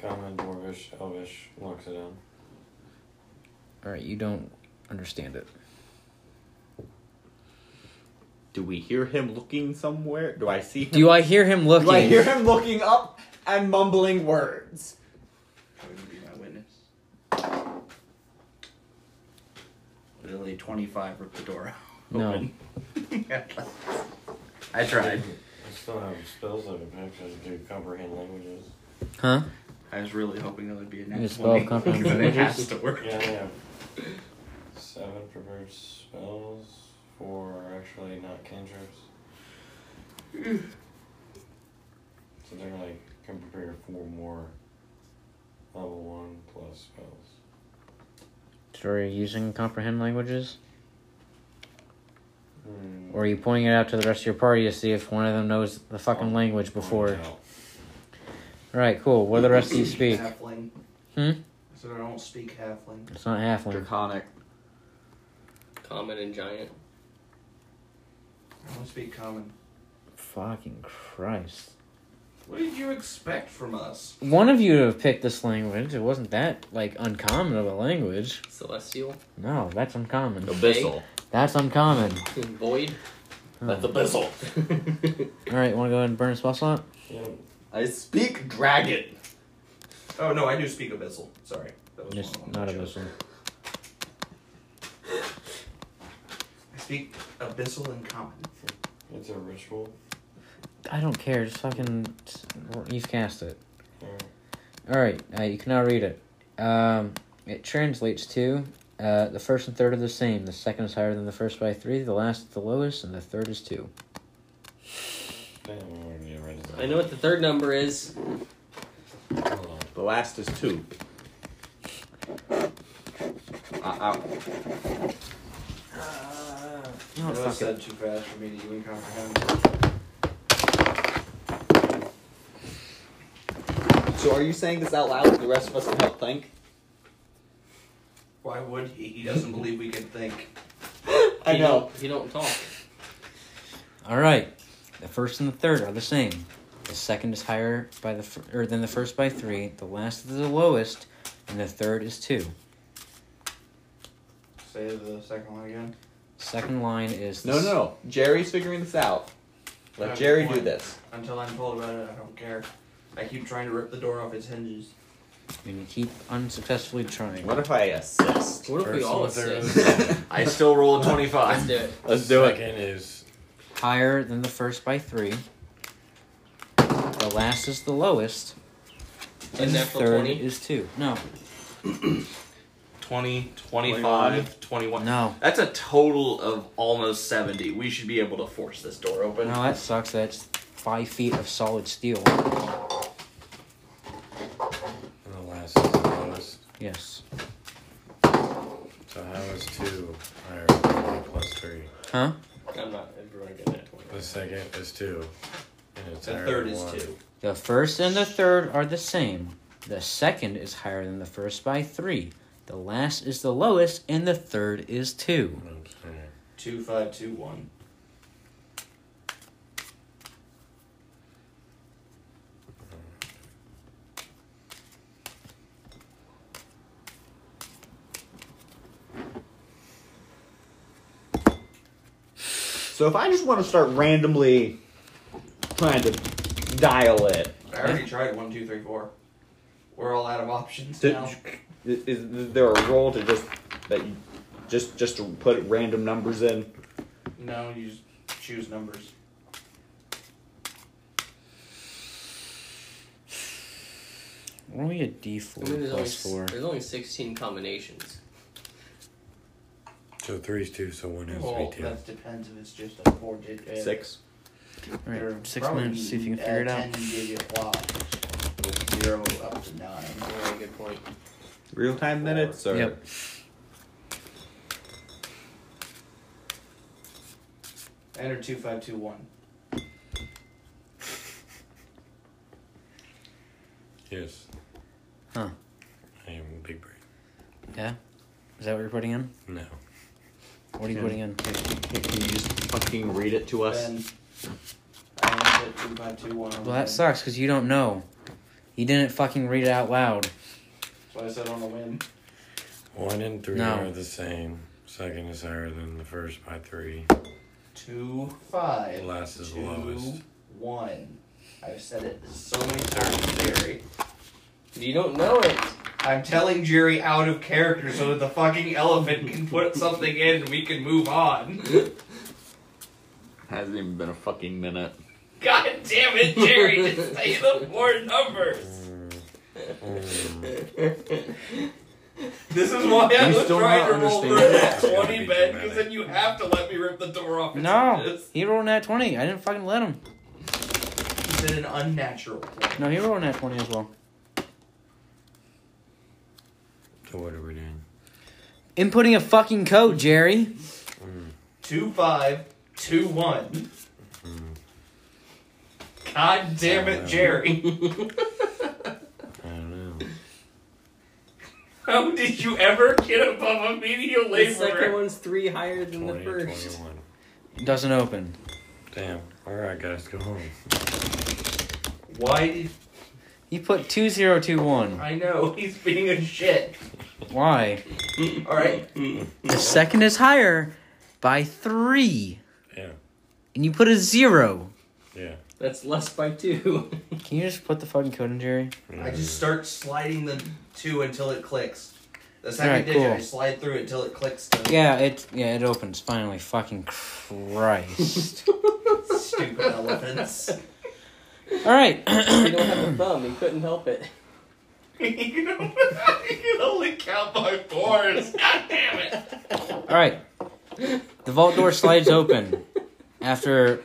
Speaker 6: Common, dwarvish, elvish, looks it down.
Speaker 1: All right, you don't understand it.
Speaker 7: Do we hear him looking somewhere? Do I see him?
Speaker 1: Do I hear him looking?
Speaker 7: Do I hear him looking up and mumbling words?
Speaker 2: How would you be my witness?
Speaker 4: Literally 25 ripped the
Speaker 2: *laughs*
Speaker 4: door
Speaker 1: No.
Speaker 4: I tried.
Speaker 6: I still have spells that have actually do comprehend languages.
Speaker 1: Huh?
Speaker 4: I was really hoping that would be a
Speaker 1: You
Speaker 4: next
Speaker 1: spell
Speaker 4: one.
Speaker 1: comprehend
Speaker 4: *laughs* But it
Speaker 1: languages?
Speaker 4: has to work.
Speaker 6: Yeah, I have seven prepared spells. Four are actually not
Speaker 5: *clears throat*
Speaker 6: cantrips. So they're like, can prepare four more level one plus spells.
Speaker 1: So are you using comprehend languages?
Speaker 6: Hmm.
Speaker 1: Or are you pointing it out to the rest of your party to see if one of them knows the fucking language before?
Speaker 6: Find out.
Speaker 1: Alright, cool. What do the rest of you speak?
Speaker 2: Halfling.
Speaker 1: Hmm?
Speaker 2: I said I don't speak halfling.
Speaker 1: It's not halfling.
Speaker 7: Draconic.
Speaker 5: Common and giant.
Speaker 2: I don't speak common.
Speaker 1: Fucking Christ.
Speaker 2: What did you expect from us?
Speaker 1: One of you to have picked this language. It wasn't that, like, uncommon of a language.
Speaker 5: Celestial.
Speaker 1: No, that's uncommon.
Speaker 3: Abyssal.
Speaker 1: That's uncommon.
Speaker 5: Void.
Speaker 3: That's abyssal.
Speaker 1: Alright, wanna go ahead and burn a spell slot?
Speaker 6: Yeah,
Speaker 7: I speak dragon.
Speaker 2: Oh no, I do speak abyssal. Sorry. That was
Speaker 1: Just
Speaker 2: one of my
Speaker 1: not
Speaker 2: jokes.
Speaker 1: abyssal.
Speaker 2: I speak abyssal and common.
Speaker 6: it's a ritual.
Speaker 1: I don't care. Just fucking. You've cast it.
Speaker 6: Yeah.
Speaker 1: All right, uh, you can now read it. Um, it translates to uh, the first and third are the same. The second is higher than the first by three. The last is the lowest, and the third is two.
Speaker 6: Damn, I already read it.
Speaker 5: *laughs* I know what the third number is.
Speaker 7: The last is two. Uh, I, I,
Speaker 1: No,
Speaker 4: that was
Speaker 1: Oh, fuck it.
Speaker 4: said too fast for me to even comprehend.
Speaker 7: so are you saying this out loud so the rest of us can help think?
Speaker 4: Why would he? He *laughs* doesn't believe we can think.
Speaker 7: I
Speaker 5: You
Speaker 7: know.
Speaker 5: don't- You don't talk.
Speaker 1: All right. The first and the third are the same. The second is higher by the fir- or than the first by three. The last is the lowest, and the third is two.
Speaker 4: Say the second one again.
Speaker 1: Second line is the
Speaker 7: No,
Speaker 1: s-
Speaker 7: no, no. Jerry's figuring this out. Let
Speaker 4: Good
Speaker 7: Jerry do
Speaker 4: point.
Speaker 7: this.
Speaker 4: Until I'm told about it, I don't care. I keep trying to rip the door off its hinges.
Speaker 1: And you keep unsuccessfully trying.
Speaker 7: What if I *laughs* assist?
Speaker 5: What if we
Speaker 6: First
Speaker 5: all
Speaker 6: and third.
Speaker 5: assist?
Speaker 6: I still roll a
Speaker 1: *laughs*
Speaker 5: Let's
Speaker 6: 25.
Speaker 5: do it.
Speaker 7: Let's do it.
Speaker 6: Second is
Speaker 1: Higher than the first by three. The last is the lowest.
Speaker 5: And
Speaker 1: the
Speaker 5: natural
Speaker 1: third
Speaker 5: 20?
Speaker 1: is two. No,
Speaker 22: 20, 25, 21.
Speaker 1: no,
Speaker 22: That's a total of almost 70. We should be able to force this door
Speaker 1: no.
Speaker 22: open.
Speaker 1: That sucks. That's five feet of solid steel.
Speaker 6: and the last is the lowest.
Speaker 1: Yes.
Speaker 6: So how is two higher than one plus three?
Speaker 1: Huh?
Speaker 5: I'm not ever gonna get that twenty.
Speaker 6: The second is two, and it's
Speaker 4: The
Speaker 6: higher
Speaker 4: third
Speaker 6: than
Speaker 4: is
Speaker 6: one.
Speaker 4: two.
Speaker 1: The first and the third are the same. The second is higher than the first by three. The last is the lowest, and the third is two.
Speaker 6: You know what I'm saying?
Speaker 4: Two five two one.
Speaker 7: So if I just want to start randomly trying to dial it,
Speaker 4: I already tried one, two, three, four. We're all out of options
Speaker 7: Did-
Speaker 4: now.
Speaker 7: is, is there a role to just that you, just just to put random numbers in?
Speaker 4: No, you just choose numbers.
Speaker 1: What are we at
Speaker 5: I mean,
Speaker 1: D4
Speaker 5: there's only,
Speaker 1: plus
Speaker 5: s-
Speaker 1: 4?
Speaker 5: there's only 16 combinations.
Speaker 6: So three is two, so one has to
Speaker 4: Well,
Speaker 6: be two.
Speaker 4: that depends if it's just a four digit.
Speaker 7: Six.
Speaker 1: Alright, six minutes, see if you can figure it out.
Speaker 4: Ten digit block with zero up to nine.
Speaker 5: Very good point.
Speaker 7: Real time minutes or
Speaker 1: Yep.
Speaker 4: Enter two five two one.
Speaker 6: Yes.
Speaker 1: Huh.
Speaker 6: I am a big brain.
Speaker 1: Yeah? Is that what you're putting in?
Speaker 6: No.
Speaker 1: What are you
Speaker 7: Yeah.
Speaker 1: putting in?
Speaker 7: Can can you just fucking read it to us?
Speaker 4: Ben, I only put two five two one. on
Speaker 1: Well,
Speaker 4: mine.
Speaker 1: that sucks because you don't know. You didn't fucking read it out loud.
Speaker 4: That's what I said on the win.
Speaker 6: One and three
Speaker 1: No.
Speaker 6: are the same. Second is higher than the first by three.
Speaker 4: Two five.
Speaker 6: Last is
Speaker 4: two,
Speaker 6: lowest.
Speaker 4: One. I've said it so many times, Jerry.
Speaker 5: You don't know *laughs* it.
Speaker 4: I'm telling Jerry out of character so that the fucking elephant can put something in and we can move on. *laughs*
Speaker 7: Hasn't even been a fucking minute.
Speaker 22: God damn it,
Speaker 6: *laughs*
Speaker 22: Jerry! just say the more numbers!
Speaker 6: Mm. Mm.
Speaker 22: This is why I
Speaker 7: You
Speaker 22: was
Speaker 7: still
Speaker 22: trying
Speaker 7: not
Speaker 22: to roll through that
Speaker 6: understand.
Speaker 22: 20 bed,
Speaker 6: Gotta be
Speaker 22: because then you have to let me rip the door off. its
Speaker 1: No!
Speaker 22: hinges.
Speaker 1: He rolled an at 20. I didn't fucking let him.
Speaker 4: He said an unnatural one.
Speaker 1: No, he rolled an at 20 as well.
Speaker 6: So what are we doing?
Speaker 1: Inputting a fucking code, Jerry.
Speaker 4: Two five, two one.
Speaker 6: Mm-hmm.
Speaker 4: God damn it, Jerry.
Speaker 6: I don't know.
Speaker 22: How did you ever get above a medial
Speaker 5: The second
Speaker 22: laborer?
Speaker 5: one's three higher than the
Speaker 6: 20,
Speaker 5: first.
Speaker 6: 21.
Speaker 1: Doesn't open.
Speaker 6: Damn. All right, guys, go home.
Speaker 4: Why did
Speaker 1: He put 2021.
Speaker 4: I know *laughs* he's being a shit?
Speaker 1: Why?
Speaker 4: Alright.
Speaker 1: The second is higher by three.
Speaker 6: Yeah.
Speaker 1: And you put a zero.
Speaker 6: Yeah.
Speaker 5: *laughs* That's less by *laughs* two.
Speaker 1: Can you just put the fucking code in, Jerry?
Speaker 4: I just start sliding the two until it clicks. The second
Speaker 1: Alright,
Speaker 4: digit,
Speaker 1: cool.
Speaker 4: I slide through it until it clicks to
Speaker 1: Yeah, it yeah, it opens finally. Fucking *laughs* Christ.
Speaker 4: *laughs* stupid elephants.
Speaker 1: *coughs* Alright.
Speaker 5: he don't have a thumb. He couldn't help it.
Speaker 22: *laughs* you, know, *laughs* you can only count by
Speaker 4: *laughs*
Speaker 22: fours. God damn it!
Speaker 1: Alright. The vault door slides open after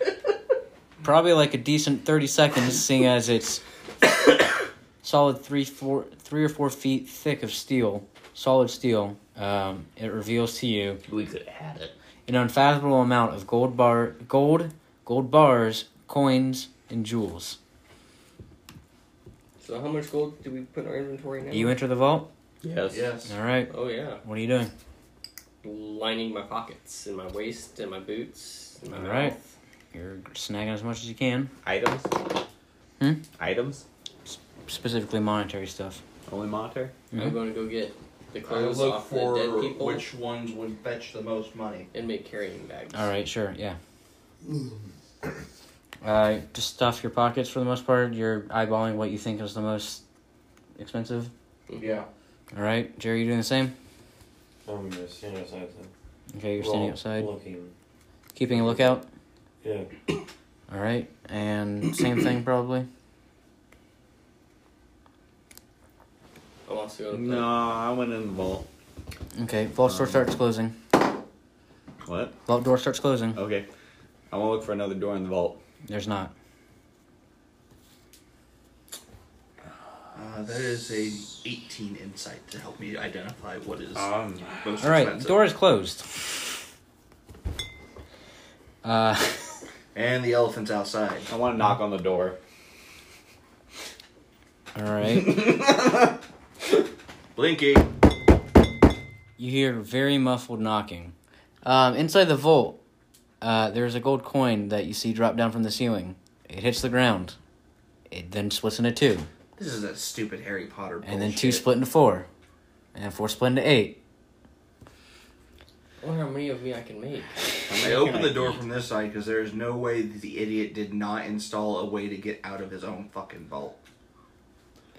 Speaker 1: probably like a decent 30 seconds, seeing as it's *coughs* solid three, four, three or four feet thick of steel, solid steel. Um, it reveals to you
Speaker 23: We could add it.
Speaker 1: an unfathomable amount of gold bar, gold, gold bars, coins, and jewels.
Speaker 5: So how much gold do we put in our inventory now?
Speaker 1: You enter the vault.
Speaker 7: Yes.
Speaker 24: Yes.
Speaker 1: All right.
Speaker 5: oh yeah,
Speaker 1: What are you doing?
Speaker 5: lining my pockets and my waist and my boots. And my
Speaker 1: All right.
Speaker 5: mouth.
Speaker 1: You're snagging as much as you can,
Speaker 7: Items.
Speaker 1: Hmm?
Speaker 7: Items.
Speaker 1: specifically monetary stuff.
Speaker 7: Only monetary.
Speaker 1: Mhm.
Speaker 5: I'm going to go get the
Speaker 4: I
Speaker 5: clothes
Speaker 4: look
Speaker 5: off the
Speaker 4: for
Speaker 5: dead people
Speaker 4: which ones would fetch the most money.
Speaker 5: and make carrying bags.
Speaker 1: All right, sure,
Speaker 6: *clears throat*
Speaker 1: yeah. Uh, just stuff your pockets for the most part. You're eyeballing what you think is the most expensive.
Speaker 4: Yeah.
Speaker 1: All right, Jerry, you doing the same?
Speaker 6: I'm gonna stand outside. then.
Speaker 1: Okay, you're
Speaker 6: Well,
Speaker 1: standing outside,
Speaker 6: Looking.
Speaker 1: keeping a lookout.
Speaker 6: Yeah.
Speaker 1: All right, and same thing probably.
Speaker 5: I want to go to
Speaker 7: No, I went in the vault.
Speaker 1: Okay, vault
Speaker 6: Um.
Speaker 1: door starts closing.
Speaker 7: What?
Speaker 1: Vault door starts closing.
Speaker 7: Okay. I want to look for another door in the vault.
Speaker 1: There's not.
Speaker 4: Uh, that is a 18 insight to help me identify what is
Speaker 22: Uh,
Speaker 7: Um.
Speaker 4: most
Speaker 1: All right,
Speaker 4: expensive.
Speaker 1: door is closed. Uh,
Speaker 4: and the elephant's outside.
Speaker 7: I want to knock on the door.
Speaker 1: all right.
Speaker 7: *laughs*
Speaker 4: Blinky.
Speaker 1: You hear very muffled knocking. Um, inside the vault, uh, there's a gold coin that you see drop down from the ceiling. It hits the ground. It then splits into two,
Speaker 4: This is that stupid Harry Potter. Bullshit.
Speaker 1: and
Speaker 7: Oh,
Speaker 1: then two split into four, and four split into eight.
Speaker 5: I wonder how many of me I can make.
Speaker 4: I opened the door from this side because there is no way that the idiot did not install a way to get out of his own fucking vault.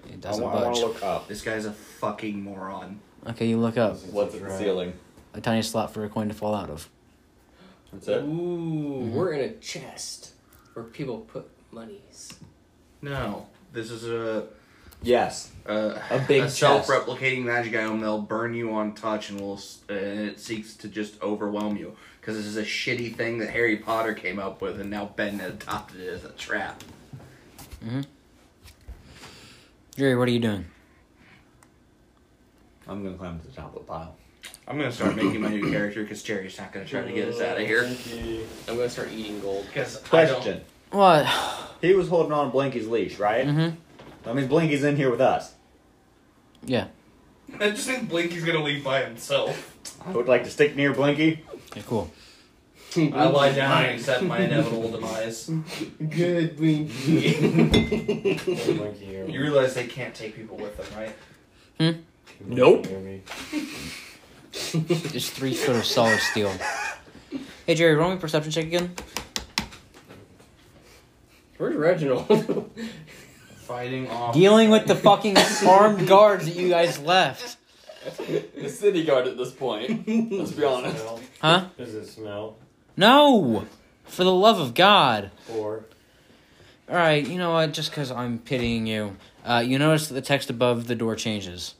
Speaker 1: It
Speaker 7: I
Speaker 1: doesn't
Speaker 7: want
Speaker 1: budge.
Speaker 7: to look up.
Speaker 4: This guy's a fucking moron.
Speaker 1: Okay, you look up.
Speaker 7: What's at the ceiling?
Speaker 1: A tiny slot for a coin to fall out of.
Speaker 7: That's
Speaker 5: Ooh,
Speaker 7: it.
Speaker 1: Mm-hmm.
Speaker 5: we're in a chest where people put monies.
Speaker 4: No, this is a
Speaker 7: Yes.
Speaker 4: a,
Speaker 7: A big chest.
Speaker 4: self-replicating magic item that'll burn you on touch and will s- uh, and it seeks to just overwhelm you because this is a shitty thing that Harry Potter came up with and now Ben adopted it as a trap.
Speaker 1: Jerry, what are you doing?
Speaker 7: I'm gonna climb to the top of the pile.
Speaker 4: I'm gonna start making my new character because Jerry's not gonna try to get us out of here.
Speaker 5: I'm gonna start eating gold.
Speaker 24: Because I don't.
Speaker 7: Question.
Speaker 1: What?
Speaker 7: He was holding on to Blinky's leash, right?
Speaker 1: hmm
Speaker 7: That means Blinky's in here with us.
Speaker 1: Yeah.
Speaker 24: I just think Blinky's gonna leave by himself.
Speaker 7: I would like to stick near Blinky.
Speaker 1: Okay, cool.
Speaker 24: *laughs*
Speaker 5: *laughs*
Speaker 24: I lie down and accept *laughs* my inevitable demise.
Speaker 5: Good winky.
Speaker 24: You realize they can't take people with them, right?
Speaker 23: Nope.
Speaker 1: It's three foot of solid steel. Hey, Jerry, roll me perception check again.
Speaker 5: *laughs* Where's Reginald?
Speaker 4: Fighting off.
Speaker 1: Dealing with the fucking armed guards that you guys left.
Speaker 23: The city guard at this point. Let's be honest.
Speaker 6: Smell.
Speaker 1: Huh?
Speaker 6: Does it smell?
Speaker 1: No! For the love of God.
Speaker 6: Or
Speaker 1: Alright, you know what? Just because I'm pitying you, uh, you notice that the text above the door changes.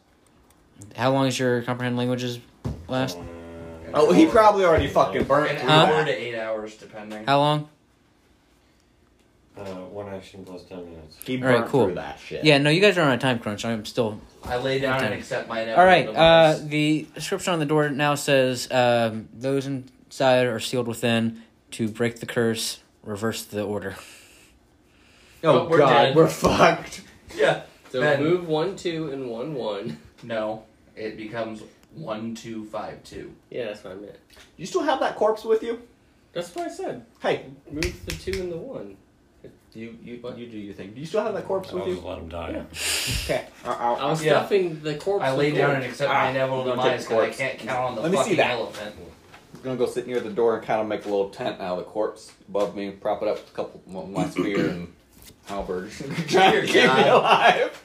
Speaker 1: How long is your comprehend languages last?
Speaker 6: Uh,
Speaker 7: *laughs* Oh, he probably already fucking burnt
Speaker 4: an
Speaker 7: through
Speaker 1: Huh?
Speaker 4: hour
Speaker 7: that.
Speaker 4: to eight hours, depending.
Speaker 1: How long?
Speaker 6: uh, one action plus ten minutes.
Speaker 7: He
Speaker 1: All right,
Speaker 7: burnt
Speaker 1: cool.
Speaker 7: through that shit.
Speaker 1: Yeah, no, you guys are on a time crunch. I'm still.
Speaker 4: I lay down and
Speaker 1: Okay.
Speaker 4: accept my inevitable
Speaker 1: Alright, uh,
Speaker 4: demise.
Speaker 1: the description on the door now says um, those inside are sealed within to break the curse, reverse the order.
Speaker 7: Oh
Speaker 24: But we're
Speaker 7: god,
Speaker 24: dead.
Speaker 7: we're *laughs* fucked.
Speaker 4: yeah.
Speaker 5: so
Speaker 4: Ben.
Speaker 5: move one two and one one.
Speaker 4: No, it becomes one two five two.
Speaker 5: Yeah, that's what I meant.
Speaker 7: You still have that corpse with you?
Speaker 5: That's what I said.
Speaker 7: Hey,
Speaker 5: Move the two and the one.
Speaker 7: you you
Speaker 5: What?
Speaker 7: you do your thing. Do you still have that corpse with
Speaker 6: I'll just
Speaker 7: you?
Speaker 6: let him die.
Speaker 7: Okay.
Speaker 5: I was
Speaker 4: Yeah.
Speaker 5: stuffing the corpse.
Speaker 4: I lay
Speaker 5: with
Speaker 4: down
Speaker 5: gold.
Speaker 4: and accept
Speaker 7: Ah,
Speaker 4: my inevitable
Speaker 7: I'm gonna take
Speaker 4: demise because I
Speaker 7: corpse.
Speaker 4: can't count on the
Speaker 7: Let me see
Speaker 4: fucking
Speaker 7: that.
Speaker 4: elephant.
Speaker 7: I'm gonna go sit near the door and kind of make a little tent out of the corpse above me, prop it up with a couple with my spear and halberd, *laughs* trying
Speaker 4: Dear
Speaker 7: to keep me
Speaker 4: God.
Speaker 7: alive.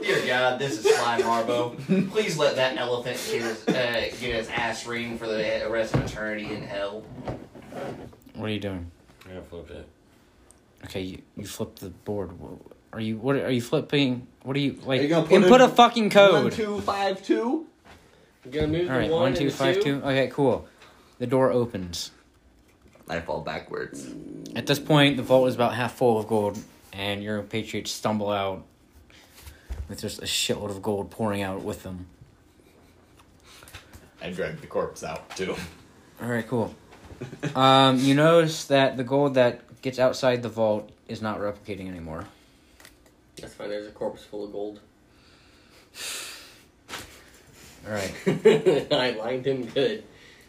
Speaker 4: Dear God, this is Sly
Speaker 7: *laughs*
Speaker 4: Marbo. Please let that elephant get his, uh, get his ass ring for the rest of eternity in hell.
Speaker 1: What are you doing?
Speaker 6: I flipped it.
Speaker 1: Okay, you, you flipped the board. Wh- Are you what are you flipping? What are you like?
Speaker 7: Are you gonna put
Speaker 1: input
Speaker 7: in
Speaker 1: a fucking
Speaker 7: One
Speaker 1: code.
Speaker 7: two five two.
Speaker 5: I'm gonna move
Speaker 1: All right,
Speaker 5: the one,
Speaker 1: one
Speaker 5: and
Speaker 1: two
Speaker 5: the
Speaker 1: five
Speaker 5: two.
Speaker 1: two. Okay, cool. The door opens.
Speaker 7: I fall backwards.
Speaker 1: At this point, the vault is about half full of gold, and your patriots stumble out with just a shitload of gold pouring out with them.
Speaker 3: I dragged the corpse out too.
Speaker 1: All right,
Speaker 7: *laughs*
Speaker 1: cool. um, you notice that the gold that gets outside the vault is not replicating anymore.
Speaker 5: That's why there's a corpse full of *laughs* gold.
Speaker 1: All right.
Speaker 5: I lined him good.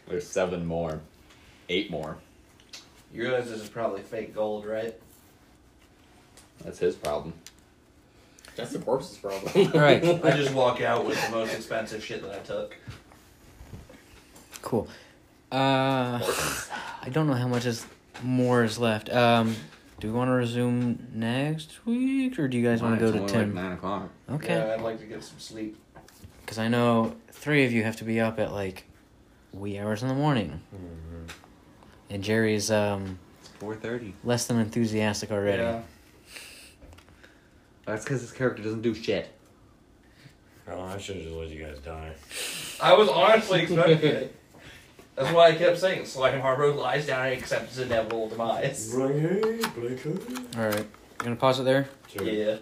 Speaker 3: There's seven more, eight more.
Speaker 4: You realize this is probably fake gold, right?
Speaker 3: That's his problem.
Speaker 5: That's the corpse's problem.
Speaker 1: All right.
Speaker 4: I just walk out with the most expensive shit that I took.
Speaker 1: Cool. Uh, I don't know how much is more is left. Um, do we want to resume next week, or do you guys want to go to
Speaker 7: only
Speaker 1: ten?
Speaker 7: Like nine o'clock.
Speaker 1: okay,
Speaker 4: Yeah, I'd like to get some sleep.
Speaker 1: because I know three of you have to be up at like wee hours in the morning,
Speaker 7: Mm-hmm.
Speaker 1: and Jerry's um
Speaker 7: It's four thirty.
Speaker 1: less than enthusiastic already.
Speaker 4: Yeah.
Speaker 7: That's because his character doesn't do shit.
Speaker 6: Oh, I should have just let you guys die.
Speaker 4: I was honestly expecting it. That's why I kept saying Slime Harbor lies down and accepts his inevitable demise.
Speaker 6: Blank, hey, blank, hey.
Speaker 1: All right, you gonna pause it there.
Speaker 6: Sure.
Speaker 4: Yeah.